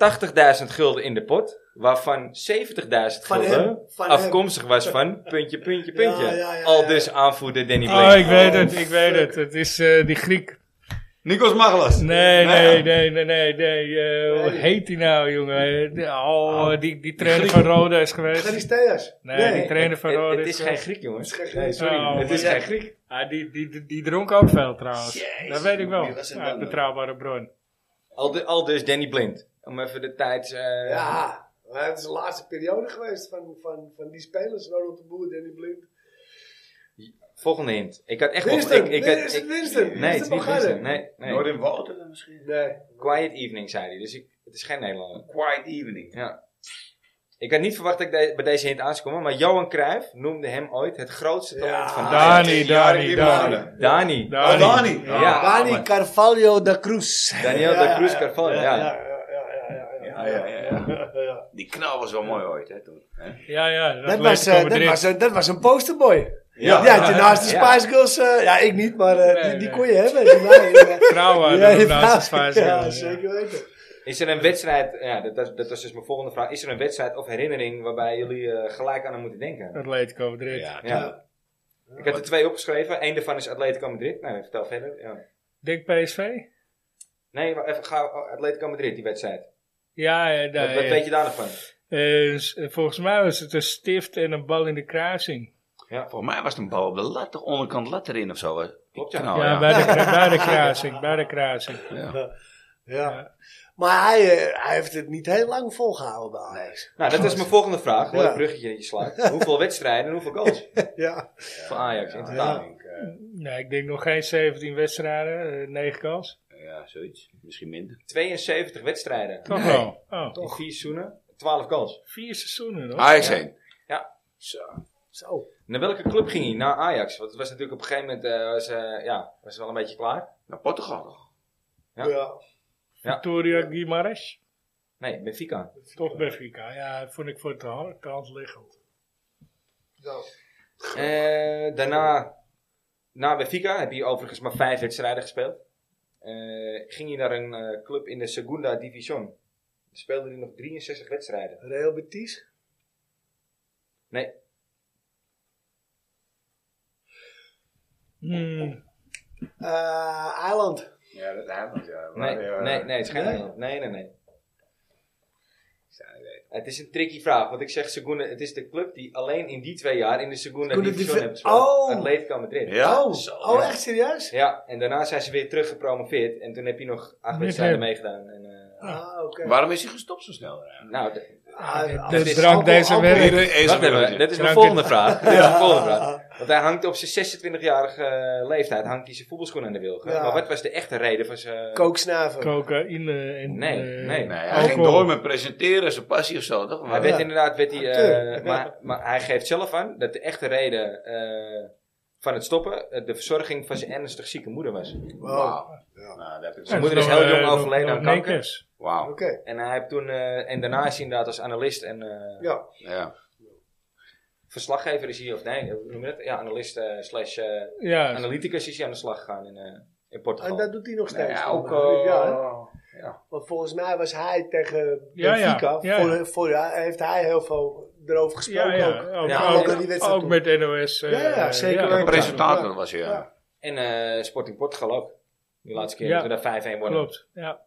[SPEAKER 1] 80.000 gulden in de pot, waarvan 70.000
[SPEAKER 3] Van
[SPEAKER 1] gulden
[SPEAKER 3] hem, van hem.
[SPEAKER 1] afkomstig was van puntje, puntje, puntje.
[SPEAKER 3] Ja, ja, ja, ja.
[SPEAKER 1] Al dus aanvoerder Danny Blink.
[SPEAKER 2] Oh, ik weet
[SPEAKER 3] Oh,
[SPEAKER 2] het, ik weet het. Het is eh, die Griek.
[SPEAKER 4] Nikos Magelas.
[SPEAKER 2] Nee, nee, nee, nee, nee. nee. eh, Hoe
[SPEAKER 3] Nee. Ah.
[SPEAKER 2] heet die nou, jongen? De- Oh, die, die trainer van Roda is geweest.
[SPEAKER 3] Charisteas.
[SPEAKER 2] Nee,
[SPEAKER 3] Nee.
[SPEAKER 2] die trainer van
[SPEAKER 1] het, het,
[SPEAKER 2] Roda
[SPEAKER 1] het is geen
[SPEAKER 2] geweest.
[SPEAKER 1] Griek, jongens.
[SPEAKER 3] geen Griek.
[SPEAKER 1] Nee, sorry.
[SPEAKER 2] Oh,
[SPEAKER 1] het is
[SPEAKER 2] maar-
[SPEAKER 1] geen Griek.
[SPEAKER 2] Ah, die, die, die, die dronk ook veel trouwens.
[SPEAKER 4] Jezus,
[SPEAKER 2] dat weet ik wel.
[SPEAKER 4] wie was het dan,
[SPEAKER 2] Uit
[SPEAKER 4] man?
[SPEAKER 2] betrouwbare bron.
[SPEAKER 1] Al, du- al dus Danny Blind. Om even de tijd... eh,
[SPEAKER 3] Ja, maar het is de laatste periode geweest van, van, van die spelers. Ronald de Boer, Danny Blind.
[SPEAKER 1] Volgende hint. Ik had echt wel-
[SPEAKER 3] Winston,
[SPEAKER 1] ik, ik,
[SPEAKER 3] dit
[SPEAKER 1] had-
[SPEAKER 3] is het
[SPEAKER 1] ik-
[SPEAKER 3] Winston.
[SPEAKER 1] Nee, het is niet Winston. Nee, nee.
[SPEAKER 4] Noorden Walter misschien.
[SPEAKER 3] Nee.
[SPEAKER 1] Quiet Evening, zei hij. Dus ik, het is geen Nederlander.
[SPEAKER 4] Quiet Evening.
[SPEAKER 1] Ja. Ik had niet verwacht dat ik de- bij deze hint aan zou komen. Maar Johan Cruijff noemde hem ooit het grootste talent
[SPEAKER 3] Ja.
[SPEAKER 4] Ah,
[SPEAKER 1] van Ajax.
[SPEAKER 2] Dani, Dani, Dani.
[SPEAKER 1] Dani.
[SPEAKER 4] Oh,
[SPEAKER 2] Dani.
[SPEAKER 4] Dani.
[SPEAKER 1] Ja.
[SPEAKER 3] Dani Carvalho da Cruz.
[SPEAKER 1] Daniel
[SPEAKER 3] Ja,
[SPEAKER 1] de Cruz
[SPEAKER 3] ja,
[SPEAKER 1] Carvalho.
[SPEAKER 3] Ja,
[SPEAKER 1] Ja,
[SPEAKER 3] ja, ja, ja, ja,
[SPEAKER 4] Ja, ja, ja, ja.
[SPEAKER 3] ja, ja.
[SPEAKER 4] Die knal was wel mooi ooit, hè, toen. hè?
[SPEAKER 2] Ja, ja.
[SPEAKER 3] Dat was, eh, dat, was, een- dat was een posterboy. Ja,
[SPEAKER 1] Ja.
[SPEAKER 3] had je naast de
[SPEAKER 1] Ja.
[SPEAKER 3] Spice Girls, eh, ja ik niet, maar eh, die,
[SPEAKER 2] Nee,
[SPEAKER 3] die
[SPEAKER 2] nee.
[SPEAKER 3] kon je hebben. Die waren, eh,
[SPEAKER 2] Vrouwen
[SPEAKER 3] ja, die
[SPEAKER 2] naast de
[SPEAKER 3] waren-
[SPEAKER 2] Spice
[SPEAKER 3] ja,
[SPEAKER 2] Girls, ja.
[SPEAKER 3] zeker weten.
[SPEAKER 1] Is er een wedstrijd, ja, dat, dat, dat was dus mijn volgende vraag. Is er een wedstrijd of herinnering waarbij jullie eh, gelijk aan hem moeten denken?
[SPEAKER 2] Atletico Madrid.
[SPEAKER 1] Ja. Ik had er twee opgeschreven. Eén daarvan is Atletico Madrid. Nou, vertel verder. Ja.
[SPEAKER 2] Denk PSV?
[SPEAKER 1] Nee, maar even gauw. oh, Atletico Madrid, die wedstrijd.
[SPEAKER 2] Ja, ja, daar,
[SPEAKER 1] wat wat
[SPEAKER 2] ja.
[SPEAKER 1] weet je daar nog van?
[SPEAKER 2] Eh, s- eh, volgens mij was het een stift en een bal in de kruising.
[SPEAKER 4] Volgens mij was het een bal op de lat, toch onderkant lat erin of zo. hè? Die
[SPEAKER 1] Klopt, ja.
[SPEAKER 4] knal,
[SPEAKER 2] ja, Bij, de, kra- bij de kruising, bij de kruising.
[SPEAKER 4] Ja.
[SPEAKER 3] Ja.
[SPEAKER 2] Ja.
[SPEAKER 3] Maar hij, eh, hij heeft het niet heel lang volgehouden bij Ajax.
[SPEAKER 1] Nou, dat is mijn volgende vraag. Wat
[SPEAKER 3] Ja.
[SPEAKER 1] een bruggetje dat je slaat. Hoeveel wedstrijden en hoeveel goals
[SPEAKER 3] Ja.
[SPEAKER 1] voor Ajax in totaal?
[SPEAKER 3] Ja.
[SPEAKER 2] Nee, ik denk nog geen 17 wedstrijden, eh, 9 goals.
[SPEAKER 4] Ja, zoiets. Misschien minder.
[SPEAKER 1] 72 wedstrijden.
[SPEAKER 2] Toch wel. Oh,
[SPEAKER 1] In vier seizoenen, 12 goals.
[SPEAKER 2] vier seizoenen nog.
[SPEAKER 4] Ajax heen.
[SPEAKER 3] Zo.
[SPEAKER 1] Naar welke club ging hij? Naar Ajax. Want het was natuurlijk op een gegeven moment eh, was, eh, ja, was wel een beetje klaar.
[SPEAKER 4] Naar Portugal toch?
[SPEAKER 1] Ja.
[SPEAKER 3] Ja.
[SPEAKER 2] Victoria Guimarães.
[SPEAKER 1] Nee, Benfica.
[SPEAKER 2] Toch Benfica. Ja, dat vond ik voor de hand, de hand liggend.
[SPEAKER 3] Zo.
[SPEAKER 1] Eh, daarna, na Benfica, heb hij overigens maar vijf wedstrijden gespeeld. Eh, ging hij naar een eh, club in de Segunda Division. Speelde hij nog 63 wedstrijden.
[SPEAKER 3] Real Betis.
[SPEAKER 1] Nee,
[SPEAKER 2] Hmm,
[SPEAKER 3] Eh, Eiland.
[SPEAKER 4] Ja, dat hebben ja.
[SPEAKER 1] nee, nee, nee, het is geen
[SPEAKER 3] Nee?
[SPEAKER 1] Nederland. Nee, nee, nee. Het is een tricky vraag, want ik zeg Segunda, het is de club die alleen in die twee jaar in de Segunda
[SPEAKER 3] Segunda
[SPEAKER 1] Division
[SPEAKER 3] Divi-
[SPEAKER 1] heeft gespeeld.
[SPEAKER 3] Oh!
[SPEAKER 1] Atletico Madrid.
[SPEAKER 4] Ja?
[SPEAKER 3] oh, oh echt serieus?
[SPEAKER 1] Ja, en daarna zijn ze weer terug gepromoveerd. En toen heb je nog acht
[SPEAKER 2] Met
[SPEAKER 1] wedstrijden
[SPEAKER 2] hem.
[SPEAKER 1] meegedaan. En, eh,
[SPEAKER 3] Ah, oké.
[SPEAKER 4] Waarom is hij gestopt zo snel? Ja.
[SPEAKER 1] nou, d-
[SPEAKER 3] Ah,
[SPEAKER 2] de-
[SPEAKER 3] alles
[SPEAKER 2] de
[SPEAKER 3] is
[SPEAKER 2] drank
[SPEAKER 3] alcohol,
[SPEAKER 2] deze
[SPEAKER 3] alcohol.
[SPEAKER 2] werkt.
[SPEAKER 1] dat hebben we- dat is mijn
[SPEAKER 3] Nou,
[SPEAKER 1] volgende
[SPEAKER 2] Dank je.
[SPEAKER 1] vraag. Dat is mijn volgende vraag.
[SPEAKER 3] Ah,
[SPEAKER 1] Want hij hangt op zijn 26-jarige eh, leeftijd hangt hij zijn voetbalschoen aan de wilgen.
[SPEAKER 3] Ja.
[SPEAKER 1] Maar wat was de echte reden van zijn...
[SPEAKER 3] Kooksnuiven.
[SPEAKER 2] cocaïne en...
[SPEAKER 1] Nee,
[SPEAKER 2] eh,
[SPEAKER 1] nee.
[SPEAKER 4] Nee, hij
[SPEAKER 2] Alcohol.
[SPEAKER 4] ging door met presenteren, zijn passie of zo, toch?
[SPEAKER 1] Hij werd inderdaad, werd hij, eh,
[SPEAKER 3] Acteur.
[SPEAKER 1] maar, maar hij geeft zelf aan dat de echte reden eh, van het stoppen eh, de verzorging van zijn ernstig zieke moeder was.
[SPEAKER 3] Wow.
[SPEAKER 4] Wauw. Nou, dat heb
[SPEAKER 2] Ja,
[SPEAKER 4] ik...
[SPEAKER 1] moeder is
[SPEAKER 2] nog,
[SPEAKER 1] heel jong
[SPEAKER 2] eh, nog-
[SPEAKER 1] overleden
[SPEAKER 2] nog
[SPEAKER 1] aan kanker.
[SPEAKER 2] nekers.
[SPEAKER 4] Wauw.
[SPEAKER 3] Oké.
[SPEAKER 1] En, hij heeft toen, eh, en daarna is hij inderdaad als analist en eh,
[SPEAKER 3] Ja.
[SPEAKER 4] Ja.
[SPEAKER 1] verslaggever is hij, of nee, hoe noem je dat? Ja, analist eh, slash eh,
[SPEAKER 2] Ja,
[SPEAKER 1] analyticus is hij aan de slag gegaan in, eh, in
[SPEAKER 3] En
[SPEAKER 1] Portugal.
[SPEAKER 3] dat doet hij nog
[SPEAKER 4] Nou
[SPEAKER 3] steeds.
[SPEAKER 4] ja, ook...
[SPEAKER 3] Ja, hè?
[SPEAKER 4] eh, Ja.
[SPEAKER 3] Want volgens mij was hij tegen
[SPEAKER 2] Ja, ja.
[SPEAKER 3] Benfica.
[SPEAKER 2] Ja, ja.
[SPEAKER 3] Voor, voor, ja, heeft hij heel veel erover
[SPEAKER 2] ja,
[SPEAKER 3] gesproken
[SPEAKER 2] ja.
[SPEAKER 3] ook.
[SPEAKER 2] Ook,
[SPEAKER 1] Ja,
[SPEAKER 2] ook,
[SPEAKER 1] ook aan
[SPEAKER 3] die wedstrijd
[SPEAKER 2] ook
[SPEAKER 3] toe.
[SPEAKER 2] met NOS. eh,
[SPEAKER 3] Ja, ja, zeker
[SPEAKER 2] ja.
[SPEAKER 3] weten.
[SPEAKER 4] Presentator was hij, ja.
[SPEAKER 3] Ja.
[SPEAKER 1] En eh, Sporting Portugal ook. Die laatste keer
[SPEAKER 2] Ja.
[SPEAKER 1] dat we daar 5-1 wonnen.
[SPEAKER 2] Klopt, ja.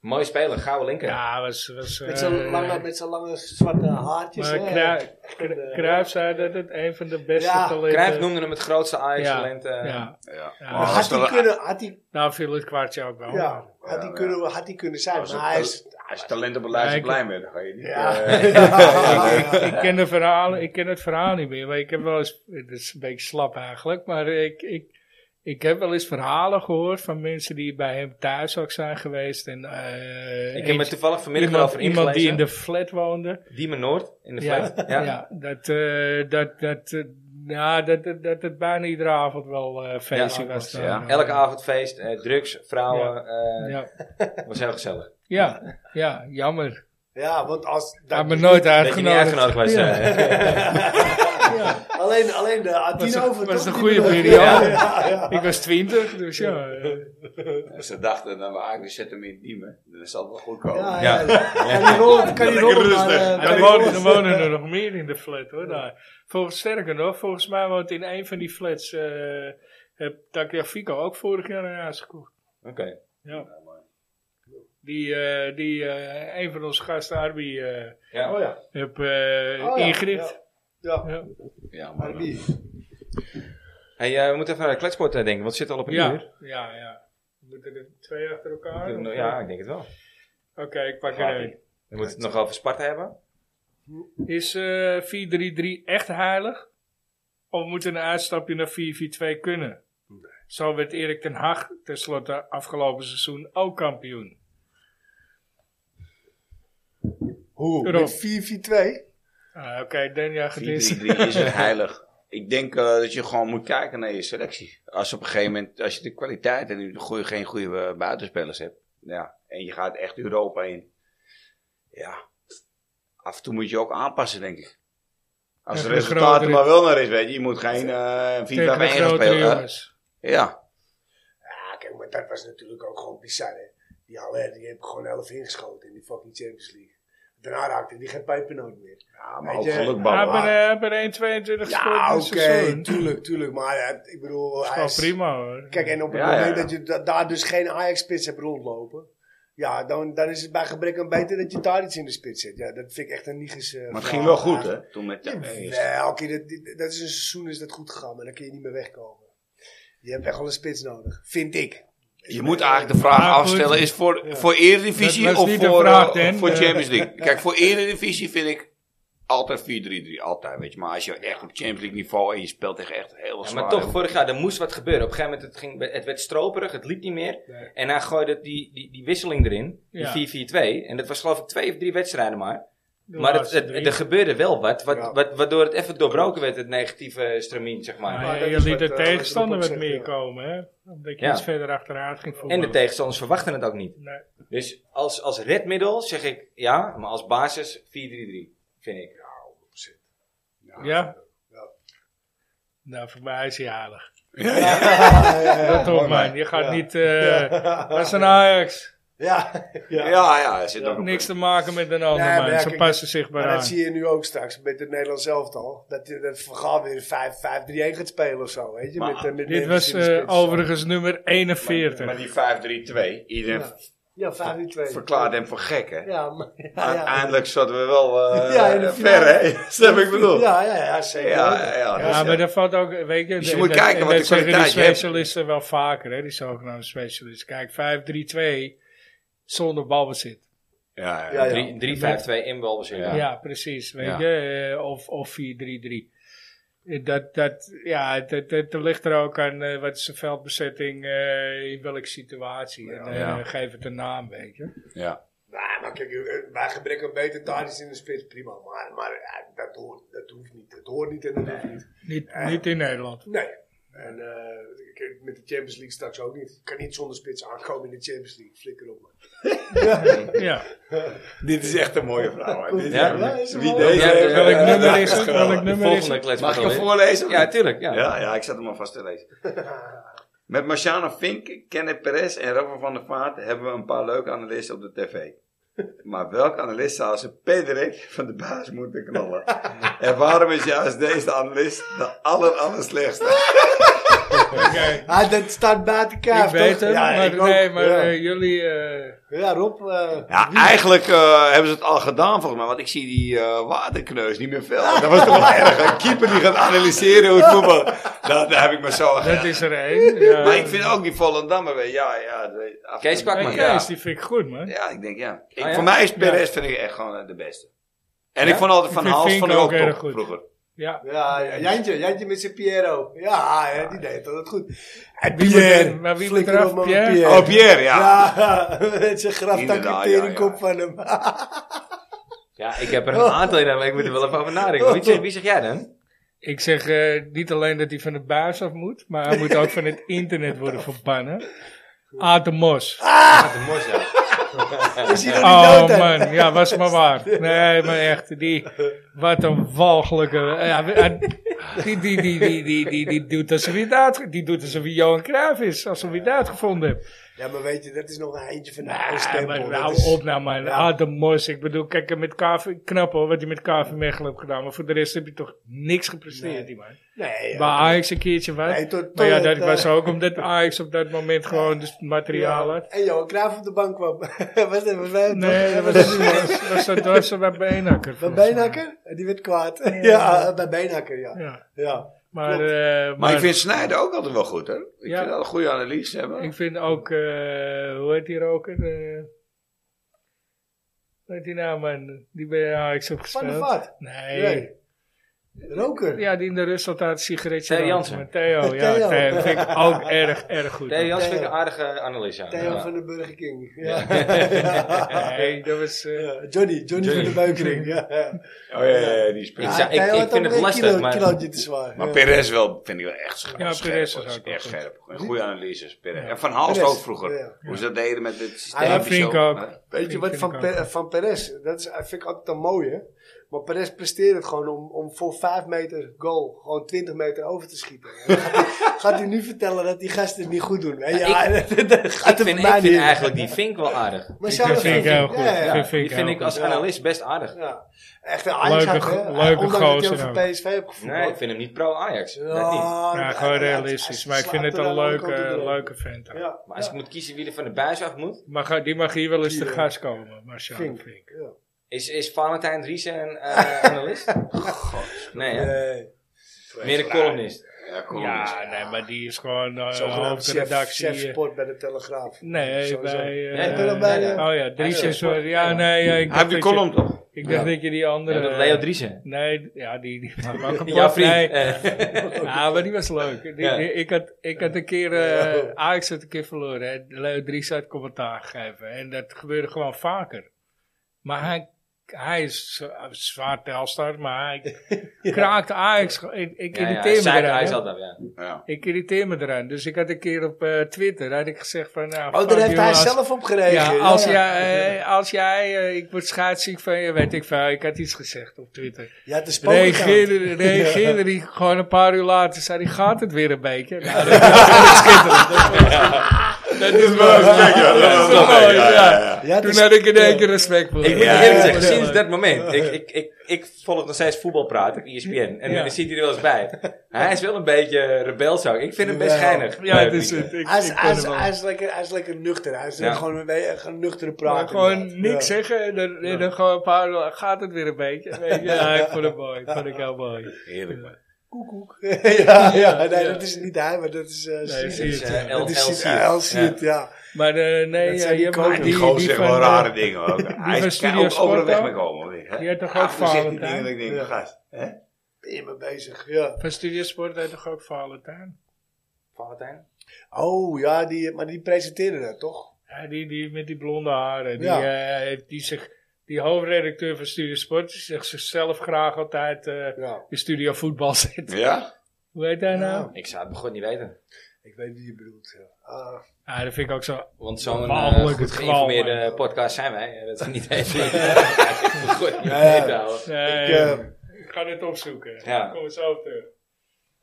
[SPEAKER 1] Mooi speler, gouden linker.
[SPEAKER 2] Ja, was... was
[SPEAKER 3] Met zijn
[SPEAKER 2] eh,
[SPEAKER 3] lange, met zijn lange zwarte haartjes.
[SPEAKER 2] Maar
[SPEAKER 3] hè.
[SPEAKER 2] Cruijff-
[SPEAKER 3] Echt een, eh,
[SPEAKER 2] Cruijff zei dat het een van de beste
[SPEAKER 3] Ja,
[SPEAKER 2] talenten...
[SPEAKER 1] Cruijff noemde hem het grootste Ajax-talent.
[SPEAKER 2] ja,
[SPEAKER 1] eh.
[SPEAKER 2] ja.
[SPEAKER 4] Ja.
[SPEAKER 2] Ja.
[SPEAKER 4] Maar
[SPEAKER 2] Oh,
[SPEAKER 3] Maar
[SPEAKER 4] als
[SPEAKER 3] had hij
[SPEAKER 4] tala-
[SPEAKER 3] kunnen, had hij,
[SPEAKER 2] Nou viel het kwartje ook wel.
[SPEAKER 3] ja, had hij
[SPEAKER 4] ja.
[SPEAKER 3] kunnen, had hij kunnen zijn.
[SPEAKER 4] als
[SPEAKER 3] Maar hij is...
[SPEAKER 4] het tal- als je talent op een lijstje
[SPEAKER 2] Ja, ik-
[SPEAKER 4] blij bent, dan ga je niet...
[SPEAKER 3] Ja.
[SPEAKER 4] eh,
[SPEAKER 2] Ik, ken de verhalen, ik ken het verhaal niet meer, maar ik heb wel eens... Het is een beetje slap eigenlijk, maar ik, ik, ik heb wel eens verhalen gehoord van mensen die bij hem thuis ook zijn geweest. En, eh,
[SPEAKER 1] Ik heb me
[SPEAKER 2] eentje-
[SPEAKER 1] toevallig vanmiddag
[SPEAKER 2] iemand,
[SPEAKER 1] erover
[SPEAKER 2] iemand die in
[SPEAKER 1] ingelezen.
[SPEAKER 2] de flat woonde.
[SPEAKER 1] Diemen Noord, in de
[SPEAKER 2] Ja,
[SPEAKER 1] flat.
[SPEAKER 2] ja.
[SPEAKER 1] Ja.
[SPEAKER 2] dat, eh, dat, dat, eh, ja, dat, dat, dat het bijna iedere avond wel eh feestje
[SPEAKER 1] Ja,
[SPEAKER 2] was.
[SPEAKER 4] ja.
[SPEAKER 2] daar.
[SPEAKER 1] Elke avond feest, eh, drugs, vrouwen. eh,
[SPEAKER 2] Ja,
[SPEAKER 1] was heel gezellig.
[SPEAKER 2] ja, ja jammer.
[SPEAKER 3] Ja, want als...
[SPEAKER 2] Hij had me
[SPEAKER 3] dat-
[SPEAKER 2] nooit
[SPEAKER 1] Dat je niet uitgenodigd
[SPEAKER 2] uitgenodigd.
[SPEAKER 1] was.
[SPEAKER 2] Ja.
[SPEAKER 1] eh.
[SPEAKER 2] Ja.
[SPEAKER 3] Alleen, alleen de
[SPEAKER 2] Was,
[SPEAKER 3] Atino
[SPEAKER 2] een,
[SPEAKER 3] over
[SPEAKER 2] was
[SPEAKER 3] toch?
[SPEAKER 2] een
[SPEAKER 3] Die
[SPEAKER 2] goede
[SPEAKER 3] bedoel-
[SPEAKER 2] periode.
[SPEAKER 3] Ja, ja.
[SPEAKER 2] Ik was twintig, dus ja. eh,
[SPEAKER 4] Als ze dachten, nou, maar eigenlijk zet hem in Diemen, dan zal het wel goed komen.
[SPEAKER 3] Ja,
[SPEAKER 1] Ja.
[SPEAKER 3] ja. Kan die rollen, kan die
[SPEAKER 4] Lekker
[SPEAKER 3] rollen maar...
[SPEAKER 4] rustig.
[SPEAKER 3] eh,
[SPEAKER 4] Ja,
[SPEAKER 2] En
[SPEAKER 3] kan
[SPEAKER 2] er
[SPEAKER 3] die
[SPEAKER 2] wonen,
[SPEAKER 3] rollen-
[SPEAKER 2] er wonen er nog meer in de flat hoor. Daar. Volgens, sterker nog, volgens mij woont in een van die flats. eh heb Tagliafico ook vorig jaar een huis gekocht.
[SPEAKER 1] Oké.
[SPEAKER 2] Ja. Die, eh, die eh, een van onze gasten, Arby, eh
[SPEAKER 1] Ja.
[SPEAKER 3] Oh ja.
[SPEAKER 2] heb eh,
[SPEAKER 3] Oh ja,
[SPEAKER 2] ingericht.
[SPEAKER 3] Ja.
[SPEAKER 2] Ja.
[SPEAKER 4] Ja, maar...
[SPEAKER 3] Maar wie?
[SPEAKER 1] Hey, eh, we moeten even naar de kletsport eh, denken, want het zit al op een
[SPEAKER 2] Ja,
[SPEAKER 1] uur.
[SPEAKER 2] ja, ja, Moeten er twee achter elkaar?
[SPEAKER 1] Ik denk-
[SPEAKER 2] of-
[SPEAKER 1] Ja, ik denk het wel.
[SPEAKER 2] Oké, ik pak er één.
[SPEAKER 1] We moeten het nog over Sparta hebben.
[SPEAKER 2] Is eh 4-3-3 echt heilig? Of moet een uitstapje naar 4-4-2 kunnen? Zo werd Erik ten Hag tenslotte afgelopen seizoen ook kampioen.
[SPEAKER 3] Hoe?
[SPEAKER 2] Rob.
[SPEAKER 3] Met 4-4-2?
[SPEAKER 2] Ah, Oké, Denja gaat
[SPEAKER 4] 4-3-3
[SPEAKER 2] eerst.
[SPEAKER 4] is het heilig. Ik denk eh, dat je gewoon moet kijken naar je selectie. Als op een gegeven moment, als je de kwaliteit en de goeie- geen goede eh, buitenspelers hebt. Ja, en je gaat echt Europa in. Ja, af en toe moet je ook aanpassen, denk ik. Als
[SPEAKER 2] Tegen de
[SPEAKER 4] de resultaat er
[SPEAKER 2] grotere-
[SPEAKER 4] maar wel naar is, weet je. Je moet geen eh 4-5-1
[SPEAKER 2] Tegen de
[SPEAKER 4] gaan
[SPEAKER 2] grotere
[SPEAKER 4] spelen. hè.
[SPEAKER 2] jongens.
[SPEAKER 4] Ja,
[SPEAKER 3] Ja, kijk, maar dat was natuurlijk ook gewoon bizar, hè. Die Haller, die heeft gewoon 11 ingeschoten in die fucking Champions League. Daarna raakte die geen pijpennoot meer.
[SPEAKER 4] ja maar
[SPEAKER 3] Weet
[SPEAKER 4] ook
[SPEAKER 3] je,
[SPEAKER 2] Hij
[SPEAKER 4] gelukballen.
[SPEAKER 2] heeft
[SPEAKER 3] maar-
[SPEAKER 2] er, eh, bij de 1,22
[SPEAKER 3] Ja,
[SPEAKER 2] gescoord
[SPEAKER 3] oké,
[SPEAKER 2] dit seizoen.
[SPEAKER 3] tuurlijk, tuurlijk. Maar eh, ik bedoel... hij
[SPEAKER 2] dus Dat
[SPEAKER 3] is-
[SPEAKER 2] is wel prima hoor.
[SPEAKER 3] Kijk, en op het
[SPEAKER 4] Ja, ja,
[SPEAKER 3] moment
[SPEAKER 4] ja.
[SPEAKER 3] dat je da- daar dus geen Ajax-spits hebt rondlopen... Ja, dan, dan is het bij gebrek aan beter dat je daar iets in de spits zet. Ja, dat vind ik echt een nieges... eh,
[SPEAKER 4] Maar het
[SPEAKER 3] verhaal
[SPEAKER 4] ging wel goed,
[SPEAKER 3] eigenlijk.
[SPEAKER 4] hè? Toen met eh, de eerste.
[SPEAKER 3] Ja, oké, dat, dit- dat is een seizoen is dat goed gegaan, maar dan kun je niet meer wegkomen. Je hebt echt wel een spits nodig, vind ik.
[SPEAKER 4] Je moet eigenlijk de vraag
[SPEAKER 2] Maar goed.
[SPEAKER 4] afstellen: is voor,
[SPEAKER 3] Ja.
[SPEAKER 4] voor Eredivisie
[SPEAKER 2] Dat was
[SPEAKER 4] of
[SPEAKER 2] niet de
[SPEAKER 4] voor,
[SPEAKER 2] vraag,
[SPEAKER 4] eh,
[SPEAKER 2] Dan.
[SPEAKER 4] voor
[SPEAKER 2] Eh.
[SPEAKER 4] Champions League? Kijk, voor Eredivisie vind ik altijd 4-3-3. Altijd, weet je. Maar als je echt op Champions League niveau en je speelt tegen echt heel
[SPEAKER 1] Ja,
[SPEAKER 4] zwaar.
[SPEAKER 1] maar toch, vorig jaar, er moest wat gebeuren. Op een gegeven moment, het, ging, het werd stroperig, het liep niet meer.
[SPEAKER 3] Nee.
[SPEAKER 1] En hij gooide die, die, die wisseling erin,
[SPEAKER 2] Ja.
[SPEAKER 1] die 4-4-2. En dat was geloof ik twee of drie wedstrijden maar.
[SPEAKER 2] De
[SPEAKER 1] maar het,
[SPEAKER 2] laatste
[SPEAKER 1] het-
[SPEAKER 2] drie.
[SPEAKER 1] er gebeurde wel wat, wat,
[SPEAKER 3] Ja.
[SPEAKER 1] wat, waardoor het even doorbroken werd, het negatieve stramien, zeg maar.
[SPEAKER 2] Maar
[SPEAKER 3] Maar
[SPEAKER 2] ja,
[SPEAKER 3] dat
[SPEAKER 2] je
[SPEAKER 3] is
[SPEAKER 2] liet
[SPEAKER 3] wat,
[SPEAKER 2] de
[SPEAKER 3] eh,
[SPEAKER 2] tegenstander
[SPEAKER 3] wat Rob
[SPEAKER 2] wat
[SPEAKER 3] zegt,
[SPEAKER 2] meer
[SPEAKER 3] ja.
[SPEAKER 2] komen, hè? Omdat je
[SPEAKER 1] Ja.
[SPEAKER 2] iets verder achteraan ging voetballen.
[SPEAKER 1] En de tegenstanders verwachten het ook niet.
[SPEAKER 2] Nee.
[SPEAKER 1] Dus als, als redmiddel zeg ik ja, maar als basis 4-3-3, vind ik.
[SPEAKER 2] Ja?
[SPEAKER 3] Ja.
[SPEAKER 2] Nou, voor mij is hij aardig.
[SPEAKER 3] Ja, ja,
[SPEAKER 2] Dat toch,
[SPEAKER 6] mooi,
[SPEAKER 2] man.
[SPEAKER 6] man.
[SPEAKER 2] Je gaat
[SPEAKER 3] Ja.
[SPEAKER 2] niet... eh dat is een Ajax.
[SPEAKER 3] ja.
[SPEAKER 4] Ja, ja, er zit
[SPEAKER 3] Ja,
[SPEAKER 4] ook een
[SPEAKER 2] Niks
[SPEAKER 4] punt.
[SPEAKER 2] te maken met een ander,
[SPEAKER 3] Nee, maar ja,
[SPEAKER 2] man. Ze
[SPEAKER 3] kijk,
[SPEAKER 2] passen zich bij
[SPEAKER 3] Maar
[SPEAKER 2] aan.
[SPEAKER 3] dat zie je nu ook straks met het Nederlands elftal. Dat, dat Van Gaal weer 5-5-3-1 gaat spelen of zo, weet je.
[SPEAKER 4] Maar
[SPEAKER 3] met, eh, met
[SPEAKER 2] Dit
[SPEAKER 3] Memphis
[SPEAKER 2] was
[SPEAKER 3] in de
[SPEAKER 2] eh,
[SPEAKER 3] spits.
[SPEAKER 2] overigens nummer 41.
[SPEAKER 4] Maar die 5-3-2, iedereen
[SPEAKER 3] Ja. Ja, 5-2.
[SPEAKER 4] verklaart hem voor gek, hè?
[SPEAKER 3] Ja, maar... Ja,
[SPEAKER 4] Ah,
[SPEAKER 3] ja.
[SPEAKER 4] Uiteindelijk zaten we wel eh
[SPEAKER 3] Ja, in de
[SPEAKER 4] ver,
[SPEAKER 3] finale.
[SPEAKER 4] hè? Snap ik bedoel?
[SPEAKER 3] Ja, ja, ja, zeker.
[SPEAKER 4] ja, ja,
[SPEAKER 2] Ja,
[SPEAKER 4] dus,
[SPEAKER 2] maar
[SPEAKER 4] eh,
[SPEAKER 2] dat valt ook, weet je,
[SPEAKER 4] Dus je
[SPEAKER 2] en
[SPEAKER 4] moet
[SPEAKER 2] dat-
[SPEAKER 4] kijken
[SPEAKER 2] en
[SPEAKER 4] wat
[SPEAKER 2] dat
[SPEAKER 4] de
[SPEAKER 2] zeggen die
[SPEAKER 4] kwaliteit je hebt.
[SPEAKER 2] specialisten wel vaker, hè, die zogenaamde specialisten. Kijk, 5-3-2 zonder balbezit.
[SPEAKER 4] ja,
[SPEAKER 3] Ja,
[SPEAKER 4] ja.
[SPEAKER 3] ja.
[SPEAKER 1] 3-5-2 in balbezit.
[SPEAKER 2] Ja,
[SPEAKER 4] Ja.
[SPEAKER 2] precies, weet
[SPEAKER 4] Ja.
[SPEAKER 2] je, eh, of, of 4-3-3. Eh, Dat, dat, ja, dat, dat, dat ligt er ook aan eh, wat is de veldbezetting eh, in welke situatie. en, eh,
[SPEAKER 4] Ja.
[SPEAKER 2] Geef het een naam, weet je.
[SPEAKER 4] ja.
[SPEAKER 3] Nou, maar kijk, eh, bij gebrek aan beter Tadic in de spits, prima. Maar, maar eh, dat, hoort, dat hoeft niet. Dat hoort niet en dat hoeft niet.
[SPEAKER 2] Niet, niet in Nederland.
[SPEAKER 3] Nee. En eh, kijk, met de Champions League straks ook niet. Ik kan niet zonder spits aankomen in de Champions League. Flikker op, man.
[SPEAKER 2] Ja.
[SPEAKER 4] Dit is echt een mooie vraag. hè. Dit is
[SPEAKER 1] Ja,
[SPEAKER 4] echt-
[SPEAKER 3] ja, is een
[SPEAKER 4] Wie
[SPEAKER 3] mooie-
[SPEAKER 4] deze-
[SPEAKER 1] Ja, welk
[SPEAKER 4] eh,
[SPEAKER 2] nummer is het?
[SPEAKER 4] geweldig.
[SPEAKER 2] Welk
[SPEAKER 1] De
[SPEAKER 2] nummer is
[SPEAKER 1] volgende
[SPEAKER 2] het?
[SPEAKER 1] klets
[SPEAKER 4] Mag ik hem voorlezen?
[SPEAKER 1] Ja, tuurlijk. Ja.
[SPEAKER 4] Ja, ja, ik zat hem alvast te lezen. Met Marciano Fink, Kenneth Perez en Rafa van der Vaart hebben we een paar leuke analisten op de tv. Maar welke analist zou ze per direct van de baas moeten knallen? En waarom is juist deze analist de aller, aller slechtste?
[SPEAKER 2] Oké.
[SPEAKER 3] Ah, dat staat buiten kijf,
[SPEAKER 2] ik weet
[SPEAKER 3] toch?
[SPEAKER 2] het, maar
[SPEAKER 3] ik ook.
[SPEAKER 2] nee, maar
[SPEAKER 3] ja.
[SPEAKER 2] eh, jullie... eh,
[SPEAKER 3] Ja, Rob. eh,
[SPEAKER 4] Ja, eigenlijk eh, hebben ze het al gedaan volgens mij. Want ik zie die eh, waterkneus niet meer veel. Dat was toch wel erg. Een keeper die gaat analyseren hoe het voetbal... Nou, daar heb ik me zo aan
[SPEAKER 2] Dat is er één. Ja.
[SPEAKER 4] Maar ik vind ook die Volendammer weer, ja, ja. de- af en
[SPEAKER 1] Kees
[SPEAKER 4] toe-
[SPEAKER 1] Kwakman.
[SPEAKER 2] Maar
[SPEAKER 1] Maar
[SPEAKER 4] ja.
[SPEAKER 2] Kees, die vind ik goed, man.
[SPEAKER 4] ja, ik denk ja. Ik-
[SPEAKER 1] Ah, ja?
[SPEAKER 4] Voor mij is Perez vind ik echt gewoon eh, de beste. En ik vond altijd
[SPEAKER 2] Ik
[SPEAKER 4] Van
[SPEAKER 2] vind
[SPEAKER 4] Hals
[SPEAKER 2] Vink
[SPEAKER 4] van ook
[SPEAKER 2] ook erg
[SPEAKER 4] top
[SPEAKER 2] goed.
[SPEAKER 4] vroeger.
[SPEAKER 2] Ja.
[SPEAKER 3] ja, ja, Jantje. Jantje met zijn Piero. Ja, hè, die deed het altijd goed. En
[SPEAKER 2] Wie moet
[SPEAKER 3] Pierre.
[SPEAKER 2] er- maar wie moet
[SPEAKER 3] flikker
[SPEAKER 2] eraf?
[SPEAKER 3] op, man,
[SPEAKER 2] Pierre?
[SPEAKER 4] Oh, Pierre, ja.
[SPEAKER 3] Ja, met zijn
[SPEAKER 4] Inderdaad,
[SPEAKER 3] graftak
[SPEAKER 4] ja,
[SPEAKER 3] in kop
[SPEAKER 4] ja.
[SPEAKER 3] van hem.
[SPEAKER 1] Ja, ik heb er een aantal in, maar ik moet er wel even over nadenken. Wie zeg, wie zeg jij dan?
[SPEAKER 2] Ik zeg eh, niet alleen dat hij van de baas af moet, maar hij moet ook van het internet worden verbannen. Aad de Mos.
[SPEAKER 1] De Mos, ja.
[SPEAKER 3] Is hij nog niet
[SPEAKER 2] Oh
[SPEAKER 3] Ah, dood, hè?
[SPEAKER 2] man, ja, was maar waar. Nee, maar echt, die, wat een walgelijke. eh, Ja, hij- die, die, die, die, die, die, die doet alsof hij het uitge- die doet alsof hij Johan Cruijff is, alsof hij het uitgevonden heeft.
[SPEAKER 3] Ja, maar weet je, dat is nog een eindje van de oude
[SPEAKER 2] Ja, maar
[SPEAKER 3] stempel. Dat
[SPEAKER 2] hou
[SPEAKER 3] is-
[SPEAKER 2] op nou man.
[SPEAKER 3] Ja.
[SPEAKER 2] Ah, de mos. Ik bedoel, kijk, met KV, knap hoor, wat hij met KV Mechelen heeft gedaan. Maar voor de rest heb je toch niks gepresteerd,
[SPEAKER 3] Nee.
[SPEAKER 2] die man.
[SPEAKER 3] Nee, ja.
[SPEAKER 2] Bij Ajax een keertje wat.
[SPEAKER 3] Nee, tot- tot
[SPEAKER 2] maar ja, dat
[SPEAKER 3] het, eh,
[SPEAKER 2] was ook omdat Ajax op dat moment gewoon dus materiaal
[SPEAKER 3] Ja.
[SPEAKER 2] had.
[SPEAKER 3] En Johan Cruijff op de bank kwam. was dat was wij
[SPEAKER 2] Nee, dat was, was, was, dat was er bij Beenhakker.
[SPEAKER 3] Bij
[SPEAKER 2] volgens mij.
[SPEAKER 3] Beenhakker? Die werd kwaad. Ja, bij Beenhakker, ja. ja.
[SPEAKER 2] Ja,
[SPEAKER 3] ja.
[SPEAKER 2] maar,
[SPEAKER 3] Klopt.
[SPEAKER 2] eh, maar,
[SPEAKER 4] Maar ik vind Snijder ook altijd wel goed, hè. Ik
[SPEAKER 2] Ja.
[SPEAKER 4] vind dat een goede analyse hebben.
[SPEAKER 2] ik vind ook, eh, hoe heet die roker? Eh, hoe heet die nou man, die bij Ajax heeft
[SPEAKER 3] Van de
[SPEAKER 2] gespeeld?
[SPEAKER 3] Vaart.
[SPEAKER 2] Nee.
[SPEAKER 3] Nee. Roker.
[SPEAKER 2] Ja, die in de rust altijd een
[SPEAKER 1] Theo
[SPEAKER 2] sigaretje rookte,
[SPEAKER 1] Jansen.
[SPEAKER 2] maar Theo, ja,
[SPEAKER 3] Theo.
[SPEAKER 2] Theo. vind ik ook erg, erg goed.
[SPEAKER 1] Theo Jans vind ik
[SPEAKER 3] Theo.
[SPEAKER 1] een aardige analist, ja.
[SPEAKER 3] Theo
[SPEAKER 1] Ja.
[SPEAKER 3] van de Burger King. Ja.
[SPEAKER 2] Nee, dat was... eh,
[SPEAKER 3] Ja, Johnny, Johnny van de Beukering. Ja, ja.
[SPEAKER 4] Oh ja, ja, ja, die
[SPEAKER 1] Ik
[SPEAKER 4] speelt.
[SPEAKER 1] zou- ik-
[SPEAKER 3] Theo
[SPEAKER 1] ik
[SPEAKER 3] had
[SPEAKER 1] vind
[SPEAKER 3] ook
[SPEAKER 1] het
[SPEAKER 3] een
[SPEAKER 1] lastig,
[SPEAKER 3] kilo-
[SPEAKER 1] maar-
[SPEAKER 3] kilootje te zwaar.
[SPEAKER 4] Maar
[SPEAKER 3] ja.
[SPEAKER 4] Perez wel, vind ik wel echt scherp.
[SPEAKER 2] Ja,
[SPEAKER 4] scherp,
[SPEAKER 2] Perez is
[SPEAKER 4] hoor.
[SPEAKER 2] ook wel
[SPEAKER 4] echt
[SPEAKER 2] goed.
[SPEAKER 4] scherp. Een goede analyse is Perez. En Van Hals
[SPEAKER 3] Perez,
[SPEAKER 4] ook vroeger.
[SPEAKER 3] ja.
[SPEAKER 4] Hoe ze dat deden met het systeem.
[SPEAKER 3] Ja,
[SPEAKER 2] vind ik
[SPEAKER 4] zo.
[SPEAKER 2] ook.
[SPEAKER 4] Maar-
[SPEAKER 3] Weet je
[SPEAKER 2] Ik
[SPEAKER 3] wat
[SPEAKER 2] vind
[SPEAKER 3] van,
[SPEAKER 2] ik ook
[SPEAKER 3] Pe-
[SPEAKER 2] wel.
[SPEAKER 3] van Perez? Dat is, vind ik altijd een mooie. Maar Perez presteert het gewoon om, om voor 5 meter goal gewoon 20 meter over te schieten. En dan Gaat hij, gaat hij nu vertellen dat die gasten het niet goed doen? En ja, dat, dat
[SPEAKER 1] Ik
[SPEAKER 3] gaat er
[SPEAKER 1] vind, ik
[SPEAKER 3] mij
[SPEAKER 1] vind
[SPEAKER 3] niet.
[SPEAKER 1] eigenlijk die Fink wel aardig.
[SPEAKER 3] Maar
[SPEAKER 2] Ik
[SPEAKER 3] zou
[SPEAKER 2] vind
[SPEAKER 3] dat
[SPEAKER 2] Fink
[SPEAKER 3] vinden?
[SPEAKER 2] heel goed.
[SPEAKER 3] Ja, ja,
[SPEAKER 2] Ik
[SPEAKER 3] ja.
[SPEAKER 2] vind
[SPEAKER 1] Die
[SPEAKER 2] Fink
[SPEAKER 1] vind ik
[SPEAKER 2] ook.
[SPEAKER 1] als analist best aardig.
[SPEAKER 3] Ja. Echt een Ajax
[SPEAKER 2] Leuke
[SPEAKER 3] hè?
[SPEAKER 2] go- leuke
[SPEAKER 3] Ondanks dat hij
[SPEAKER 2] gozer
[SPEAKER 3] ook voor
[SPEAKER 2] ook.
[SPEAKER 3] PSV heeft gevoetbald.
[SPEAKER 1] Nee, ik vind hem niet pro-Ajax.
[SPEAKER 3] Ja,
[SPEAKER 1] Net niet.
[SPEAKER 2] ja,
[SPEAKER 3] hij-
[SPEAKER 2] gewoon
[SPEAKER 3] hij- hij-
[SPEAKER 2] realistisch.
[SPEAKER 3] hij
[SPEAKER 2] Maar ik vind
[SPEAKER 3] slaat
[SPEAKER 2] het eh,
[SPEAKER 3] er
[SPEAKER 2] een
[SPEAKER 3] aan de andere
[SPEAKER 2] leuke,
[SPEAKER 3] kant doorheen.
[SPEAKER 2] leuke vent. ook.
[SPEAKER 3] Ja,
[SPEAKER 1] Maar als ik moet kiezen wie er van de buis af moet,
[SPEAKER 2] Maar ga- die mag hier wel eens de
[SPEAKER 3] Hier.
[SPEAKER 2] gas komen, Marciano
[SPEAKER 3] Fink.
[SPEAKER 2] Fink.
[SPEAKER 3] ja.
[SPEAKER 1] is, is Valentijn Driessen een eh, analist?
[SPEAKER 2] Oh,
[SPEAKER 1] Nee, hè?
[SPEAKER 2] Eh,
[SPEAKER 3] Nee.
[SPEAKER 1] meer een columnist.
[SPEAKER 4] Ja, kom
[SPEAKER 2] Ja,
[SPEAKER 4] ja,
[SPEAKER 2] nee, maar die is gewoon eh
[SPEAKER 3] Zogenaamd chef,
[SPEAKER 2] hoofdredactie.
[SPEAKER 3] chef sport bij de Telegraaf.
[SPEAKER 2] nee,
[SPEAKER 3] Sowieso.
[SPEAKER 2] bij... eh
[SPEAKER 1] Nee,
[SPEAKER 3] ik ben nog bij de-
[SPEAKER 2] Oh ja,
[SPEAKER 1] Hij is
[SPEAKER 2] Dries is
[SPEAKER 1] sport.
[SPEAKER 2] wel- Ja, nee, ja, ik
[SPEAKER 4] Hij heeft
[SPEAKER 2] dacht
[SPEAKER 4] die
[SPEAKER 2] dat je-
[SPEAKER 4] column toch?
[SPEAKER 2] Ik dacht
[SPEAKER 3] Ja.
[SPEAKER 2] dat je die andere...
[SPEAKER 1] Eh, Ja, dat Leo Driessen.
[SPEAKER 2] Nee, ja, die, die maakt ook een
[SPEAKER 1] Jouw
[SPEAKER 2] plaf.
[SPEAKER 1] vriend.
[SPEAKER 2] Nee,
[SPEAKER 1] Eh,
[SPEAKER 2] Ja, maar die was leuk. Die-
[SPEAKER 1] Ja.
[SPEAKER 2] die- ik, had, ik had een keer, eh Ajax had een keer verloren. Hè. Leo Dries had commentaar gegeven. En dat gebeurde gewoon vaker. Maar hij, hij is zo- hij is zwaar telstar, maar hij kraakt Ajax. gewoon- Ik, ik
[SPEAKER 1] ja, ja,
[SPEAKER 2] irriteer me
[SPEAKER 1] Zuid-
[SPEAKER 2] eraan.
[SPEAKER 1] hij
[SPEAKER 2] hè.
[SPEAKER 1] zal dat, ja.
[SPEAKER 4] Ja.
[SPEAKER 2] Ik irriteer me eraan. Dus ik had een keer op eh, Twitter had ik gezegd van... Nou,
[SPEAKER 3] Oh,
[SPEAKER 2] fuck
[SPEAKER 3] daar heeft
[SPEAKER 2] you,
[SPEAKER 3] hij
[SPEAKER 2] als-
[SPEAKER 3] zelf op gereageerd.
[SPEAKER 2] ja, als jij, eh, als jij eh, ik word schaatsziek van je, weet ik veel. Ik had iets gezegd op Twitter.
[SPEAKER 3] Ja, het is
[SPEAKER 2] Reageerde, reageerde die gewoon een paar uur later. Zei die gaat het weer een beetje. Nou, dat is schitterend. Dat is wel
[SPEAKER 4] dat is wel
[SPEAKER 2] mooi,
[SPEAKER 4] leuk, ja, ja,
[SPEAKER 2] ja.
[SPEAKER 4] ja.
[SPEAKER 3] Ja, het
[SPEAKER 2] Toen
[SPEAKER 3] is-
[SPEAKER 2] had ik in één keer respect voor
[SPEAKER 1] Ik
[SPEAKER 2] hem.
[SPEAKER 1] moet
[SPEAKER 4] Ja,
[SPEAKER 1] je eerlijk
[SPEAKER 4] ja,
[SPEAKER 1] zeggen,
[SPEAKER 2] ja.
[SPEAKER 1] sinds dat moment, ik, ik, ik, ik volg nog steeds voetbalpraat op E ESPN. En
[SPEAKER 2] Ja.
[SPEAKER 1] dan zit hij er wel eens bij. Hij is wel een beetje rebels ook. Ik vind hem best
[SPEAKER 3] Jawel.
[SPEAKER 1] geinig.
[SPEAKER 2] Ja, het is het. Ik,
[SPEAKER 3] Hij is,
[SPEAKER 2] ik
[SPEAKER 3] hij,
[SPEAKER 2] ken
[SPEAKER 3] is,
[SPEAKER 2] hem wel.
[SPEAKER 3] hij, is lekker, hij is lekker nuchter. Hij is
[SPEAKER 1] Ja.
[SPEAKER 3] gewoon een, beetje- echt een nuchtere
[SPEAKER 2] Maar
[SPEAKER 3] praat.
[SPEAKER 2] gewoon
[SPEAKER 3] inderdaad.
[SPEAKER 2] niks
[SPEAKER 3] Ja.
[SPEAKER 2] zeggen en dan, en dan gewoon een paar uur gaat het weer een beetje. Weet je, ja, ik vond het mooi. Ik vond ik heel mooi.
[SPEAKER 4] Heerlijk, man.
[SPEAKER 3] Koekoek. ja, ja,
[SPEAKER 2] Ja,
[SPEAKER 3] nee,
[SPEAKER 2] ja.
[SPEAKER 3] dat is niet hij, maar dat is... eh
[SPEAKER 2] Nee,
[SPEAKER 3] Siet.
[SPEAKER 2] zie je het.
[SPEAKER 1] eh,
[SPEAKER 2] ja.
[SPEAKER 1] El-
[SPEAKER 3] dat is Siet.
[SPEAKER 1] Elsiet.
[SPEAKER 3] El Siet, ja.
[SPEAKER 2] Maar eh, nee,
[SPEAKER 3] Dat
[SPEAKER 2] ja,
[SPEAKER 3] zijn die
[SPEAKER 2] je hebt ook
[SPEAKER 3] koningen.
[SPEAKER 4] Die
[SPEAKER 2] die,
[SPEAKER 4] gozer
[SPEAKER 2] die
[SPEAKER 4] zegt
[SPEAKER 2] van...
[SPEAKER 4] wel
[SPEAKER 2] eh,
[SPEAKER 4] rare dingen ook. Hij
[SPEAKER 2] van
[SPEAKER 4] is kan
[SPEAKER 2] Studio
[SPEAKER 4] ook overal
[SPEAKER 2] Sport
[SPEAKER 4] weg
[SPEAKER 2] ook.
[SPEAKER 4] mee komen. weer, hè?
[SPEAKER 2] Die had toch ook
[SPEAKER 4] Ah, voorzichtig
[SPEAKER 2] Valentijn?
[SPEAKER 4] dingen dat Ik denk,
[SPEAKER 3] Ja.
[SPEAKER 4] gast. hè?
[SPEAKER 3] Ben je mee bezig, ja.
[SPEAKER 2] Van Studiosport deed toch ook Valentijn?
[SPEAKER 1] Valentijn?
[SPEAKER 3] Oh, ja, die, maar die presenteerde dat, toch?
[SPEAKER 2] Ja, die, die met die blonde haren. Die,
[SPEAKER 3] Ja.
[SPEAKER 2] eh, heeft die, zich, die hoofdredacteur van Studio Sport die zegt zichzelf graag altijd eh
[SPEAKER 3] Ja.
[SPEAKER 2] in Studio Voetbal zit.
[SPEAKER 4] Ja?
[SPEAKER 2] Hoe heet hij nou?
[SPEAKER 1] Ik zou het begon niet weten.
[SPEAKER 3] Ik weet wie je bedoelt, ja. Ah,
[SPEAKER 2] Ah, dat vind ik ook zo.
[SPEAKER 1] Want zo'n eh,
[SPEAKER 2] Walgelijk
[SPEAKER 1] goed
[SPEAKER 2] het
[SPEAKER 1] geïnformeerde
[SPEAKER 2] kwal, man.
[SPEAKER 1] podcast zijn wij. eh, Dat is niet even. Ik begon niet weten, ouwe.
[SPEAKER 2] Nee,
[SPEAKER 3] ik,
[SPEAKER 2] ik,
[SPEAKER 3] eh,
[SPEAKER 2] ga dit opzoeken.
[SPEAKER 1] Ja.
[SPEAKER 2] Ik kom er zo op terug.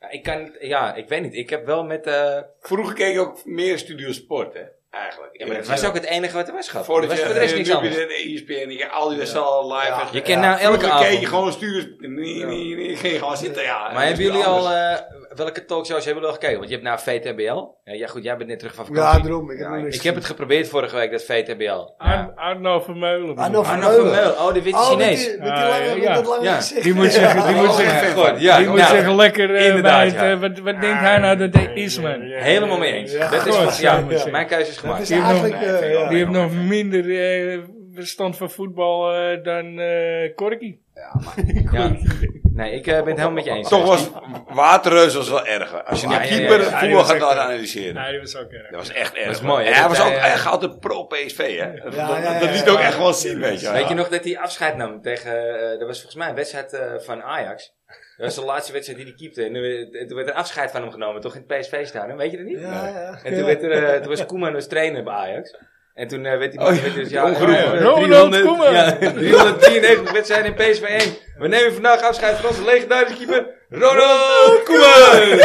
[SPEAKER 1] Ja, Ik kan niet, ja, ik weet niet. Ik heb wel met. eh
[SPEAKER 4] Vroeger keek ik ook meer Studio Sport, hè? Eigenlijk.
[SPEAKER 1] ja, maar dat Eh, was ook het enige wat er was, gehad. Er
[SPEAKER 4] Voordat
[SPEAKER 1] was
[SPEAKER 4] je eh,
[SPEAKER 1] voor de rest niks anders.
[SPEAKER 4] ESPN, je al die wedstrijden live.
[SPEAKER 3] Ja.
[SPEAKER 4] en zo.
[SPEAKER 1] Je kent nou elke
[SPEAKER 4] Vroeger keek je
[SPEAKER 1] avond.
[SPEAKER 4] gewoon sturen. Nee, nee, nee, geen gewoon zitten, ja.
[SPEAKER 1] Maar hebben
[SPEAKER 4] Dat is
[SPEAKER 1] jullie al.
[SPEAKER 4] anders.
[SPEAKER 1] eh, welke talkshows hebben jullie al gekeken? Want je hebt nou VTBL. Ja, ja, goed, jij bent net terug van
[SPEAKER 3] ja,
[SPEAKER 1] vakantie.
[SPEAKER 3] daarom. Ik heb
[SPEAKER 4] Ja,
[SPEAKER 3] nog
[SPEAKER 4] ik-
[SPEAKER 3] niks
[SPEAKER 1] ik heb het geprobeerd vorige week, dat VTBL.
[SPEAKER 2] Ar- Arno Vermeulen.
[SPEAKER 3] Arno
[SPEAKER 2] bedoel ik.
[SPEAKER 1] Arno Vermeulen. Oh, de witte
[SPEAKER 3] Oh, met,
[SPEAKER 1] Chinees.
[SPEAKER 3] die, met, die
[SPEAKER 2] Ah,
[SPEAKER 3] lange,
[SPEAKER 2] ja,
[SPEAKER 3] met
[SPEAKER 2] ja.
[SPEAKER 3] dat lange
[SPEAKER 1] Ja.
[SPEAKER 3] gezicht.
[SPEAKER 2] Die moet zeggen, die
[SPEAKER 1] Oh,
[SPEAKER 2] moet
[SPEAKER 1] mijn
[SPEAKER 2] zeggen.
[SPEAKER 1] god, ja,
[SPEAKER 2] die moet
[SPEAKER 1] nou,
[SPEAKER 2] zeggen lekker eh,
[SPEAKER 1] inderdaad,
[SPEAKER 2] bij het,
[SPEAKER 1] ja.
[SPEAKER 2] eh, wat, wat denkt hij nou dat hij is, man?
[SPEAKER 1] Helemaal mee eens.
[SPEAKER 3] Ja,
[SPEAKER 1] dat is,
[SPEAKER 2] goed,
[SPEAKER 1] ja,
[SPEAKER 2] ja, ja.
[SPEAKER 1] mijn keuze is
[SPEAKER 3] Dat
[SPEAKER 1] gemaakt.
[SPEAKER 3] is
[SPEAKER 2] Die heeft
[SPEAKER 3] eigenlijk...
[SPEAKER 4] nog-
[SPEAKER 3] eh,
[SPEAKER 4] Nee,
[SPEAKER 3] ja.
[SPEAKER 2] Die heeft nog minder eh, verstand van voetbal eh, dan eh Korky.
[SPEAKER 1] Ja. Nee, ik eh, ben het helemaal met je eens.
[SPEAKER 4] Toch was Waterreus was wel erger. Als je
[SPEAKER 1] Ja,
[SPEAKER 4] een
[SPEAKER 1] ja, ja,
[SPEAKER 4] keeper
[SPEAKER 1] ja, ja.
[SPEAKER 4] voetbal gaat laten analyseren.
[SPEAKER 2] Nee, die was ook erg.
[SPEAKER 4] Dat was echt erg.
[SPEAKER 1] Dat is mooi, hè?
[SPEAKER 4] Ja, Hij
[SPEAKER 1] Dat
[SPEAKER 4] was ook
[SPEAKER 1] hij, eh,
[SPEAKER 4] echt altijd pro-PSV, hè? Dat-
[SPEAKER 3] ja,
[SPEAKER 4] dat-
[SPEAKER 3] ja,
[SPEAKER 4] Dat
[SPEAKER 3] ja,
[SPEAKER 4] liet
[SPEAKER 3] ja.
[SPEAKER 4] ook echt wel zien, weet je wel.
[SPEAKER 1] Weet je nog dat hij afscheid nam tegen, eh, dat was volgens mij een wedstrijd eh, van Ajax. Dat was de laatste wedstrijd die hij keepte. En eh, toen werd er afscheid van hem genomen, toch in het PSV-stadion, weet je dat niet?
[SPEAKER 3] Ja, ja.
[SPEAKER 1] En toen, werd er, eh, toen was Koeman was trainer bij Ajax. En toen eh, werd hij
[SPEAKER 4] Oh, ja,
[SPEAKER 1] werd dus,
[SPEAKER 4] ongeroepen.
[SPEAKER 1] eh,
[SPEAKER 2] Ronald
[SPEAKER 1] 300
[SPEAKER 2] Koeman.
[SPEAKER 1] Ja, 393 wedstrijden in PSV 1. We nemen vandaag afscheid van onze legendarische keeper, Ronald Koeman!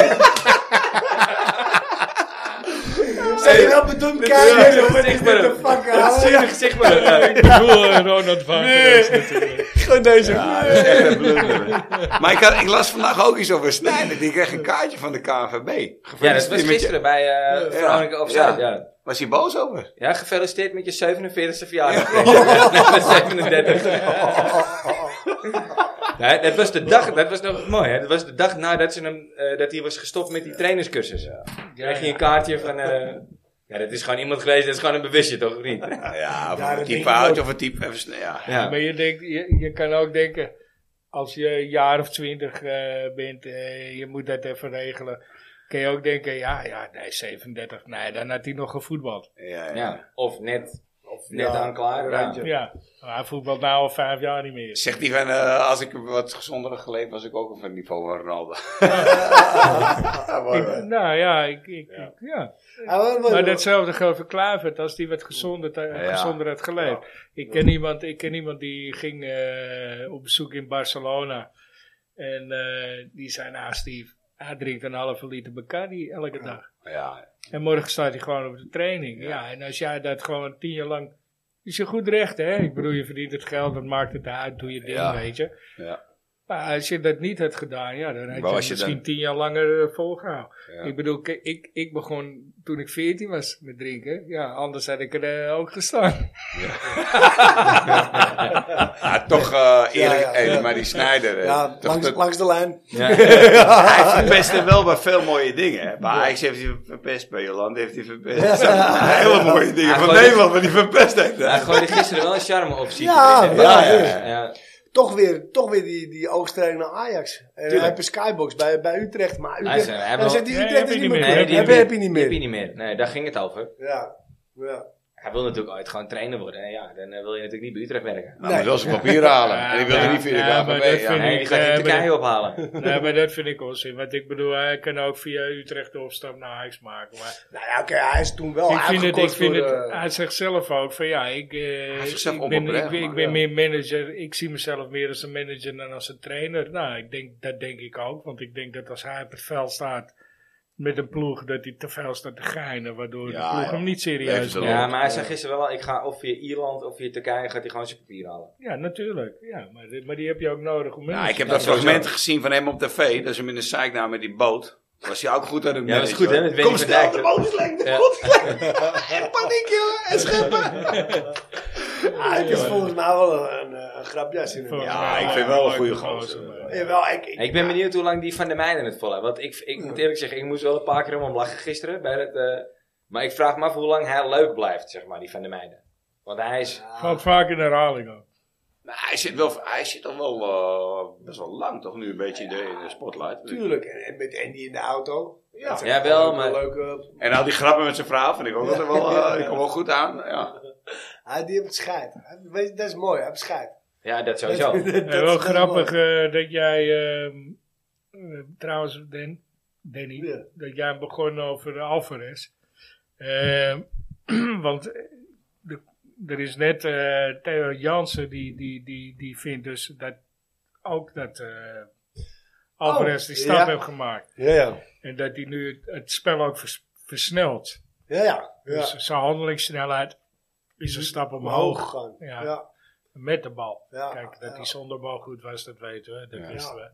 [SPEAKER 3] Zijn je wel bedoemd
[SPEAKER 1] Ja,
[SPEAKER 3] kijken?
[SPEAKER 1] dat
[SPEAKER 3] Wat
[SPEAKER 1] is
[SPEAKER 3] is
[SPEAKER 1] echt maar
[SPEAKER 3] dit
[SPEAKER 1] een-
[SPEAKER 3] te fucking
[SPEAKER 1] Dat is
[SPEAKER 3] houden?
[SPEAKER 1] echt gezicht maar een- ja,
[SPEAKER 2] Ik bedoel eh, Ronald van Perez natuurlijk.
[SPEAKER 3] Gewoon deze.
[SPEAKER 4] Ja, dat is echt een blunder. Maar ik, had, ik las vandaag ook iets over Snijder. Die kreeg een kaartje van de KNVB.
[SPEAKER 1] Ja, dat was
[SPEAKER 4] Gefeliciteerd met je-
[SPEAKER 1] gisteren bij eh Veronica of
[SPEAKER 4] Ja.
[SPEAKER 1] ja.
[SPEAKER 4] Was hij boos over?
[SPEAKER 1] Ja, gefeliciteerd met je 47e verjaardag. Ja. Nee, met 37. Nee, dat was de dag, dat was nog mooi hè. Dat was de dag nadat ze hem, eh, dat hij was gestopt met die trainerscursus. Krijg je een kaartje van, eh, ja dat is gewoon iemand geweest, dat is gewoon een bewisje toch, of niet?
[SPEAKER 4] Nou ja, of
[SPEAKER 3] Ja,
[SPEAKER 4] een
[SPEAKER 3] dat denk
[SPEAKER 4] type
[SPEAKER 3] ik
[SPEAKER 4] uit
[SPEAKER 3] ook.
[SPEAKER 4] of een type... Even, snel, ja.
[SPEAKER 1] Ja.
[SPEAKER 2] Maar je, denkt, je, je kan ook denken... als je een jaar of twintig eh, bent en je moet dat even regelen. Kun je ook denken, ja, ja, nee, 37, nee, dan had hij nog gevoetbald.
[SPEAKER 4] Ja, ja.
[SPEAKER 1] Ja, of net,
[SPEAKER 3] Of,
[SPEAKER 1] net aan klaar. ja.
[SPEAKER 3] randje.
[SPEAKER 2] Ja, maar hij voetbalt nou al vijf jaar niet meer.
[SPEAKER 4] Zegt hij van, eh, als ik wat gezonder had geleefd, was ik ook op het niveau van Ronaldo. eh,
[SPEAKER 2] Ik- nou ja, ik, ik, ik- ja.
[SPEAKER 3] Ja, maar- maar-
[SPEAKER 2] Maar datzelfde geldt voor Klavert, als die wat gezonder, ta-
[SPEAKER 4] Ja.
[SPEAKER 2] gezonder had geleefd. Ik, ken iemand, ik ken iemand die ging eh, op bezoek in Barcelona. En eh, die zei, nou Steve, hij drinkt een halve liter Bacardi elke dag.
[SPEAKER 4] ja,
[SPEAKER 2] En morgen staat hij gewoon op de training. Ja. en als jij dat gewoon tien jaar lang... Is je goed recht, hè? Ik bedoel, je verdient het geld, dat maakt het uit, doe je ding,
[SPEAKER 4] Ja.
[SPEAKER 2] weet je.
[SPEAKER 4] ja.
[SPEAKER 2] Maar als je dat niet had gedaan, ja, dan had
[SPEAKER 4] Maar
[SPEAKER 2] je,
[SPEAKER 4] als je
[SPEAKER 2] misschien
[SPEAKER 4] dan-
[SPEAKER 2] tien jaar langer eh, volgehouden.
[SPEAKER 4] Ja.
[SPEAKER 2] Ik bedoel, kijk, ik, ik begon toen ik veertien was met drinken. Ja, anders had ik er eh, ook gestaan.
[SPEAKER 4] Ah, toch eh eerlijk,
[SPEAKER 3] Ja, ja,
[SPEAKER 4] eh,
[SPEAKER 3] ja.
[SPEAKER 4] maar die Snijder. eh,
[SPEAKER 3] ja,
[SPEAKER 4] toch
[SPEAKER 3] langs,
[SPEAKER 4] dat- Ah,
[SPEAKER 3] langs de lijn.
[SPEAKER 4] Hij verpestte wel bij veel mooie dingen. hè. Bij Ajax heeft hij verpest, bij Jolande heeft hij verpest. Hele mooie dingen
[SPEAKER 1] Hij
[SPEAKER 4] van
[SPEAKER 1] gooit-
[SPEAKER 4] Nederland, maar die verpest heeft.
[SPEAKER 1] Hij
[SPEAKER 4] hij.
[SPEAKER 1] gooide gisteren wel een charme op zich.
[SPEAKER 3] Ja,
[SPEAKER 4] ja,
[SPEAKER 1] ja. ja.
[SPEAKER 3] Toch weer, toch weer die, die oogstreek naar Ajax. En hij
[SPEAKER 1] Tuurlijk.
[SPEAKER 3] heeft een skybox bij, bij Utrecht. Maar Utrecht,
[SPEAKER 1] zei,
[SPEAKER 3] hij
[SPEAKER 1] we
[SPEAKER 3] zegt,
[SPEAKER 1] hebben al-
[SPEAKER 3] die
[SPEAKER 2] Nee,
[SPEAKER 3] Utrecht
[SPEAKER 2] heb
[SPEAKER 3] is
[SPEAKER 2] ik
[SPEAKER 3] niet
[SPEAKER 2] niet
[SPEAKER 3] meer.
[SPEAKER 2] meer.
[SPEAKER 3] Heb,
[SPEAKER 1] Nee, die
[SPEAKER 3] heb, heb je niet
[SPEAKER 1] Die heb je
[SPEAKER 3] meer.
[SPEAKER 1] niet meer. Nee, daar ging het over.
[SPEAKER 3] Ja, ja.
[SPEAKER 1] Hij wil natuurlijk ooit gewoon trainer worden. En ja, dan eh, wil je natuurlijk niet bij Utrecht werken.
[SPEAKER 4] Hij moet wel zijn papier halen. En die wil er
[SPEAKER 2] Ja,
[SPEAKER 4] niet via de
[SPEAKER 2] ja, maar dat
[SPEAKER 4] KVB.
[SPEAKER 2] vind
[SPEAKER 4] Ja.
[SPEAKER 1] Nee,
[SPEAKER 2] ik,
[SPEAKER 1] die gaat
[SPEAKER 2] eh,
[SPEAKER 1] je Turkije
[SPEAKER 2] bedoel-
[SPEAKER 1] ophalen.
[SPEAKER 2] nee, maar dat vind ik onzin. Want ik bedoel, hij kan ook via Utrecht de opstap naar Ajax maken. Maar
[SPEAKER 3] Nou ja, oké, hij is toen
[SPEAKER 4] Oh,
[SPEAKER 3] wel
[SPEAKER 2] ik vind het, ik
[SPEAKER 3] uitgekocht
[SPEAKER 2] vind
[SPEAKER 3] door,
[SPEAKER 2] het,
[SPEAKER 3] eh,
[SPEAKER 2] hij zegt zelf ook van ja, ik, eh,
[SPEAKER 4] Hij is zichzelf
[SPEAKER 2] ik ben,
[SPEAKER 4] opgelegd,
[SPEAKER 2] ik, ben- ik
[SPEAKER 4] maar,
[SPEAKER 2] ben
[SPEAKER 4] ja.
[SPEAKER 2] meer manager. Ik zie mezelf meer als een manager dan als een trainer. Nou, ik denk, dat denk ik ook. Want ik denk dat als hij op het veld staat met een ploeg, dat hij te veel staat te geinen. Waardoor
[SPEAKER 4] Ja,
[SPEAKER 2] de ploeg
[SPEAKER 4] ja.
[SPEAKER 2] hem niet
[SPEAKER 4] Even
[SPEAKER 2] serieus
[SPEAKER 4] zo.
[SPEAKER 2] neemt.
[SPEAKER 1] Ja, maar hij zei gisteren wel, ik ga of via Ierland of via Turkije, gaat hij gewoon zijn papier halen.
[SPEAKER 2] Ja, natuurlijk. Ja, maar, die- maar die heb je ook nodig om
[SPEAKER 4] Nou,
[SPEAKER 2] mensen-
[SPEAKER 4] ik heb dat
[SPEAKER 1] Ja, sowieso.
[SPEAKER 4] fragment gezien van hem op tv. Dat ze hem in de zeik namen met die boot. Was hij ook goed aan het
[SPEAKER 1] Ja, dat is goed, hè, met Wendy
[SPEAKER 4] Kom
[SPEAKER 1] van
[SPEAKER 4] snel,
[SPEAKER 1] Dijk,
[SPEAKER 4] de
[SPEAKER 1] hè.
[SPEAKER 4] boot is lek, de
[SPEAKER 1] Ja.
[SPEAKER 4] boot is lek. En paniek, joh. En scheppen.
[SPEAKER 3] hij heeft Ah, volgens mij wel een, eh, een, een grapjas in hem.
[SPEAKER 2] Volgens
[SPEAKER 4] Ja,
[SPEAKER 2] mij
[SPEAKER 4] ik vind wel een
[SPEAKER 2] leuke
[SPEAKER 4] goede gozer.
[SPEAKER 2] maar-
[SPEAKER 3] Jawel, ik, ik,
[SPEAKER 1] Ik ben benieuwd hoe lang die Van der Meijden het volhoudt. Want ik, ik moet eerlijk zeggen, ik moest wel een paar keer om hem lachen gisteren. Bij dat, eh, maar ik vraag me af hoe lang hij leuk blijft, zeg maar, die Van der Meijden. Want hij is...
[SPEAKER 2] Valt vaak in herhaling ook.
[SPEAKER 4] Nou, hij zit wel, hij zit al wel eh, best wel lang toch nu een beetje in de, in de spotlight.
[SPEAKER 3] Tuurlijk. En, en met Andy in de auto.
[SPEAKER 4] Ja.
[SPEAKER 3] Dat zijn
[SPEAKER 1] Jawel,
[SPEAKER 3] wel
[SPEAKER 1] maar-
[SPEAKER 3] Leuke,
[SPEAKER 4] En al die grappen met zijn vrouw vind ik ook altijd wel, eh, die komen wel goed aan. Ja.
[SPEAKER 3] hij, Ah, die heeft scheid. Hij- weet je, Dat is mooi, hij heeft scheid.
[SPEAKER 1] Ja, dat sowieso.
[SPEAKER 3] Dat
[SPEAKER 2] En wel
[SPEAKER 3] is
[SPEAKER 2] grappig
[SPEAKER 3] mooi.
[SPEAKER 2] eh, dat jij, ehm, eh, trouwens Dan, Danny,
[SPEAKER 3] Ja.
[SPEAKER 2] dat jij begon over Alvarez. Ehm, want eh, de- er is net eh, Theo Jansen die, die, die, die vindt dus dat ook dat eh, Alvarez die stap
[SPEAKER 3] Oh, ja.
[SPEAKER 2] heeft gemaakt.
[SPEAKER 3] Ja, ja.
[SPEAKER 2] En dat hij nu het, het spel ook vers- versnelt.
[SPEAKER 3] Ja, ja. ja.
[SPEAKER 2] Dus zijn handelingssnelheid is een stap
[SPEAKER 3] Omhoog
[SPEAKER 2] omhoog
[SPEAKER 3] gaan.
[SPEAKER 2] Ja.
[SPEAKER 3] ja.
[SPEAKER 2] met de bal.
[SPEAKER 3] Ja,
[SPEAKER 2] Kijk, dat
[SPEAKER 3] ja.
[SPEAKER 2] hij zonder bal goed was, dat weten we. Dat
[SPEAKER 4] Ja.
[SPEAKER 2] wisten we.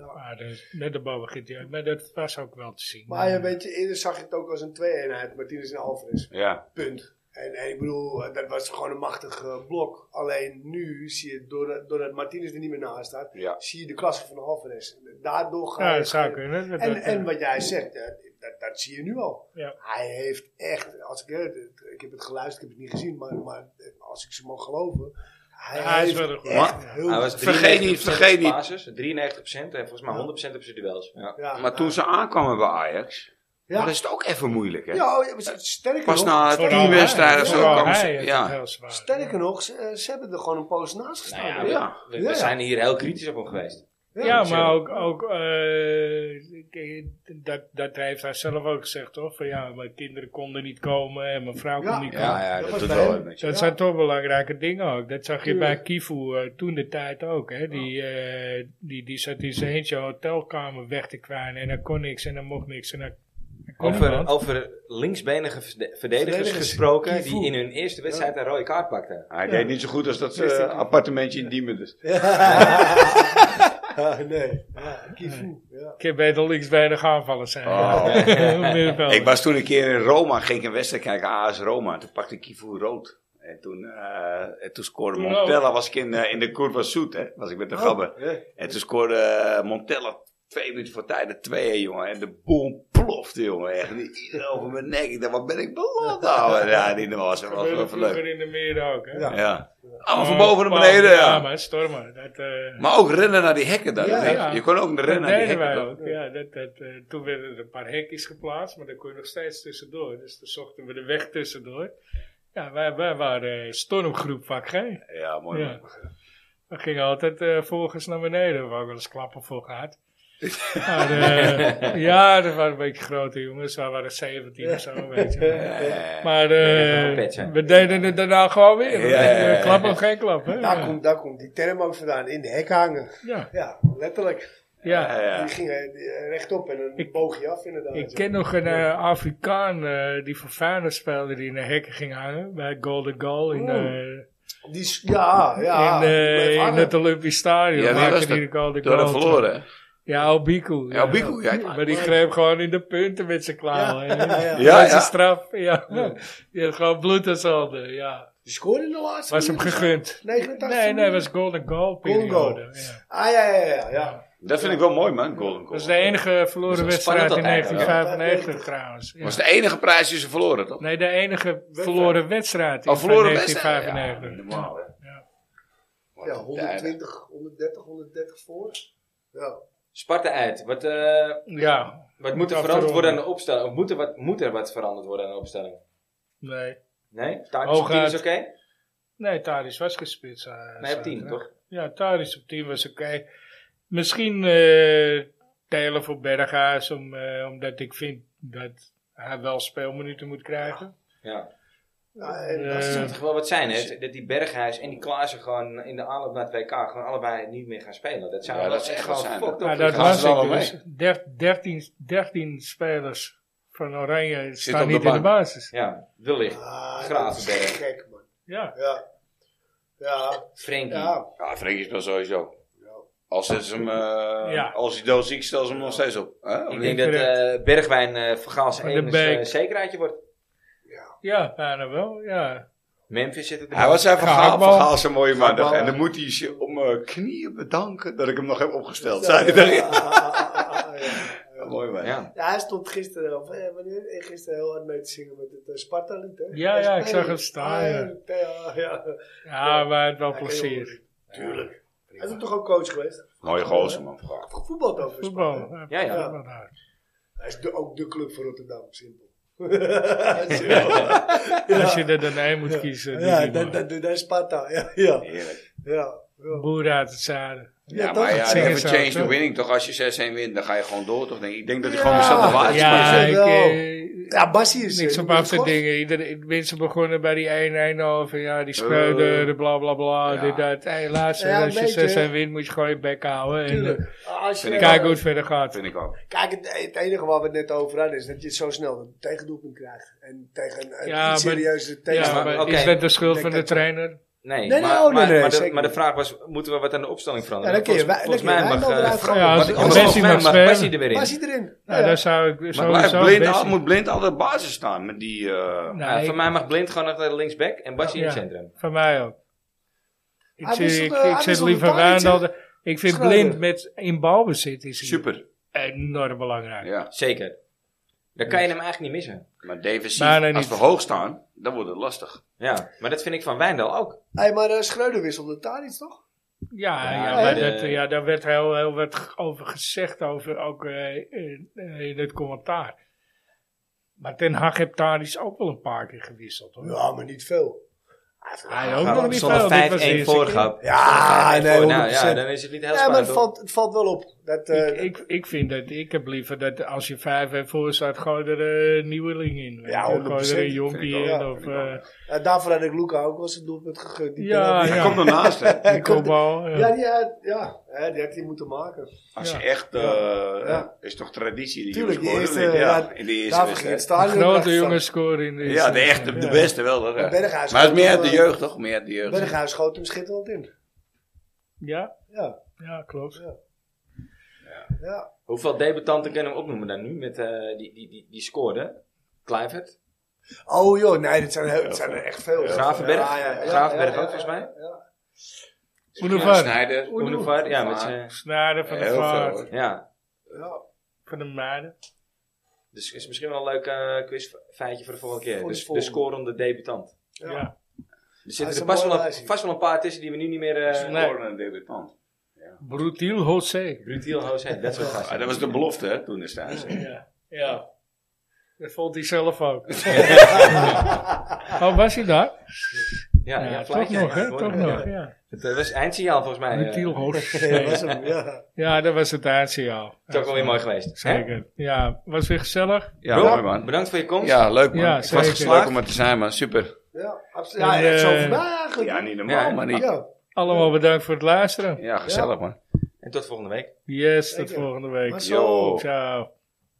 [SPEAKER 3] Ja.
[SPEAKER 2] Maar de, met de bal begint hij ook. Maar dat was ook wel te zien.
[SPEAKER 3] Maar ja,
[SPEAKER 2] Eh,
[SPEAKER 3] weet je, eerder zag je het ook als een twee-eenheid, Martinez en Alvarez.
[SPEAKER 4] ja.
[SPEAKER 3] Punt. En, en ik bedoel, eh, dat was gewoon een machtig eh, blok. Alleen nu zie je, doordat, doordat Martinez er niet meer naast staat,
[SPEAKER 4] Ja.
[SPEAKER 3] zie je de klasse van Alvarez. Daardoor ga
[SPEAKER 2] ja,
[SPEAKER 3] je...
[SPEAKER 2] dat zou kunnen. Dat-
[SPEAKER 3] En,
[SPEAKER 2] dat-
[SPEAKER 3] en wat jij zegt, eh, dat, dat zie je nu al.
[SPEAKER 2] Ja.
[SPEAKER 3] Hij heeft echt, als ik, het- het- ik heb het geluisterd, ik heb het niet gezien, maar, maar eh, als ik ze mag geloven, hij,
[SPEAKER 2] Hij is
[SPEAKER 3] heeft
[SPEAKER 2] wel een goeie.
[SPEAKER 3] echt
[SPEAKER 2] Maar-
[SPEAKER 3] heel
[SPEAKER 1] Hij was
[SPEAKER 4] Vergeet niet,
[SPEAKER 1] 93%
[SPEAKER 4] vergeet
[SPEAKER 1] op
[SPEAKER 4] niet.
[SPEAKER 1] Basis, 93% en volgens mij 100% op zijn duels. Ja.
[SPEAKER 3] ja,
[SPEAKER 4] Maar toen ze aankwamen bij Ajax,
[SPEAKER 3] Ja,
[SPEAKER 4] dat is het ook even moeilijk hè.
[SPEAKER 3] ja, oh, ja, maar ze- sterker
[SPEAKER 4] Pas
[SPEAKER 3] nog,
[SPEAKER 4] na
[SPEAKER 2] vooral
[SPEAKER 4] tien
[SPEAKER 2] hij-
[SPEAKER 4] wedstrijden of zo
[SPEAKER 2] vooral
[SPEAKER 4] komen ze-
[SPEAKER 2] hij heeft
[SPEAKER 4] ja.
[SPEAKER 2] het heel zwaar.
[SPEAKER 3] sterker nog, ze, eh, ze hebben er gewoon een poos naast gestaan.
[SPEAKER 1] Nou ja,
[SPEAKER 3] hè?
[SPEAKER 1] we,
[SPEAKER 4] Ja.
[SPEAKER 1] we- we
[SPEAKER 3] Ja, ja.
[SPEAKER 1] zijn hier heel kritisch op hem geweest.
[SPEAKER 2] Ja,
[SPEAKER 1] Ja,
[SPEAKER 2] maar ook, ook eh, k- dat, dat heeft hij zelf ook gezegd, toch? Van ja, mijn kinderen konden niet komen en mijn vrouw
[SPEAKER 3] Ja.
[SPEAKER 2] kon niet komen.
[SPEAKER 4] Ja, ja, dat,
[SPEAKER 3] was
[SPEAKER 4] doet
[SPEAKER 3] bij
[SPEAKER 4] wel
[SPEAKER 3] hem.
[SPEAKER 4] een
[SPEAKER 2] Dat
[SPEAKER 3] Ja.
[SPEAKER 2] zijn toch belangrijke dingen ook. Dat zag je bij
[SPEAKER 3] Tuurlijk.
[SPEAKER 2] Kivu eh, toen de tijd ook. Hè? Die, eh, die, die zat in zijn eentje hotelkamer weg te kwijnen. En hij kon niks en hij mocht niks. En hij, hij kon
[SPEAKER 3] eh,
[SPEAKER 1] Over,
[SPEAKER 2] niemand.
[SPEAKER 1] over linksbenige verde- verdedigers
[SPEAKER 3] Verdedigers,
[SPEAKER 1] gesproken,
[SPEAKER 3] Kivu.
[SPEAKER 1] die in hun eerste wedstrijd een rode kaart pakten.
[SPEAKER 4] Hij deed niet zo goed als dat eh, appartementje in Diemen. Dus.
[SPEAKER 3] nee, ja, Kifu. Ja.
[SPEAKER 2] Ik heb beter links weinig aanvallers zijn.
[SPEAKER 4] Oh.
[SPEAKER 2] Middenvelder.
[SPEAKER 4] Ik was toen een keer in Roma, ging ik een wedstrijd kijken, AS Roma. Toen pakte ik Kivu rood. En toen, eh, en toen scoorde
[SPEAKER 2] Toen
[SPEAKER 4] Montella, was ik in, eh, in de Curva Zoet, hè. Was ik met de
[SPEAKER 3] Oh.
[SPEAKER 4] gabber.
[SPEAKER 3] Ja.
[SPEAKER 4] En toen scoorde eh, Montella twee minuten voor tijd de 2 jongen. En de boom, plop, ontplofte, jongen. Echt niet iedereen over mijn nek. Ik dacht, wat ben ik beland, ouwe. Ja, niet normaal. Dat was wel
[SPEAKER 2] Gebeurde
[SPEAKER 4] even leuk.
[SPEAKER 2] vroeger in de meer ook, hè?
[SPEAKER 3] Ja.
[SPEAKER 4] Ja. Allemaal van boven naar beneden,
[SPEAKER 2] Oh, Ja,
[SPEAKER 4] ja.
[SPEAKER 2] maar stormen. Dat, eh,
[SPEAKER 4] Maar ook rennen naar die hekken daar.
[SPEAKER 3] Ja,
[SPEAKER 4] dat heet-
[SPEAKER 2] ja.
[SPEAKER 4] Je kon ook rennen
[SPEAKER 2] dat
[SPEAKER 4] naar die
[SPEAKER 2] deden
[SPEAKER 4] hekken.
[SPEAKER 2] wij
[SPEAKER 4] toch?
[SPEAKER 2] ook. Ja, dat, dat, eh, toen werden er een paar hekjes geplaatst, maar daar kon je nog steeds tussendoor. Dus toen zochten we de weg tussendoor. Ja, wij, wij waren eh, stormgroep vak G.
[SPEAKER 4] Ja, mooi.
[SPEAKER 2] Ja.
[SPEAKER 4] man.
[SPEAKER 2] We gingen altijd eh, volgens naar beneden. We hadden wel eens klappen voor gehad. Maar, eh, ja, dat waren een beetje grote jongens. Wij waren 17 of zo, weet je.
[SPEAKER 4] Ja, ja, ja.
[SPEAKER 2] Maar
[SPEAKER 1] Ja,
[SPEAKER 2] eh,
[SPEAKER 1] dat is wel een
[SPEAKER 2] we deden het daarna gewoon weer. Eh,
[SPEAKER 4] Ja, ja, ja.
[SPEAKER 2] Klap of geen klap, hè?
[SPEAKER 3] Daar,
[SPEAKER 2] Ja.
[SPEAKER 3] komt, daar komt die term ook vandaan. In de hek hangen.
[SPEAKER 2] Ja,
[SPEAKER 3] Ja, letterlijk.
[SPEAKER 2] ja.
[SPEAKER 4] Ja, ja.
[SPEAKER 3] Die ging eh, die, eh, rechtop en dan
[SPEAKER 2] Ik-
[SPEAKER 3] boog je af inderdaad.
[SPEAKER 2] Ik ken nog een eh, Afrikaan eh, die voor Feyenoord speelde, die in de hekken ging hangen bij Golden Goal in, eh,
[SPEAKER 3] Die, s- ja, ja.
[SPEAKER 2] in, eh,
[SPEAKER 3] die bleef
[SPEAKER 2] in
[SPEAKER 3] hangen.
[SPEAKER 2] het Olympisch Stadion.
[SPEAKER 4] Ja, wie
[SPEAKER 2] maakte
[SPEAKER 4] was
[SPEAKER 2] die
[SPEAKER 4] dat?
[SPEAKER 2] de Golden
[SPEAKER 4] Toen
[SPEAKER 2] Goal.
[SPEAKER 4] hadden we verloren. hè?
[SPEAKER 2] Ja, Albiku.
[SPEAKER 4] Ja, Albiku, ja.
[SPEAKER 2] Maar die greep gewoon in de punten met zijn klauwen. Ja, ja.
[SPEAKER 4] Ja,
[SPEAKER 2] Dat is
[SPEAKER 4] ja.
[SPEAKER 2] een straf. Ja. Die had gewoon bloed als handen. Ja.
[SPEAKER 3] Die scoorde in de laatste.
[SPEAKER 2] Was hem gegund.
[SPEAKER 3] 89
[SPEAKER 2] Nee, nee, was Golden Goal periode.
[SPEAKER 3] Congo.
[SPEAKER 2] Ja.
[SPEAKER 3] Ah, ja, ja, ja. ja.
[SPEAKER 4] Dat vind ik wel mooi, man. Golden Goal.
[SPEAKER 2] Dat is de enige verloren
[SPEAKER 1] Dat is wel
[SPEAKER 2] wedstrijd
[SPEAKER 1] spannend
[SPEAKER 2] in
[SPEAKER 1] altijd,
[SPEAKER 3] hè?
[SPEAKER 2] 1995 trouwens. Ja.
[SPEAKER 4] was de enige prijs die ze verloren, toch?
[SPEAKER 2] Nee, de enige verloren wedstrijd in
[SPEAKER 4] Al Oh, verloren wedstrijd. Ja,
[SPEAKER 2] 1995.
[SPEAKER 4] normaal, hè.
[SPEAKER 2] Ja.
[SPEAKER 4] Wat
[SPEAKER 3] ja
[SPEAKER 4] een tijden.
[SPEAKER 3] 120, 130, 130 voor. Ja.
[SPEAKER 1] Sparta uit. Wat, eh,
[SPEAKER 2] Ja,
[SPEAKER 1] wat moet er
[SPEAKER 2] Afgerond.
[SPEAKER 1] veranderd worden aan de opstelling? Of moet er wat, moet er wat veranderd worden aan de opstelling?
[SPEAKER 2] nee.
[SPEAKER 1] Nee? Taak
[SPEAKER 2] Hooguit.
[SPEAKER 1] is oké?
[SPEAKER 2] Nee, Tadis was gespitst. eh,
[SPEAKER 1] Nee, op
[SPEAKER 2] zaterdag.
[SPEAKER 1] 10, toch?
[SPEAKER 2] Ja, Tadis op 10 was oké. Misschien eh telen voor Berghuis, om, eh, omdat ik vind dat hij wel speelminuten moet krijgen.
[SPEAKER 4] Ah,
[SPEAKER 1] Ja.
[SPEAKER 3] Ja, en
[SPEAKER 2] Eh,
[SPEAKER 3] als
[SPEAKER 1] Het moet toch wel wat zijn, hè? Dat die Berghuis en die Klaassen gewoon in de aanloop naar het WK gewoon allebei niet meer gaan spelen. Dat zou
[SPEAKER 4] Ja,
[SPEAKER 1] wel
[SPEAKER 4] dat zou
[SPEAKER 1] echt
[SPEAKER 4] wel
[SPEAKER 1] wel
[SPEAKER 4] zijn,
[SPEAKER 1] fucked
[SPEAKER 2] Maar
[SPEAKER 1] up
[SPEAKER 2] Nou, dat
[SPEAKER 4] gaan
[SPEAKER 1] gegaan
[SPEAKER 2] was
[SPEAKER 4] ze
[SPEAKER 1] zijn.
[SPEAKER 4] wel
[SPEAKER 2] ik
[SPEAKER 4] mee.
[SPEAKER 2] dus. Der- 13, 13 spelers van Oranje
[SPEAKER 4] op
[SPEAKER 2] staan
[SPEAKER 4] de
[SPEAKER 2] niet in de
[SPEAKER 4] bank.
[SPEAKER 2] basis.
[SPEAKER 1] Ja, wellicht.
[SPEAKER 3] Ah,
[SPEAKER 1] Gravenberg.
[SPEAKER 3] dat is gek, man.
[SPEAKER 2] Ja,
[SPEAKER 3] Ja. Ja.
[SPEAKER 1] Frenkie.
[SPEAKER 3] Ja.
[SPEAKER 4] Ja, Frenkie speelt sowieso.
[SPEAKER 3] Ja.
[SPEAKER 4] Als, ze hem, eh,
[SPEAKER 2] Ja.
[SPEAKER 4] als hij doodziek is, stelt ze hem nog steeds op. Hè? Of
[SPEAKER 1] Ik
[SPEAKER 4] niet?
[SPEAKER 1] denk dat eh, Bergwijn eh van Gaal zijn
[SPEAKER 2] Van de
[SPEAKER 1] enige, eh,
[SPEAKER 2] Beek.
[SPEAKER 1] zekerheidje wordt.
[SPEAKER 2] ja bijna wel. Ja.
[SPEAKER 1] Memphis zit er
[SPEAKER 4] Hij was zijn verhaal,
[SPEAKER 2] Gehaktbal.
[SPEAKER 4] verhaal zijn mooie maandag.
[SPEAKER 3] Gehaktbal.
[SPEAKER 4] En dan moet hij je om mijn knieën bedanken dat ik hem nog heb opgesteld. Zei hij daarin.
[SPEAKER 3] Ja,
[SPEAKER 4] Ja, Mooi man.
[SPEAKER 1] Ja.
[SPEAKER 3] Ja, hij stond gisteren, of eh, wanneer, eh, gisteren heel hard mee te zingen met het eh, Sparta-lied, hè?
[SPEAKER 2] Ja, ja, ik zag hem staan, ja.
[SPEAKER 3] Ja, ja, ja.
[SPEAKER 2] ja, maar het wel
[SPEAKER 3] Ja,
[SPEAKER 2] plezier.
[SPEAKER 3] Tuurlijk. Hij is toch ook coach geweest? Hij
[SPEAKER 4] Mooie gozer man.
[SPEAKER 3] heeft gevoetbald over Sparta,
[SPEAKER 2] Voetbal.
[SPEAKER 3] hè?
[SPEAKER 2] eh,
[SPEAKER 1] Ja, ja.
[SPEAKER 2] voetbal daar.
[SPEAKER 3] Hij is de- ook de club voor Rotterdam, simpel. Simpel.
[SPEAKER 2] Als je er dan één moet kiezen. doe
[SPEAKER 3] ja,
[SPEAKER 2] die
[SPEAKER 3] dat,
[SPEAKER 2] maar.
[SPEAKER 3] dat, dat is Sparta, ja. Ja,
[SPEAKER 4] Heerlijk.
[SPEAKER 3] ja. ja.
[SPEAKER 2] Boeren uit het zaden.
[SPEAKER 4] Ja,
[SPEAKER 3] Ja,
[SPEAKER 4] maar
[SPEAKER 3] toch?
[SPEAKER 4] ja,
[SPEAKER 2] Zeggen
[SPEAKER 4] never
[SPEAKER 2] ze
[SPEAKER 4] change
[SPEAKER 2] ook,
[SPEAKER 4] the
[SPEAKER 2] toch?
[SPEAKER 4] winning toch. Als je 6-1 wint, dan ga je gewoon door toch. Denk ik. Ik denk dat hij
[SPEAKER 3] Ja.
[SPEAKER 4] gewoon met z'n waard is.
[SPEAKER 2] Ja,
[SPEAKER 4] maar-
[SPEAKER 3] maar
[SPEAKER 2] ik,
[SPEAKER 3] zo wel.
[SPEAKER 2] eh,
[SPEAKER 3] Ja, Bassi is...
[SPEAKER 2] niks
[SPEAKER 3] eh,
[SPEAKER 2] op
[SPEAKER 3] die
[SPEAKER 2] af te
[SPEAKER 3] wordt
[SPEAKER 2] dingen. Iedereen- Mensen begonnen bij die 1-1 over. Ja, die spreuder,
[SPEAKER 4] Eh,
[SPEAKER 2] bla bla bla.
[SPEAKER 4] ja.
[SPEAKER 2] Dit, dat. Hey, laatste,
[SPEAKER 3] Ja,
[SPEAKER 2] als je
[SPEAKER 3] een beetje.
[SPEAKER 2] 6 en wint, moet je gewoon je bek houden. En,
[SPEAKER 3] Tuurlijk.
[SPEAKER 2] eh,
[SPEAKER 3] geschorst. Als je-
[SPEAKER 4] Vind ik
[SPEAKER 2] kijk hoe het verder gaat.
[SPEAKER 4] Vind ik ook.
[SPEAKER 3] Kijk, het, het enige waar we het net over hadden is dat je het zo snel een tegendoelpunt krijgt. En tegen een, een
[SPEAKER 2] Ja, maar-
[SPEAKER 3] iets serieuze
[SPEAKER 2] Ja,
[SPEAKER 3] tegenstander.
[SPEAKER 2] maar
[SPEAKER 1] oké.
[SPEAKER 2] is dat de schuld
[SPEAKER 3] Ik
[SPEAKER 2] van de
[SPEAKER 3] denk
[SPEAKER 2] trainer?
[SPEAKER 1] Nee, maar,
[SPEAKER 3] Nee, nee, oh,
[SPEAKER 1] maar,
[SPEAKER 3] nee, nee,
[SPEAKER 1] maar, de,
[SPEAKER 3] zeker
[SPEAKER 1] maar de vraag was, moeten we wat aan de opstelling veranderen?
[SPEAKER 3] Ja, dan kun je
[SPEAKER 1] Volgens-
[SPEAKER 3] wij-
[SPEAKER 1] volgens
[SPEAKER 3] dan kun
[SPEAKER 1] mij
[SPEAKER 3] je
[SPEAKER 1] mag
[SPEAKER 3] wij wel
[SPEAKER 1] eh,
[SPEAKER 3] eruit
[SPEAKER 1] Frank-
[SPEAKER 2] Ja, als-
[SPEAKER 1] want-
[SPEAKER 2] als
[SPEAKER 1] volgens
[SPEAKER 2] Bessie
[SPEAKER 1] mij
[SPEAKER 2] mag
[SPEAKER 1] mag
[SPEAKER 2] spelen.
[SPEAKER 1] Bessie er weer in.
[SPEAKER 3] Was hij erin?
[SPEAKER 2] Nou, daar zou ik
[SPEAKER 4] Maar blijft
[SPEAKER 2] sowieso
[SPEAKER 4] blind,
[SPEAKER 2] best-
[SPEAKER 4] al- moet blind altijd basis staan met die... eh,
[SPEAKER 1] Ja,
[SPEAKER 2] Nou, Nee,
[SPEAKER 1] voor mij mag Blind gewoon naar de linksback en Basje in
[SPEAKER 2] Ja.
[SPEAKER 1] het centrum.
[SPEAKER 2] Van mij ook. Ik,
[SPEAKER 3] Hij
[SPEAKER 2] zie-
[SPEAKER 3] wisselt,
[SPEAKER 2] ik,
[SPEAKER 3] eh,
[SPEAKER 2] ik
[SPEAKER 3] hij
[SPEAKER 2] zit
[SPEAKER 3] wisselt
[SPEAKER 2] liever
[SPEAKER 3] een paar
[SPEAKER 2] Wijndal.
[SPEAKER 3] keer.
[SPEAKER 2] de- Ik vind
[SPEAKER 3] Schreuder.
[SPEAKER 2] blind met in balbezit is hij
[SPEAKER 4] Super.
[SPEAKER 2] enorm belangrijk.
[SPEAKER 4] Ja.
[SPEAKER 1] Zeker. Dan kan je hem eigenlijk niet missen.
[SPEAKER 4] Maar defensief,
[SPEAKER 2] Maar nee,
[SPEAKER 4] als we
[SPEAKER 2] niet.
[SPEAKER 4] hoog staan, dan wordt het lastig.
[SPEAKER 1] Ja, maar dat vind ik van Wijndal ook.
[SPEAKER 3] Hey, maar eh Schreuder wisselde daar iets, toch?
[SPEAKER 2] Ja, ja,
[SPEAKER 1] Ja,
[SPEAKER 2] maar
[SPEAKER 1] de-
[SPEAKER 2] dat, ja, daar werd heel, heel wat g- over gezegd, over, ook eh, in, eh, in het commentaar. Maar Ten Hag heeft daar is ook wel een paar keer gewisseld. Hoor.
[SPEAKER 3] Ja, maar niet veel.
[SPEAKER 2] Hij ook nog
[SPEAKER 1] Gewoon
[SPEAKER 2] niet
[SPEAKER 1] Zonder
[SPEAKER 2] veel. dit was de
[SPEAKER 1] 5-1
[SPEAKER 2] eerste keer.
[SPEAKER 1] voorgap.
[SPEAKER 3] Ja, Ah, nee,
[SPEAKER 1] Oh,
[SPEAKER 3] 100%.
[SPEAKER 1] nou ja, dan is het niet heel
[SPEAKER 3] ja, maar
[SPEAKER 1] spannend.
[SPEAKER 3] het
[SPEAKER 1] hoor.
[SPEAKER 3] valt, het valt wel op. Dat, eh,
[SPEAKER 2] Ik, ik, ik vind dat, ik heb liever dat als je vijf en voor staat, gooi er een nieuweling in.
[SPEAKER 3] Ja,
[SPEAKER 2] gooi er
[SPEAKER 3] 100%
[SPEAKER 2] een jonkie
[SPEAKER 4] vind ik
[SPEAKER 2] in.
[SPEAKER 4] ook, ja,
[SPEAKER 2] of,
[SPEAKER 4] vind ik ook.
[SPEAKER 2] eh,
[SPEAKER 3] eh, daarvoor had ik Luca ook wel zijn doelpunt gegund. Die
[SPEAKER 2] Ja,
[SPEAKER 3] penalty.
[SPEAKER 4] Hij
[SPEAKER 2] ja.
[SPEAKER 4] komt ernaast, hè.
[SPEAKER 2] een kopbal. Ja.
[SPEAKER 3] Ja, die, had- ja, hè, die had hij moeten maken.
[SPEAKER 4] Als
[SPEAKER 2] Ja.
[SPEAKER 4] je echt, eh
[SPEAKER 3] Ja.
[SPEAKER 4] is toch traditie die
[SPEAKER 3] Tuurlijk,
[SPEAKER 4] jongens
[SPEAKER 3] die
[SPEAKER 4] worden,
[SPEAKER 3] eerste,
[SPEAKER 4] denk
[SPEAKER 3] ja,
[SPEAKER 4] ik, ja, in de eerste
[SPEAKER 3] Daarvoor ging het
[SPEAKER 4] wedstrijd.
[SPEAKER 2] De
[SPEAKER 3] stadion.
[SPEAKER 2] grote
[SPEAKER 3] erachter.
[SPEAKER 2] jongens scoren in de eerste
[SPEAKER 4] Ja, de echte, de
[SPEAKER 2] wedstrijd.
[SPEAKER 4] beste wel. Dat,
[SPEAKER 3] Maar
[SPEAKER 4] echt.
[SPEAKER 3] Berghuis
[SPEAKER 4] maar het is meer uit
[SPEAKER 3] schoot
[SPEAKER 4] de
[SPEAKER 3] hem,
[SPEAKER 4] jeugd, toch? Meer uit de
[SPEAKER 3] eh,
[SPEAKER 4] jeugd.
[SPEAKER 3] Berghuis schoot hem schitterend in.
[SPEAKER 2] Ja,
[SPEAKER 3] Ja,
[SPEAKER 2] ja klopt.
[SPEAKER 3] ja.
[SPEAKER 1] Hoeveel debutanten kunnen we opnoemen dan nu? Met, eh, die, die, die, die scoorde. Kluivert,
[SPEAKER 3] Oh joh, nee, dit zijn, heel, dit zijn er echt veel.
[SPEAKER 1] Gravenberg.
[SPEAKER 3] Ja, ja, ja,
[SPEAKER 1] Gravenberg
[SPEAKER 3] ja, ja,
[SPEAKER 1] ook,
[SPEAKER 4] dus.
[SPEAKER 1] volgens mij.
[SPEAKER 3] ja, ja.
[SPEAKER 4] Ja,
[SPEAKER 2] Boulevard.
[SPEAKER 4] Sneijder.
[SPEAKER 1] Oenevaart, ja, met zijn...
[SPEAKER 2] Snaren van de
[SPEAKER 4] Heel veel,
[SPEAKER 2] vaart.
[SPEAKER 4] hoor.
[SPEAKER 1] Ja,
[SPEAKER 3] Ja.
[SPEAKER 2] Van de meiden.
[SPEAKER 1] Dus is misschien wel een leuk eh, quizfeitje voor de volgende keer.
[SPEAKER 3] Voor de
[SPEAKER 1] Dus de
[SPEAKER 3] volgende.
[SPEAKER 1] scorende debutant.
[SPEAKER 3] Ja.
[SPEAKER 2] Ja.
[SPEAKER 1] Er
[SPEAKER 3] Ah, is
[SPEAKER 1] zitten er
[SPEAKER 3] een
[SPEAKER 1] vast
[SPEAKER 3] mooie
[SPEAKER 1] wel, een,
[SPEAKER 3] lijstje.
[SPEAKER 1] vast wel een paar tussen die we nu niet meer... eh
[SPEAKER 2] Nee.
[SPEAKER 4] Scoren een debutant.
[SPEAKER 2] Brutiel José.
[SPEAKER 1] Brutiel José, dat soort gasten.
[SPEAKER 4] Ah, dat was de belofte, hè, toen destijds.
[SPEAKER 2] Ja. ja. Dat vond hij zelf ook. oh, was hij daar?
[SPEAKER 1] Ja, ja,
[SPEAKER 2] toch
[SPEAKER 1] plaatje.
[SPEAKER 2] nog, hè?
[SPEAKER 1] Ja,
[SPEAKER 2] Toch
[SPEAKER 1] ja.
[SPEAKER 2] nog, ja.
[SPEAKER 1] Het eh, was eindsignaal volgens mij. eh.
[SPEAKER 2] Brutiel
[SPEAKER 3] Ja, dat was
[SPEAKER 2] José.
[SPEAKER 3] hem, ja.
[SPEAKER 2] Ja, dat was het eindsignaal.
[SPEAKER 1] Het is ook wel weer mooi geweest. hè?
[SPEAKER 2] Zeker. Ja, was weer gezellig.
[SPEAKER 4] Ja,
[SPEAKER 1] Rob,
[SPEAKER 4] mooi man.
[SPEAKER 1] bedankt voor je komst.
[SPEAKER 4] Ja, leuk man.
[SPEAKER 2] Ja,
[SPEAKER 4] ik
[SPEAKER 2] zeker.
[SPEAKER 4] was geslaagd om er te zijn, man. Super.
[SPEAKER 3] Ja, absoluut. Ja,
[SPEAKER 2] En,
[SPEAKER 3] echt zo
[SPEAKER 2] eh,
[SPEAKER 3] vandaag eigenlijk.
[SPEAKER 4] Ja, niet normaal,
[SPEAKER 1] Ja,
[SPEAKER 4] maar niet.
[SPEAKER 3] Ja.
[SPEAKER 2] Allemaal bedankt voor het luisteren.
[SPEAKER 4] Ja, gezellig man.
[SPEAKER 1] En tot volgende week.
[SPEAKER 2] Yes, tot
[SPEAKER 3] Zeker.
[SPEAKER 2] volgende week.
[SPEAKER 3] Maar zo.
[SPEAKER 4] Yo.
[SPEAKER 2] Ciao.